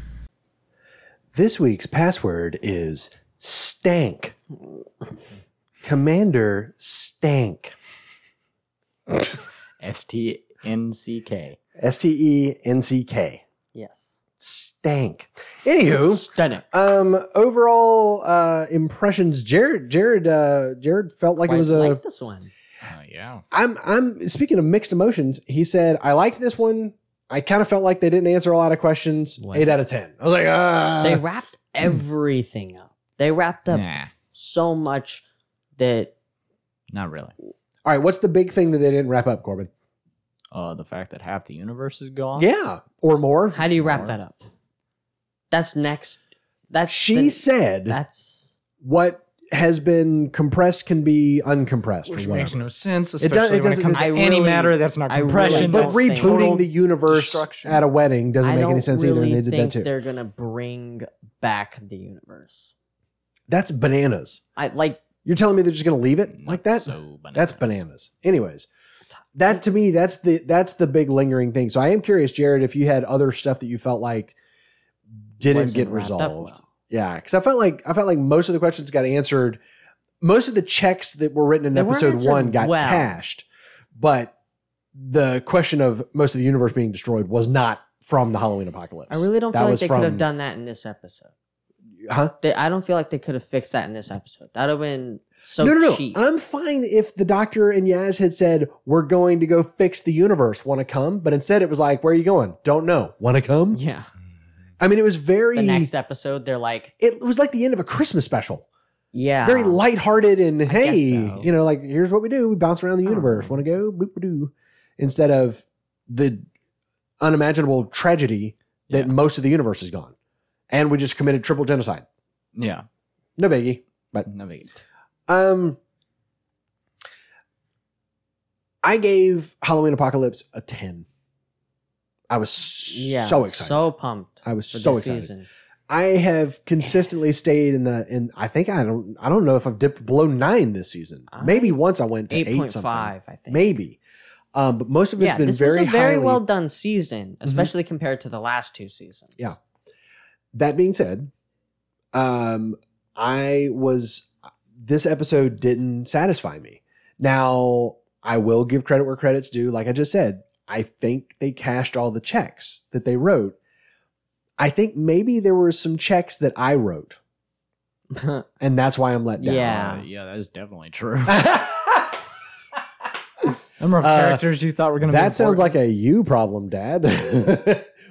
S1: This week's password is stank. Commander stank.
S2: S T N C K.
S1: S T E N C K.
S4: Yes.
S1: Stank. Anywho,
S4: Stunning.
S1: um, overall uh, impressions. Jared, Jared, uh, Jared felt like
S4: Quite
S1: it was a.
S4: like this one.
S2: Oh, yeah.
S1: I'm, I'm speaking of mixed emotions. He said, "I liked this one. I kind of felt like they didn't answer a lot of questions. Eight out of ten. I was like, ah.
S4: they wrapped everything up. They wrapped up
S2: Nah,
S4: so much that
S2: not really.
S1: All right, what's the big thing that they didn't wrap up, Corbin?
S2: Uh, the fact that half the universe is gone.
S1: Yeah, or more.
S4: how do you wrap that up? That's next. That's
S1: She
S4: the-
S1: said
S4: that's
S1: what has been compressed can be uncompressed.
S2: Which
S1: or whatever.
S2: makes no sense,
S1: It does-
S2: especially
S1: it
S2: when it
S1: doesn't-
S2: comes to
S1: I
S2: any
S4: really-
S2: matter that's not
S4: I really
S2: compression.
S1: but
S4: But thing.
S2: that's-
S1: rebooting the universe
S2: destruction.
S1: at a wedding doesn't
S4: I
S1: make any
S4: don't
S1: sense
S4: really
S1: either, and they did
S4: think
S1: that too.
S4: They're gonna bring back the universe.
S1: That's bananas.
S4: I like
S1: You're telling me they're just going to leave it like that?
S2: Mm, That's So bananas.
S1: That's bananas. Anyways, that to me, that's the that's the big lingering thing. So I am curious, Jared, if you had other stuff that you felt like didn't
S4: wasn't
S1: get
S4: wrapped up
S1: resolved.
S4: well.
S1: Yeah, because I felt like I felt like most of the questions got answered. Most of the checks that were written in
S4: They weren't
S1: episode
S4: answered
S1: one got
S4: well.
S1: cashed, but the question of most of the universe being destroyed was not from the Halloween apocalypse.
S4: I really don't
S1: That
S4: feel like
S1: was
S4: they could
S1: from-
S4: have done that in this episode.
S1: huh?
S3: They, I don't feel like they could have fixed that in this episode. That would have been so
S1: no, no, no.
S3: cheap.
S1: I'm fine if the doctor and Yaz had said, "We're going to go fix the universe. Want to come?" But instead, it was like, "Where are you going? Don't know. Want to come?"
S3: yeah.
S1: I mean, it was very.
S3: The next episode, they're like,
S1: it was like the end of a Christmas special.
S3: yeah.
S1: very lighthearted and hey,
S3: so. Uh-huh.
S1: you know, like here's what we do: we bounce around the universe. Want to go? Boop doo. Instead of the unimaginable tragedy that most of the universe is gone, and we just committed triple genocide.
S2: Yeah.
S1: No biggie.
S2: No big-
S1: Um, I gave Halloween Apocalypse a ten. I was
S3: Yeah.
S1: so excited.
S3: So pumped
S1: I was
S3: for
S1: so
S3: this
S1: excited.
S3: season.
S1: I have consistently stayed in the in. I think I don't. I don't know if I've dipped below nine this season.
S3: I-
S1: Maybe once I went to eight, something.
S3: 8.5, I think.
S1: maybe. Um, but most of it's
S3: Yeah,
S1: been
S3: this
S1: very,
S3: was a very
S1: highly- Mm-hmm.
S3: well done season, especially compared to the last two seasons.
S1: Yeah. That being said, um, I was this episode didn't satisfy me. Now I will give credit where credits due. Like I just said, I think they cashed all the checks that they wrote. I think maybe there were some checks that I wrote, and that's why I'm let down.
S3: Yeah.
S2: Uh, yeah, that is
S1: [laughs]
S2: definitely true. [laughs]
S9: Number
S1: Uh,
S2: characters you thought were going to
S1: that sounds like a you problem, Dad. [laughs]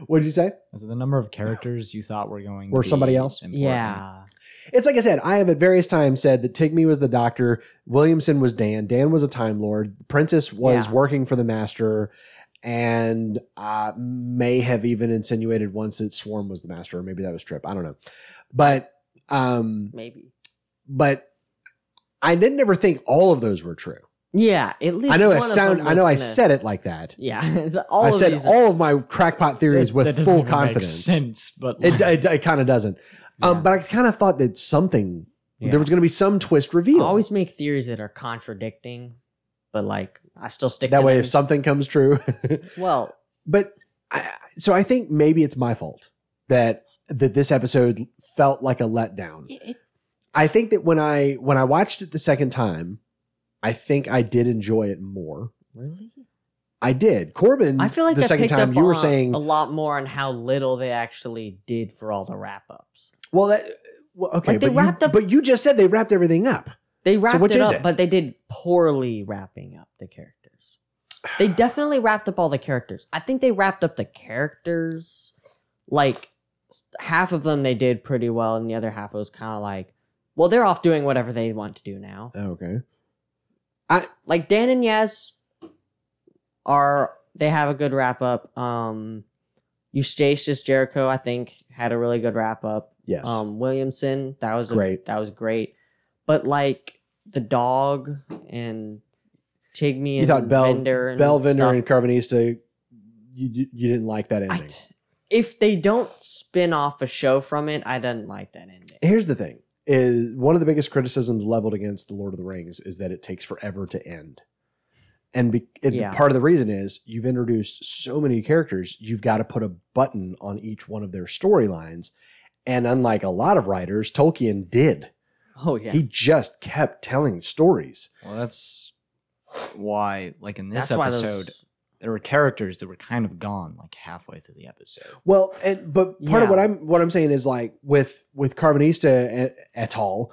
S1: What'd you say?
S2: Is it the number of characters you thought were going
S1: Or
S2: to
S1: somebody
S2: be
S1: else?
S2: important?
S3: Yeah.
S1: It's like I said, I have at various times said that Tigme was the doctor, Williamson was Dan, Dan was a Time Lord, Princess was
S3: Yeah.
S1: working for the Master, and uh, may have even insinuated once that Swarm was the Master, or maybe that was Trip. I don't know. But um,
S3: Maybe.
S1: but I didn't ever think all of those were true.
S3: Yeah. At least
S1: I know
S3: one
S1: it
S3: of them
S1: sound. I
S3: was
S1: know I
S3: gonna-
S1: said it like that.
S3: Yeah. [laughs] it's all
S1: I
S3: of
S1: said
S3: these are-
S1: all of my crackpot theories with
S2: doesn't
S1: full
S2: even make
S1: confidence.
S2: [laughs] sense, but
S1: It, it, it kind of doesn't. Um, but I kind of thought that something there was going to be some twist reveal.
S3: I always make theories that are contradicting, but like I still stick
S1: that
S3: to
S1: way,
S3: them.
S1: if something comes true. [laughs]
S3: well,
S1: but I, so I think maybe it's my fault that that this episode felt like a letdown.
S3: it,
S1: I think that when I when I watched it the second time, I think I did enjoy it more.
S3: really.
S1: I did. Corbin,
S3: I feel like
S1: the
S3: that
S1: second
S3: picked
S1: time
S3: up
S1: you were
S3: on-
S1: saying,
S3: a lot more on how little they actually did for all the wrap ups.
S1: well, that well, okay,
S3: Like, they
S1: but
S3: wrapped
S1: you,
S3: up-
S1: but you just said they wrapped everything up.
S3: They wrapped
S1: which
S3: it
S1: is
S3: up,
S1: it?
S3: but they did poorly wrapping up the characters.
S1: [sighs]
S3: They definitely wrapped up all the characters. I think they wrapped up the characters. Like half of them they did pretty well, and the other half was kind of like, well, they're off doing whatever they want to do now.
S1: Oh, Okay,
S3: like Dan and Yaz are they have a good wrap up. Um Eustachius Jericho, I think, had a really good wrap up.
S1: yes,
S3: Um Williamson, that was a-
S1: Great.
S3: That was great. But like the dog and Tigme and
S1: You thought Bel-
S3: Bender and
S1: Bell, Bellvender
S3: stuff,
S1: and Carbonista, you, you you didn't like that
S3: I
S1: ending.
S3: t- if they don't spin off a show from it, I didn't like that ending.
S1: Here's the thing: is one of the biggest criticisms leveled against the Lord of the Rings is that it takes forever to end, and be, it,
S3: Yeah.
S1: part of the reason is you've introduced so many characters, you've got to put a button on each one of their storylines, and unlike a lot of writers, Tolkien did.
S3: Oh yeah.
S1: He just kept telling stories.
S2: [laughs] well, that's why, like in this
S3: That's why those-
S2: episode, there were characters that were kind of gone like halfway through the episode.
S1: Well, and but part of
S3: Yeah.
S1: what I'm what I'm saying is like with with Carbonista a- et al,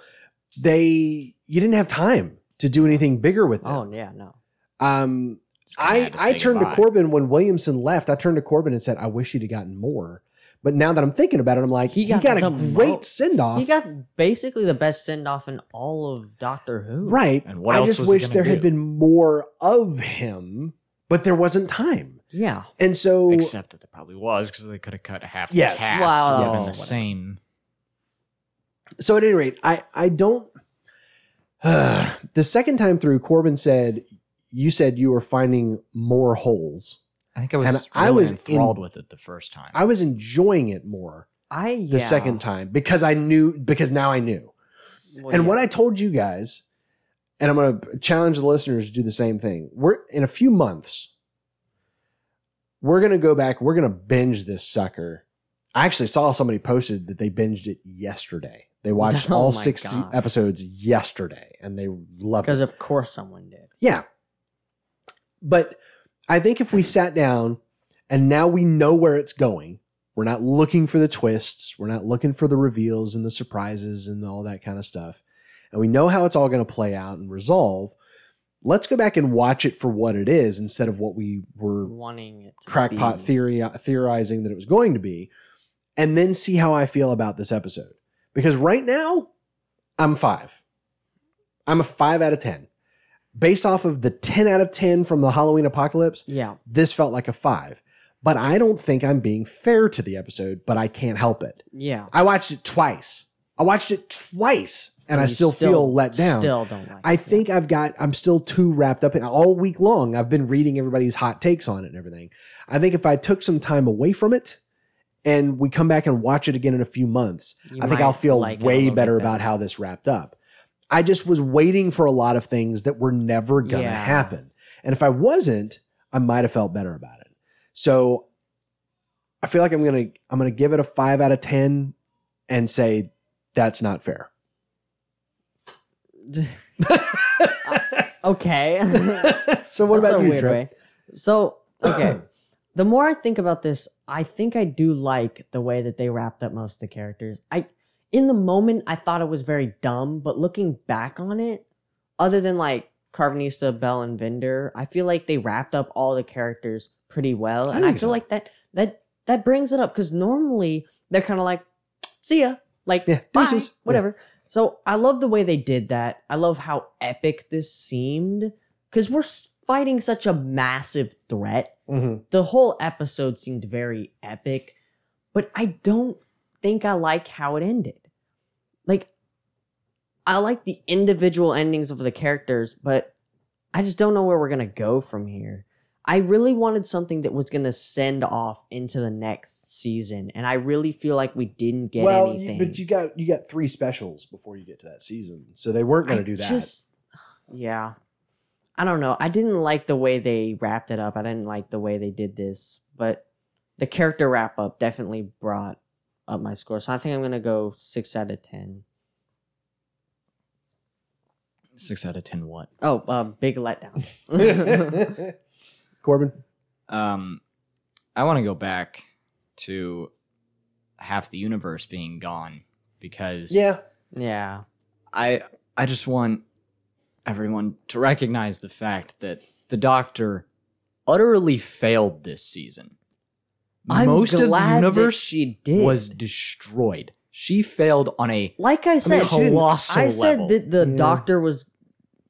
S1: they you didn't have time to do anything bigger with them.
S3: Oh yeah, no.
S1: Um,
S2: Just kinda
S1: I
S2: had to
S1: I
S2: say
S1: turned to
S2: goodbye.
S1: Corbin when Williamson left. I turned to Corbin and said, "I wish he'd have gotten more." But now that I'm thinking about it, I'm like, he,
S3: He
S1: got,
S3: got
S1: a
S3: the
S1: great
S3: mo-
S1: send off,
S3: He got basically the best send off in all of Doctor Who.
S1: right?
S2: And what
S1: I
S2: else
S1: just
S2: was he
S1: wish
S2: gonna
S1: there had
S2: do?
S1: been more of him, but there wasn't time,
S3: Yeah.
S1: and so
S2: Except that there probably was because they could have cut half
S1: Yes.
S2: the cast.
S3: Wow.
S2: Wow, the
S3: Yes.
S2: same.
S1: so at any rate, I I don't. [sighs] the second time through, Corbin said, "You said you were finding more holes."
S2: I think I was.
S1: And I
S2: really
S1: was
S2: enthralled
S1: in-
S2: with it the first time.
S1: I was enjoying it more
S3: I
S1: the second time because I knew because now I knew. and what I told you guys, and I'm going to challenge the listeners to do the same thing. We're in a few months. We're going to go back. We're going to binge this sucker. I actually saw somebody posted that they binged it yesterday. They watched
S3: [laughs] Oh
S1: all
S3: my
S1: six e
S3: gosh.
S1: episodes yesterday, and they loved it.
S3: because of course someone did.
S1: Yeah. But I think if we sat down and now we know where it's going We're not looking for the twists. We're not looking for the reveals and the surprises and all that kind of stuff. And we know how it's all going to play out and resolve. Let's go back and watch it for what it is instead of what we were
S3: wanting it. to
S1: crackpot
S3: be.
S1: theory uh, theorizing that it was going to be, and then see how I feel about this episode. Because right now, I'm five. I'm a five out of ten. Based off of the ten out of ten from the Halloween apocalypse,
S3: Yeah.
S1: this felt like a five. But I don't think I'm being fair to the episode, but I can't help it.
S3: Yeah.
S1: I watched it twice. I watched it twice, and, I
S3: you
S1: still, feel let down.
S3: Still don't like.
S1: I
S3: it.
S1: think I've got, I'm still too wrapped up in all week long. I've been reading everybody's hot takes on it and everything. I think if I took some time away from it and we come back and watch it again in a few months,
S3: You
S1: I think
S3: might
S1: I'll feel
S3: like it a
S1: way
S3: little bit
S1: better about how this wrapped up. I just was waiting for a lot of things that were never going to
S3: Yeah.
S1: happen. And if I wasn't, I might have felt better about it. So I feel like I'm going to I'm going to give it a 5 out of 10 and say that's not fair.
S3: Okay.
S1: [laughs]
S3: [laughs]
S1: so what
S3: That's
S1: about
S3: a
S1: you,
S3: weird
S1: Trip?
S3: way. So [coughs] okay, the more I think about this, I think I do like the way that they wrapped up most of the characters. I in the moment I thought it was very dumb, but looking back on it, other than like Carbonista, Bell, and Vinder, I feel like they wrapped up all the characters pretty well,
S1: I
S3: and I
S1: think
S3: feel
S1: so.
S3: like that that that brings it up because normally they're kind of like, see ya, like
S1: Yeah,
S3: bye,
S1: deuces.
S3: whatever. So I love the way they did that. I love how epic this seemed because we're s- fighting such a massive threat.
S1: Mhm.
S3: The whole episode seemed very epic, but I don't think I like how it ended. Like, I like the individual endings of the characters, but I just don't know where we're going to go from here. I really wanted something that was going to send off into the next season, and I really feel like we didn't get
S1: well, you-
S3: anything.
S1: but you got you got three specials before you get to that season, so they weren't going
S3: I
S1: to do that.
S3: just- [laughs] yeah. I don't know. I didn't like the way they wrapped it up. I didn't like the way they did this, but the character wrap up definitely brought up my score. So I think I'm going to go 6 out of 10.
S2: Six out of ten. What?
S3: Oh, uh, big letdown.
S1: [laughs] [laughs]
S3: [laughs]
S1: Corbin,
S2: Um, I want to go back to half the universe being gone because
S1: yeah,
S3: yeah.
S2: I I just want everyone to recognize the fact that the Doctor utterly failed this season.
S3: I'm
S2: Most of the
S3: glad that
S2: universe
S3: she did.
S2: was destroyed. She failed on a
S3: Like I said,
S1: she didn't-
S2: colossal
S3: I said
S2: level.
S3: that the
S1: Yeah.
S3: doctor was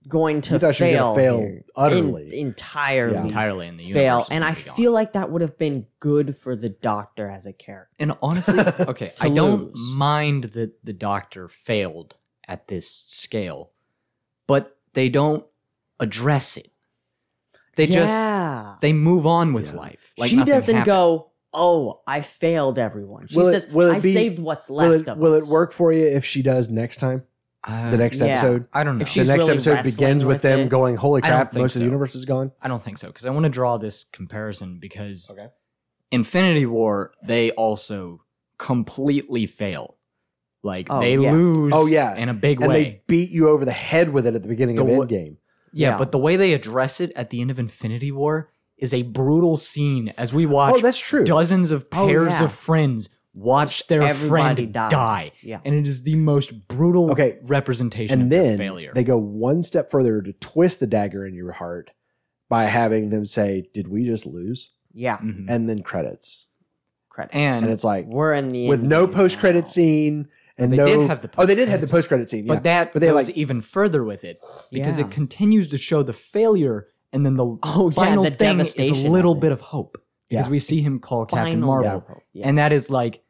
S3: going to
S1: you thought she was
S3: fail,
S1: going to fail
S3: here.
S1: utterly.
S3: En- entirely.
S1: Yeah.
S2: entirely in the universe.
S3: fail
S2: is
S3: and i
S2: gone.
S3: feel like that would have been good for the doctor as a character
S2: And
S1: [laughs]
S2: honestly, okay, I don't
S3: lose.
S2: mind that the doctor failed at this scale, but they don't address it. They just
S3: yeah
S2: they move on with
S1: Yeah.
S2: life. Like
S3: she
S2: nothing
S3: doesn't
S2: happened.
S3: go oh i failed everyone she
S1: Will it-
S3: says
S1: will it
S3: i
S1: be-
S3: saved what's left
S1: will it,
S3: of
S1: will it
S3: us."
S1: work for you if she does next time?
S2: Uh,
S1: The next
S3: yeah.
S1: episode,
S2: I don't know.
S3: If she's
S1: the next
S3: really
S1: episode
S3: wrestling
S1: begins with,
S3: with
S1: them
S3: it.
S1: going, "Holy
S2: I don't
S1: crap!
S2: think
S1: Most of the
S2: so.
S1: universe is gone."
S2: I don't think so because I want to draw this comparison because
S1: Okay.
S2: Infinity War they also completely fail. Like
S3: Oh,
S2: they
S3: yeah.
S2: lose
S1: Oh, yeah.
S2: in a big
S1: And
S2: way.
S1: they beat you over the head with it at the beginning
S2: The
S1: of
S2: wo-
S1: Endgame.
S2: Yeah,
S3: Yeah.
S2: but the way they address it at the end of Infinity War is a brutal scene as we watch
S1: oh, that's true.
S2: dozens of
S3: Oh,
S2: pairs
S3: yeah.
S2: of friends watch their
S3: Everybody
S2: friend
S3: died.
S2: die.
S3: Yeah.
S2: And it is the most brutal
S1: Okay.
S2: representation
S1: and
S2: of their
S1: then
S2: failure.
S1: they go one step further to twist the dagger in your heart by having them say, "Did we just lose?"
S3: yeah
S2: Mhm.
S1: And then credits,
S3: credit
S2: and,
S1: and it's like,
S3: we're in the
S1: with
S3: end
S1: no
S3: game
S1: post credit
S3: now.
S1: scene and
S2: They
S1: no.
S2: did have the
S1: oh, they did have the
S2: post-credit
S1: post credit scene, yeah.
S2: but that
S1: but they,
S2: goes
S1: like-
S2: even further with it because
S3: Yeah.
S2: it continues to show the failure and then the
S3: Oh, yeah,
S2: final
S3: the
S2: thing is a
S3: devastation
S2: little
S3: of it.
S2: bit of hope because
S1: Yeah.
S2: we see him call Captain
S3: Final
S2: Marvel
S3: hope, yeah.
S2: and that is like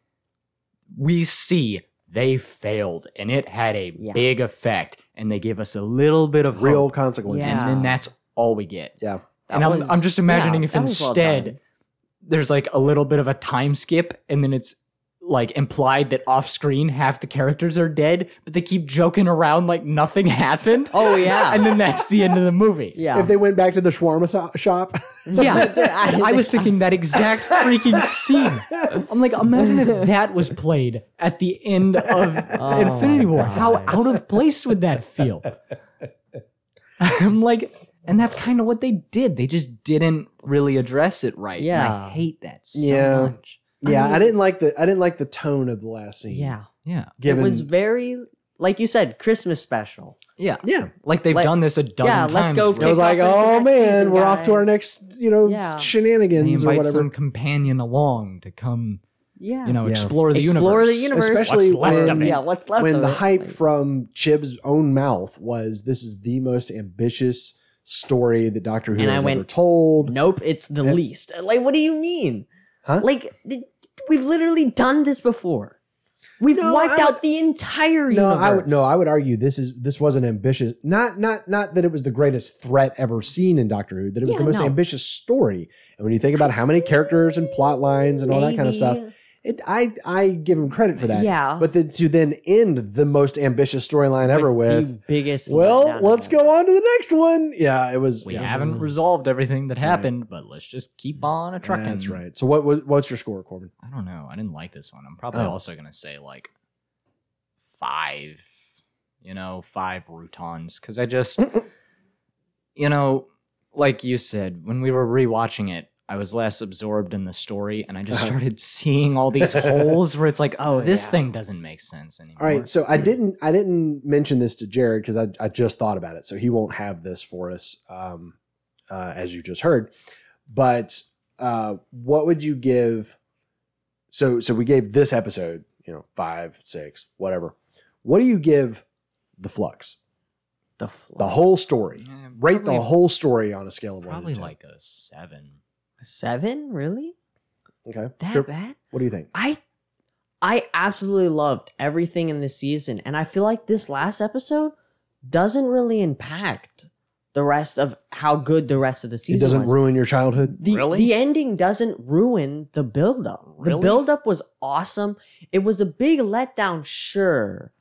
S2: we see they failed and it had a
S3: Yeah.
S2: big effect and they give us a little bit of
S1: real
S2: hope,
S1: consequences.
S3: Yeah.
S2: and then that's all we get
S1: Yeah.
S3: That
S2: and I'm,
S3: was-
S2: I'm just imagining
S3: yeah,
S2: if
S3: that was well
S2: instead
S3: done.
S2: there's like a little bit of a time skip and then it's like implied that off screen half the characters are dead but they keep joking around like nothing [laughs] happened
S3: oh yeah
S2: and then that's the end of the movie
S3: [laughs] yeah
S1: If they went back to the shawarma so- shop, [laughs]
S2: yeah [laughs] I, I was thinking that exact freaking scene i'm like imagine if that was played at the end of
S3: Oh
S2: infinity
S3: my
S2: war
S3: God.
S2: how out of place would that feel [laughs] i'm like and that's kind of what they did they just didn't really address it right And
S3: Yeah.
S2: i hate that so
S1: Yeah.
S2: much
S1: Yeah, I didn't like the I didn't like the tone of the last scene.
S3: [laughs] Yeah.
S2: Yeah.
S1: given
S3: It was very like you said, Christmas special.
S2: Yeah.
S1: yeah,
S2: Like they've
S3: Like-
S2: done this a dozen
S3: Yeah,
S2: times.
S3: let's go
S2: where
S1: I was
S3: Kick
S1: like,
S3: off into
S1: oh
S3: next
S1: man,
S3: season,
S1: we're off to our
S3: guys."
S1: next you know
S3: Yeah.
S2: They
S1: shenanigans or
S2: invite
S1: whatever.
S2: some companion along to come,
S3: Yeah.
S2: you know,
S1: Yeah.
S2: explore the
S3: Explore
S2: universe.
S3: the universe.
S1: Especially
S10: What's left
S1: when,
S10: of it.
S3: yeah, what's left
S1: when
S3: of
S1: the
S3: it.
S1: hype
S3: Like,
S1: from Chib's own mouth was this is the most ambitious story that Doctor Who
S3: And
S1: has
S3: I
S1: ever
S3: went,
S1: told.
S3: Nope, it's the
S1: Yeah.
S3: least. Like, what do you mean?
S1: Huh?
S3: Like, th- we've literally done this before. We've
S1: No,
S3: wiped
S1: I-
S3: out the entire
S1: no,
S3: universe.
S1: I would no, I would argue this is this was an ambitious not not not that it was the greatest threat ever seen in Doctor Who, that it was
S3: Yeah,
S1: the most
S3: no.
S1: ambitious story. And when you think about how many characters and plot lines and all that kind of stuff,
S3: Maybe.
S1: it, I I give him credit for that.
S3: Yeah.
S1: But then to then end the most ambitious storyline ever with,
S3: the biggest.
S1: well,
S3: letdown
S1: let's
S3: ever.
S1: go on to the next one. Yeah, it was.
S2: We
S1: yeah. Mm-hmm.
S2: haven't resolved everything that happened, but let's just keep on a trucking.
S1: Mm. That's right. So what was what's your score, Corbin?
S2: I don't know. I didn't like this one. I'm probably
S1: Oh.
S2: also going to say like five, you know, five routons. Cause
S1: [laughs]
S2: I just, you know, like you said, when we were rewatching it, I was less absorbed in the story and
S1: [laughs]
S2: I just
S1: Uh-huh.
S2: started seeing
S1: [laughs]
S2: all these holes where it's like, oh, this
S3: yeah.
S2: thing doesn't make sense anymore.
S1: All right, so I didn't I didn't mention this to Jared because I, I just thought about it, so he won't have this for us um, uh, as you just heard. But uh, what would you give? So so we gave this episode, you know, five, six, whatever. What do you give the flux?
S3: The,
S1: The whole story.
S2: Yeah,
S1: Rate
S2: probably-
S1: the whole story on a scale of one. to
S2: Probably
S1: 10.
S2: like a seven.
S3: seven, really?
S1: okay.
S3: That
S1: Sure.
S3: bad?
S1: What do you think?
S3: I I absolutely loved everything in this season, and I feel like this last episode doesn't really impact the rest of how good the rest of the
S1: It
S3: season
S1: doesn't
S3: was.
S1: ruin your childhood.
S3: the,
S2: Really?
S3: the ending doesn't ruin the buildup. The
S2: Really?
S3: buildup was awesome. It was a big letdown, sure,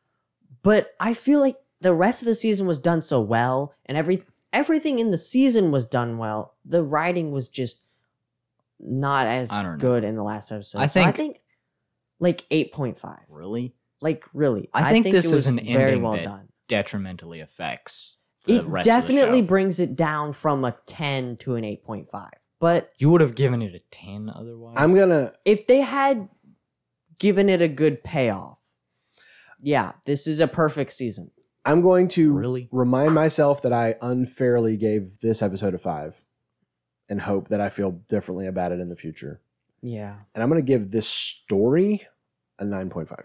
S3: but I feel like the rest of the season was done so well, and every everything in the season was done well. The writing was just not as
S2: I don't know.
S3: good in the last episode.
S2: I
S3: So I
S2: think-
S3: think like eight point five.
S2: Really?
S3: Like really,
S2: I think this
S3: it was
S2: is an
S3: very
S2: ending
S3: well
S2: that
S3: done.
S2: Detrimentally affects the
S3: It
S2: rest
S3: definitely
S2: of the show.
S3: brings it down from a ten to an eight point five, but
S2: You would have given it a 10 otherwise.
S1: I'm gonna
S3: if they had given it a good payoff, yeah, this is a perfect season.
S1: I'm going to
S2: Really?
S1: remind myself that I unfairly gave this episode a five and hope that I feel differently about it in the future.
S3: Yeah.
S1: And I'm going to give this story a 9.5.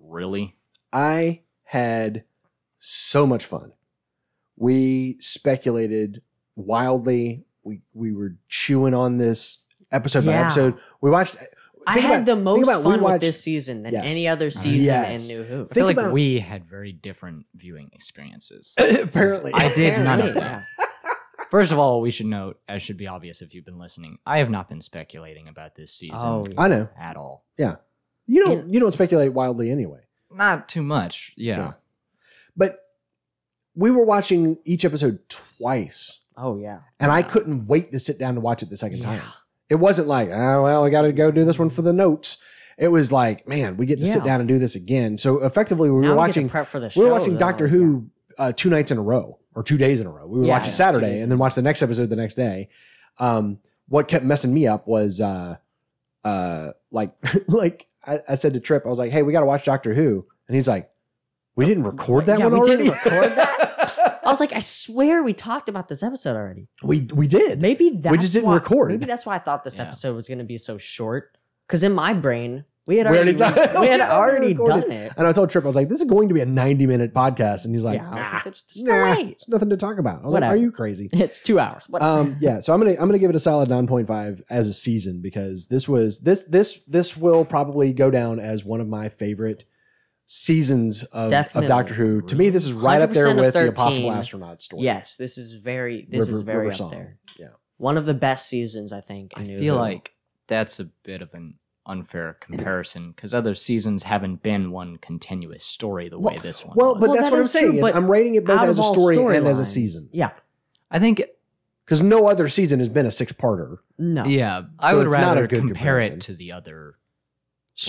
S2: Really?
S1: I had so much fun. We speculated wildly. We, we were chewing on this episode by
S3: Yeah.
S1: episode. We watched. Think
S3: I had
S1: about-
S3: the
S1: think
S3: most
S1: about we
S3: fun with
S1: watched-
S3: this season than
S1: Yes.
S3: any other season
S1: Yes.
S3: in New Who.
S2: I feel
S1: Think
S2: like
S1: about-
S2: we had very different viewing experiences.
S1: [laughs] apparently.
S2: I did none of
S3: Apparently,
S2: that. First of all, we should note, as should be obvious if you've been listening, I have not been speculating about this season
S3: Oh,
S1: I know.
S2: at all.
S1: You don't, you don't speculate wildly anyway.
S2: Not too much.
S1: [laughs]
S2: Yeah.
S1: Yeah. But we were watching each episode twice.
S3: Oh yeah.
S1: And I
S2: Yeah.
S1: couldn't wait to sit down to watch it the second time. It wasn't like, oh, well, we got to go do this one for the notes. It was like, man, we get to sit
S3: Yeah.
S1: down and do this again. So effectively, we
S3: Now
S1: were
S3: we get to
S1: watching,
S3: prep for the show.
S1: we were watching
S3: though.
S1: Doctor Who uh, two nights in a row or two days in a row. We would
S3: Yeah,
S1: watch
S3: yeah,
S1: it
S3: two
S1: Saturday
S3: days
S1: and then watch the next episode the next day. Um, what kept messing me up was, uh, uh, like, [laughs] like I, I said to Trip, I was like, hey, we got to watch Doctor Who, and he's like, we didn't record that
S3: Yeah,
S1: one
S3: we
S1: already.
S3: didn't record that. I was like, I swear we talked about this episode already.
S1: [laughs] we we did.
S3: Maybe that's
S1: just didn't
S3: why-
S1: record.
S3: Maybe that's why I thought this
S2: Yeah.
S3: episode was going to be so short. Because in my brain, we had
S1: We
S3: already,
S1: already done-
S3: we had
S1: we already
S3: already
S1: recorded.
S3: done it.
S1: And I told Trip, I was like, this is going to be a 90 minute podcast. And he's like,
S3: yeah, I was
S1: nah,
S3: like, there's, there's no
S1: nah,
S3: way.
S1: there's nothing to talk about. I was
S3: Whatever.
S1: like, are you
S3: [laughs]
S1: crazy?
S3: It's two hours. What?
S1: Um, yeah, so I'm gonna I'm gonna give it a solid 9.5 as a season because this was this this this will probably go down as one of my favorite seasons of, of
S3: Definitely.
S1: Doctor Who. To me, this is right up there
S3: 100% of
S1: with the Impossible
S3: 13.
S1: Astronaut story.
S3: yes, this is very this
S1: River-
S3: is very
S1: River
S3: up
S1: Song.
S3: there.
S1: Yeah.
S3: One of the best seasons, I think.
S2: I
S3: in New
S2: feel
S3: Who.
S2: like that's a bit of an unfair comparison because other seasons haven't been one continuous story the way
S1: Well-
S2: this one
S1: Well, but
S2: was.
S3: Well,
S1: that's
S3: that
S1: what I'm
S3: is true,
S1: saying. is
S3: but
S1: I'm rating it both
S3: out
S1: as
S3: of
S1: a
S3: all
S1: story and as a
S3: storylines-
S1: season
S3: yeah,
S2: I think
S1: because no other season has been a six parter.
S3: no,
S2: Yeah, I
S1: So
S2: would
S1: it's not a
S2: rather
S1: good
S2: compare
S1: comparison.
S2: it to the other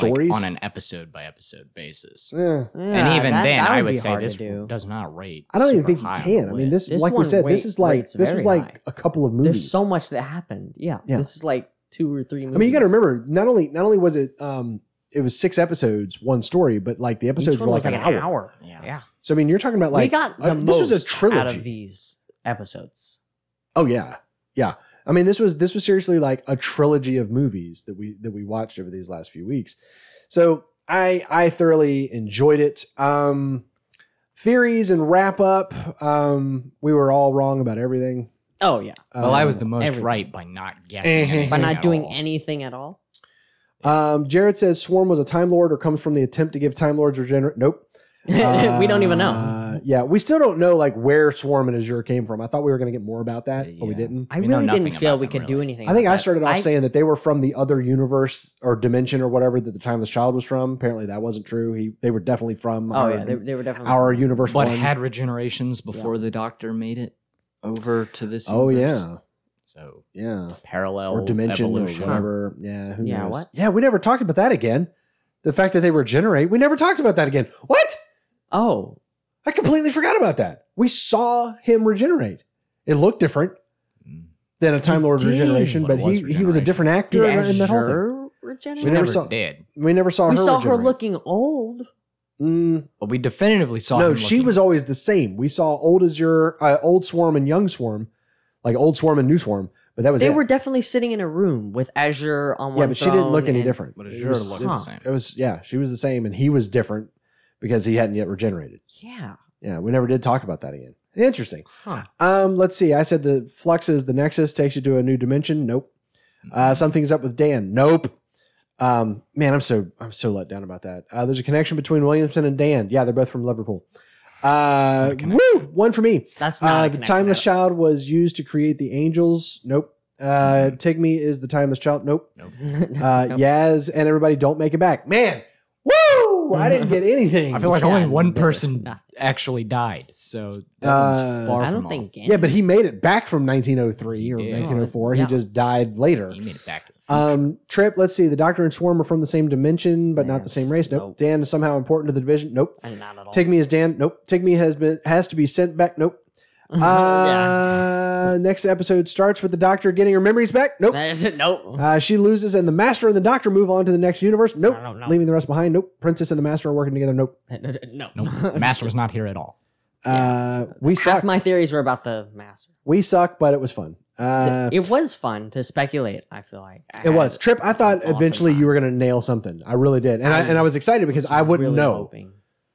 S2: like,
S1: Stories
S2: on an episode by episode basis.
S1: Eh.
S3: Yeah,
S2: and even
S3: that-
S2: then,
S3: that
S2: I
S3: be
S2: would say
S3: hard to
S2: this
S3: do.
S2: does not rate.
S1: I don't even
S2: super
S1: think you
S2: high on
S1: can.
S2: the
S1: I mean,
S2: list.
S1: this,
S3: This
S1: like we
S3: one
S1: said,
S3: rate-
S1: this is like
S3: rates
S1: this was
S3: very
S1: like
S3: high.
S1: a couple of movies.
S3: There's so much that happened. Yeah,
S1: Yeah.
S3: this is like two or three. Movies.
S1: I mean, you got to remember, not only not only was it um, it was six episodes, one story, but like the episodes
S4: Each
S1: were
S4: one was
S1: like,
S4: like an hour.
S7: Yeah.
S4: Yeah,
S1: So I mean, you're talking about
S4: we
S1: like
S4: got the
S1: uh,
S4: most
S1: this was a trilogy.
S4: out of these episodes.
S1: oh yeah, yeah. I mean, this was this was seriously like a trilogy of movies that we that we watched over these last few weeks. So I I thoroughly enjoyed it. Um, theories and wrap up. Um, we were all wrong about everything.
S4: Oh yeah,
S2: Well, I was
S1: Um,
S2: the most
S4: everything.
S2: right by not guessing.
S1: Mhm.
S2: anything
S4: Eh, by
S2: at
S4: not doing
S2: all.
S4: anything at
S3: [laughs]
S4: all.
S1: Um, Jared says Swarm was a Time Lord or comes from the attempt to give Time Lords regenerate. Nope.
S4: [laughs] we don't even know.
S1: Uh, yeah, we still don't know like where Swarm and Azure came from. I thought we were going to get more about that, but we
S2: Yeah.
S1: didn't.
S4: I
S2: we know
S4: really
S2: nothing
S4: didn't feel
S2: about
S4: we
S2: them,
S4: could do
S2: really.
S4: anything.
S1: I think
S4: about
S1: I
S4: that.
S1: started off
S4: I-
S1: saying that they were from the other universe or dimension or whatever that the time this child was from. Apparently, that wasn't true. He they were definitely from
S4: Oh
S1: our,
S4: yeah, they, they were definitely
S1: our universe.
S7: But
S1: one.
S7: had regenerations before the Doctor made it over to this.
S1: oh
S7: universe.
S1: yeah,
S2: So
S1: yeah,
S2: parallel
S1: or dimension
S2: evolution.
S1: or whatever. Yeah, who
S4: Oh, Yeah,
S1: knows?
S4: what?
S1: Yeah, we never talked about that again. The fact that they regenerate, we never talked about that again. What?
S4: Oh,
S1: I completely forgot about that. We saw him regenerate. It looked different
S2: Mm.
S1: than a Time Lord
S4: did.
S1: regeneration,
S2: Well,
S1: but
S2: it was
S1: he, he was a
S2: regeneration.
S1: different actor
S4: did
S1: in, in that whole thing.
S4: Azure
S1: We
S4: regenerate?
S1: never,
S2: Never
S1: saw.
S2: did.
S1: We never saw
S4: we
S1: her.
S4: saw her
S1: regenerate.
S4: looking old.
S1: Mm,
S2: But we definitively saw.
S1: no,
S2: him
S1: she
S2: looking-
S1: was always the same. We saw old Azure, uh, old Swarm, and young Swarm, like old Swarm and new Swarm. But that was
S4: They
S1: it.
S4: were definitely sitting in a room with Azure on one.
S1: yeah, but she didn't look
S4: throne
S1: any
S4: and-
S1: different.
S2: But
S1: It
S2: Azure
S1: was-
S2: looked
S1: it-
S2: the same.
S1: It was yeah, she was the same, and he was different because he hadn't yet regenerated.
S4: Yeah,
S1: Yeah, we never did talk about that again. Interesting.
S4: Huh.
S1: Um, let's see. I said the flux is the nexus takes you to a new dimension. Nope. Uh, something's up with Dan. Nope. Um, man, I'm so I'm so let down about that. Uh, there's a connection between Williamson and Dan. Yeah, they're both from Liverpool. Uh, woo! One for me.
S4: that's not.
S1: Uh,
S4: a
S1: the
S4: connection
S1: timeless
S4: at
S1: child was used to create the angels. Nope. Uh, Tigme is the timeless child. Nope.
S4: all.
S1: Uh, Yaz and everybody don't make it back. Man, woo! I didn't get anything.
S2: I feel like
S4: Yeah,
S2: only one
S4: never. [laughs]
S2: person
S4: Nah.
S2: actually died. So that
S1: Uh,
S2: one's far
S4: I
S2: from
S4: don't
S2: off.
S4: think.
S1: Yeah, but he made it back from 1903 or
S2: Yeah.
S1: 1904.
S4: Yeah.
S1: He just died later.
S2: he made it back to the future.
S1: Um, Trip, let's see. The Doctor and Swarm are from the same dimension, but not the
S4: Yes.
S1: same race. Nope.
S4: Nope.
S1: Dan is somehow important to the division. Nope.
S4: And Uh, not at all.
S1: Tigme is Dan. Nope. Tigme has been has to be sent back. Nope. Uh, Next episode starts with the Doctor getting her memories back. Nope.
S4: [laughs] nope. [laughs]
S1: Uh, she loses, and the Master and the Doctor move on to the next universe. Nope.
S4: No, no, no.
S1: Leaving the rest behind. Nope. Princess and the Master are working together. Nope.
S4: No.
S1: [laughs]
S2: Nope. Master was not here at all.
S1: Uh, we
S4: Half
S1: suck.
S4: my theories were about the master.
S1: we suck, but it was fun. Uh,
S4: it was fun to speculate. I feel like I
S1: It was
S4: had-
S1: trip. I thought
S4: awesome
S1: eventually
S4: time.
S1: you were going to nail something. I really did, and I, and I was excited because I wouldn't
S4: really
S1: know.
S4: hoping.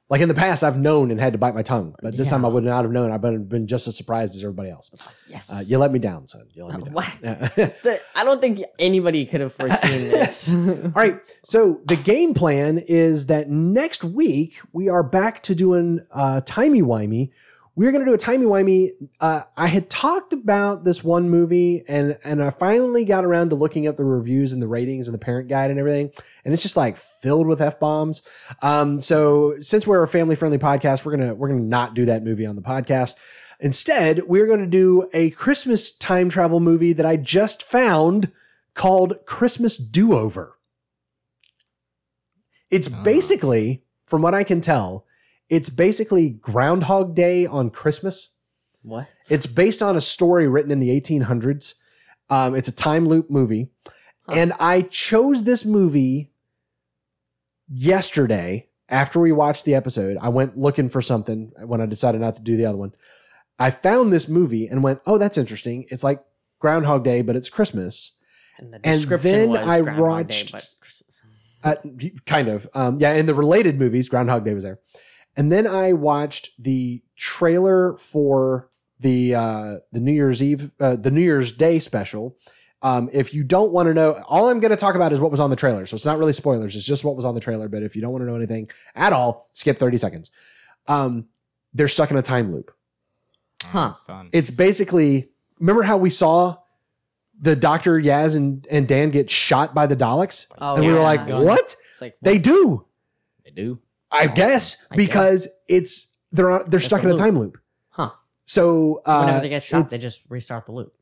S1: Like in the past, I've known and had to bite my tongue, but this
S4: Yeah.
S1: time I would not have known. I've been, been just as surprised as everybody else.
S4: Yes.
S1: Uh, you let me down, son. You let me
S4: Uh,
S1: down.
S4: what?
S1: [laughs] Yeah.
S4: Th- I don't think anybody could have
S1: [laughs]
S4: foreseen this.
S1: All right. So the game plan is that next week we are back to doing uh, timey wimey. We're going to do a timey wimey. Uh, I had talked about this one movie, and and I finally got around to looking up the reviews and the ratings and the parent guide and everything, and it's just like filled with f bombs. Um, so since we're a family friendly podcast, we're gonna we're gonna not do that movie on the podcast. Instead, we're going to do a Christmas time travel movie that I just found called Christmas Do Over. It's
S2: Ah.
S1: basically, from what I can tell, it's basically Groundhog Day on Christmas.
S4: [laughs] what?
S1: It's based on a story written in the 1800s. Um, it's a time loop movie.
S4: Huh.
S1: And I chose this movie yesterday after we watched the episode. I went looking for something when I decided not to do the other one. I found this movie and went, oh, that's interesting. It's like Groundhog Day, but it's Christmas.
S4: And the
S1: And
S4: description
S1: then
S4: was
S1: I
S4: Groundhog
S1: watched-
S4: Day, but Christmas.
S1: Uh, kind of. Um, yeah, in the related movies, Groundhog Day was there. And then I watched the trailer for the uh, the New Year's Eve, uh, the New Year's Day special. Um, if you don't want to know, all I'm going to talk about is what was on the trailer. So it's not really spoilers. It's just what was on the trailer. But if you don't want to know anything at all, skip 30 seconds. Um, they're stuck in a time loop
S4: Huh.
S2: Fun.
S1: it's basically remember how we saw the Doctor Yaz and, and Dan get shot by the Daleks,
S4: Oh,
S1: and we were
S4: yeah.
S1: like,
S2: Gun.
S1: "What?
S4: It's like
S1: They do?
S2: they do.
S1: I guess
S4: Oh, I guess.
S1: because it's they're they're stuck
S4: a
S1: in a
S4: loop.
S1: time loop."
S4: Huh.
S1: So,
S4: so whenever
S1: uh,
S4: they get shot,
S1: it's-
S4: they just restart the loop.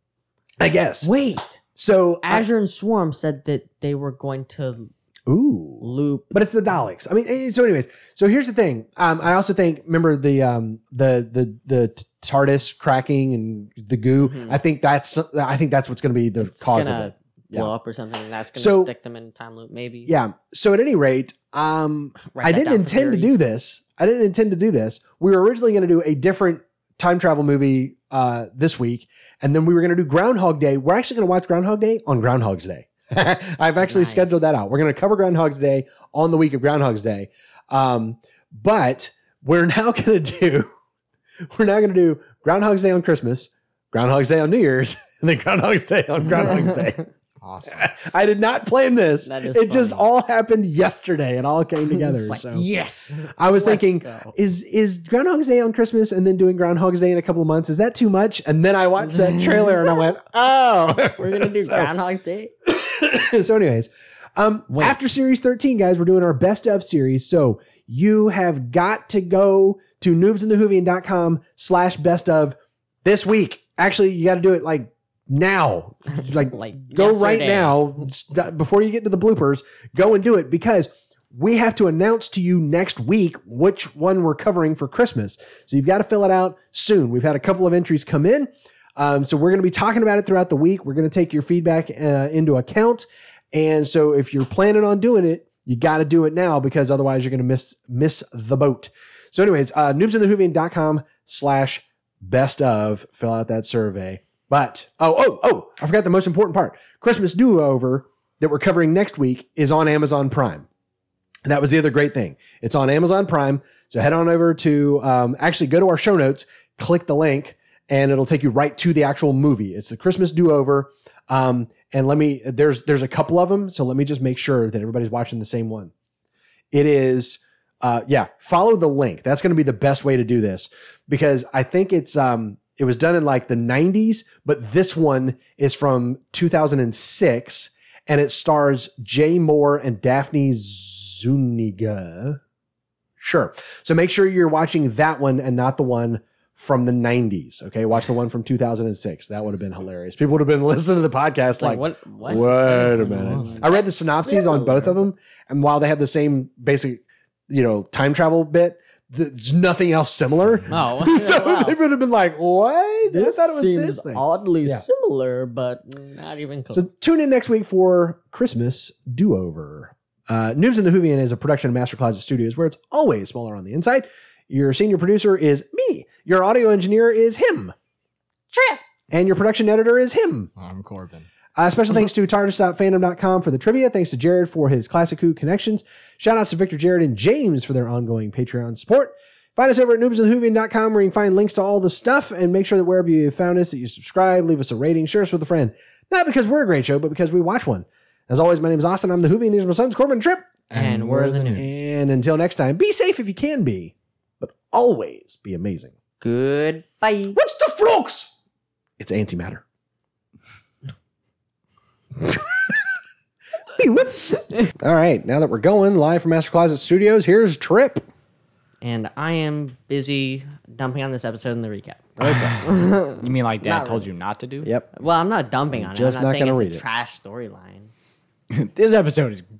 S4: Uh,
S1: I guess.
S4: Wait,
S1: So I-
S4: Azure and Swarm said that they were going to
S1: ooh.
S4: loop.
S1: But it's the Daleks. I mean, eh, so anyways. So here's the thing. Um, I also think remember the um the the the t- TARDIS cracking and the goo.
S4: Mhm.
S1: I think that's I think that's what's going to be the
S4: It's
S1: cause of
S4: gonna
S1: it. Yeah.
S4: blow up or something. And that's gonna
S1: So-
S4: stick them in a time loop, maybe.
S1: Yeah. So at any rate, um,
S4: Write
S1: I
S4: that
S1: didn't
S4: down for
S1: intend to
S4: theories.
S1: do this. I didn't intend to do this. We were originally going to do a different time travel movie uh, this week, and then we were going to do Groundhog Day. We're actually going to watch Groundhog Day on Groundhog's Day. [laughs] I've actually
S4: Nice.
S1: scheduled that out. We're going to cover Groundhog's Day on the week of Groundhog's Day, um, but we're [laughs] now going to do we're now going to do Groundhog's Day on Christmas, Groundhog's Day on New Year's, [laughs] and then Groundhog's Day
S4: [laughs]
S1: on Groundhog's [laughs] Day.
S2: Awesome.
S1: I did not plan this.
S4: That is
S1: It just
S4: funny.
S1: all happened yesterday. It
S4: [laughs]
S1: all came together. so
S4: Yes.
S1: I was
S4: Let's
S1: thinking,
S4: go.
S1: is is Groundhog's Day on Christmas and then doing Groundhog's Day in a couple of months? Is that too much? And then I
S4: [laughs]
S1: watched that trailer and I went, oh, [laughs]
S4: We're gonna do
S1: So-
S4: Groundhog's [laughs] Day.
S1: [laughs] so, anyways, um,
S8: Wait.
S1: after series 13, guys, we're doing our best of series. So you have got to go to noobsinthehoovian.com slash best of this week. Actually, you got to do it like now. Like,
S4: Like
S1: go right
S4: yesterday.
S1: now st- before you get to the bloopers. Go and do it because we have to announce to you next week which one we're covering for Christmas. So you've got to fill it out soon. We've had a couple of entries come in. Um, so we're going to be talking about it throughout the week. We're going to take your feedback uh, into account. And so if you're planning on doing it, you got to do it now because otherwise you're going to miss miss the boat. So anyways, uh, noobsinthehoovian.com slash best of. Fill out that survey. But, oh, oh, oh, I forgot the most important part. Christmas do-over that we're covering next week is on Amazon Prime. And that was the other great thing. It's on Amazon Prime. So head on over to um, actually go to our show notes, click the link, and it'll take you right to the actual movie. It's the Christmas do over. Um, and let me there's there's a couple of them, so let me just make sure that everybody's watching the same one. It is uh, yeah, follow the link. That's going to be the best way to do this because I think it's um it was done in like the 90s, but this one is from 2006 and it stars Jay Moore and Daphne Zuniga. Sure. So make sure you're watching that one and not the one from the 90s. Okay. Watch the one from 2006. That would have been hilarious. People would have been [laughs] listening to the podcast
S4: It's like,
S1: like,
S4: what? What?
S1: Wait a minute. I read the synopses on both of them, and while they have the same basic, you know, time travel bit, there's nothing else
S4: [laughs]
S1: similar.
S4: Oh,
S1: [laughs] so
S4: wow.
S1: they would have been like, "What?"
S4: This
S1: I thought it was
S4: seems
S1: this thing.
S4: oddly
S1: Yeah.
S4: similar, but not even close.
S1: So tune in next week for Christmas Do Over. Uh, Noobs in the Hoovian is a production of Master Closet Studios, where it's always smaller on the inside. Your senior producer is me. Your audio engineer is him.
S3: Trip.
S1: And your production editor is him.
S7: I'm Corbin.
S1: Uh, special thanks to TARDIS.fandom.com for the trivia. Thanks to Jared for his Classic Who connections. Shout outs to Victor, Jared, and James for their ongoing Patreon support. Find us over at noobsandhoovian.com where you can find links to all the stuff and make sure that wherever you found us that you subscribe, leave us a rating, share us with a friend. Not because we're a great show, but because we watch one. As always, my name is Austin. I'm the Hoovian. These are my sons, Corbin and Tripp.
S4: And we're the new-
S1: And until next time, be safe if you can be, but always be amazing.
S3: Goodbye.
S1: What's the flux? It's antimatter. [laughs] All right, now that we're going live from Master Closet Studios, here's Trip.
S4: and I am busy dumping on this episode in the recap.
S7: You mean like Dad told you not to do?
S1: Yep.
S4: Well, I'm not dumping on
S1: just
S4: it. I'm not,
S1: not
S4: saying
S1: gonna
S4: it's
S1: read
S4: a
S1: it.
S4: trash storyline.
S2: [laughs]
S7: This episode is
S1: [laughs]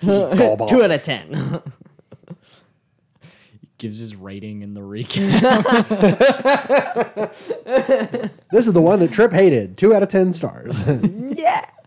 S4: [laughs] Two out of ten.
S7: Gives his rating in the recap.
S1: This is the one that Trip hated. Two out of ten stars.
S4: yeah.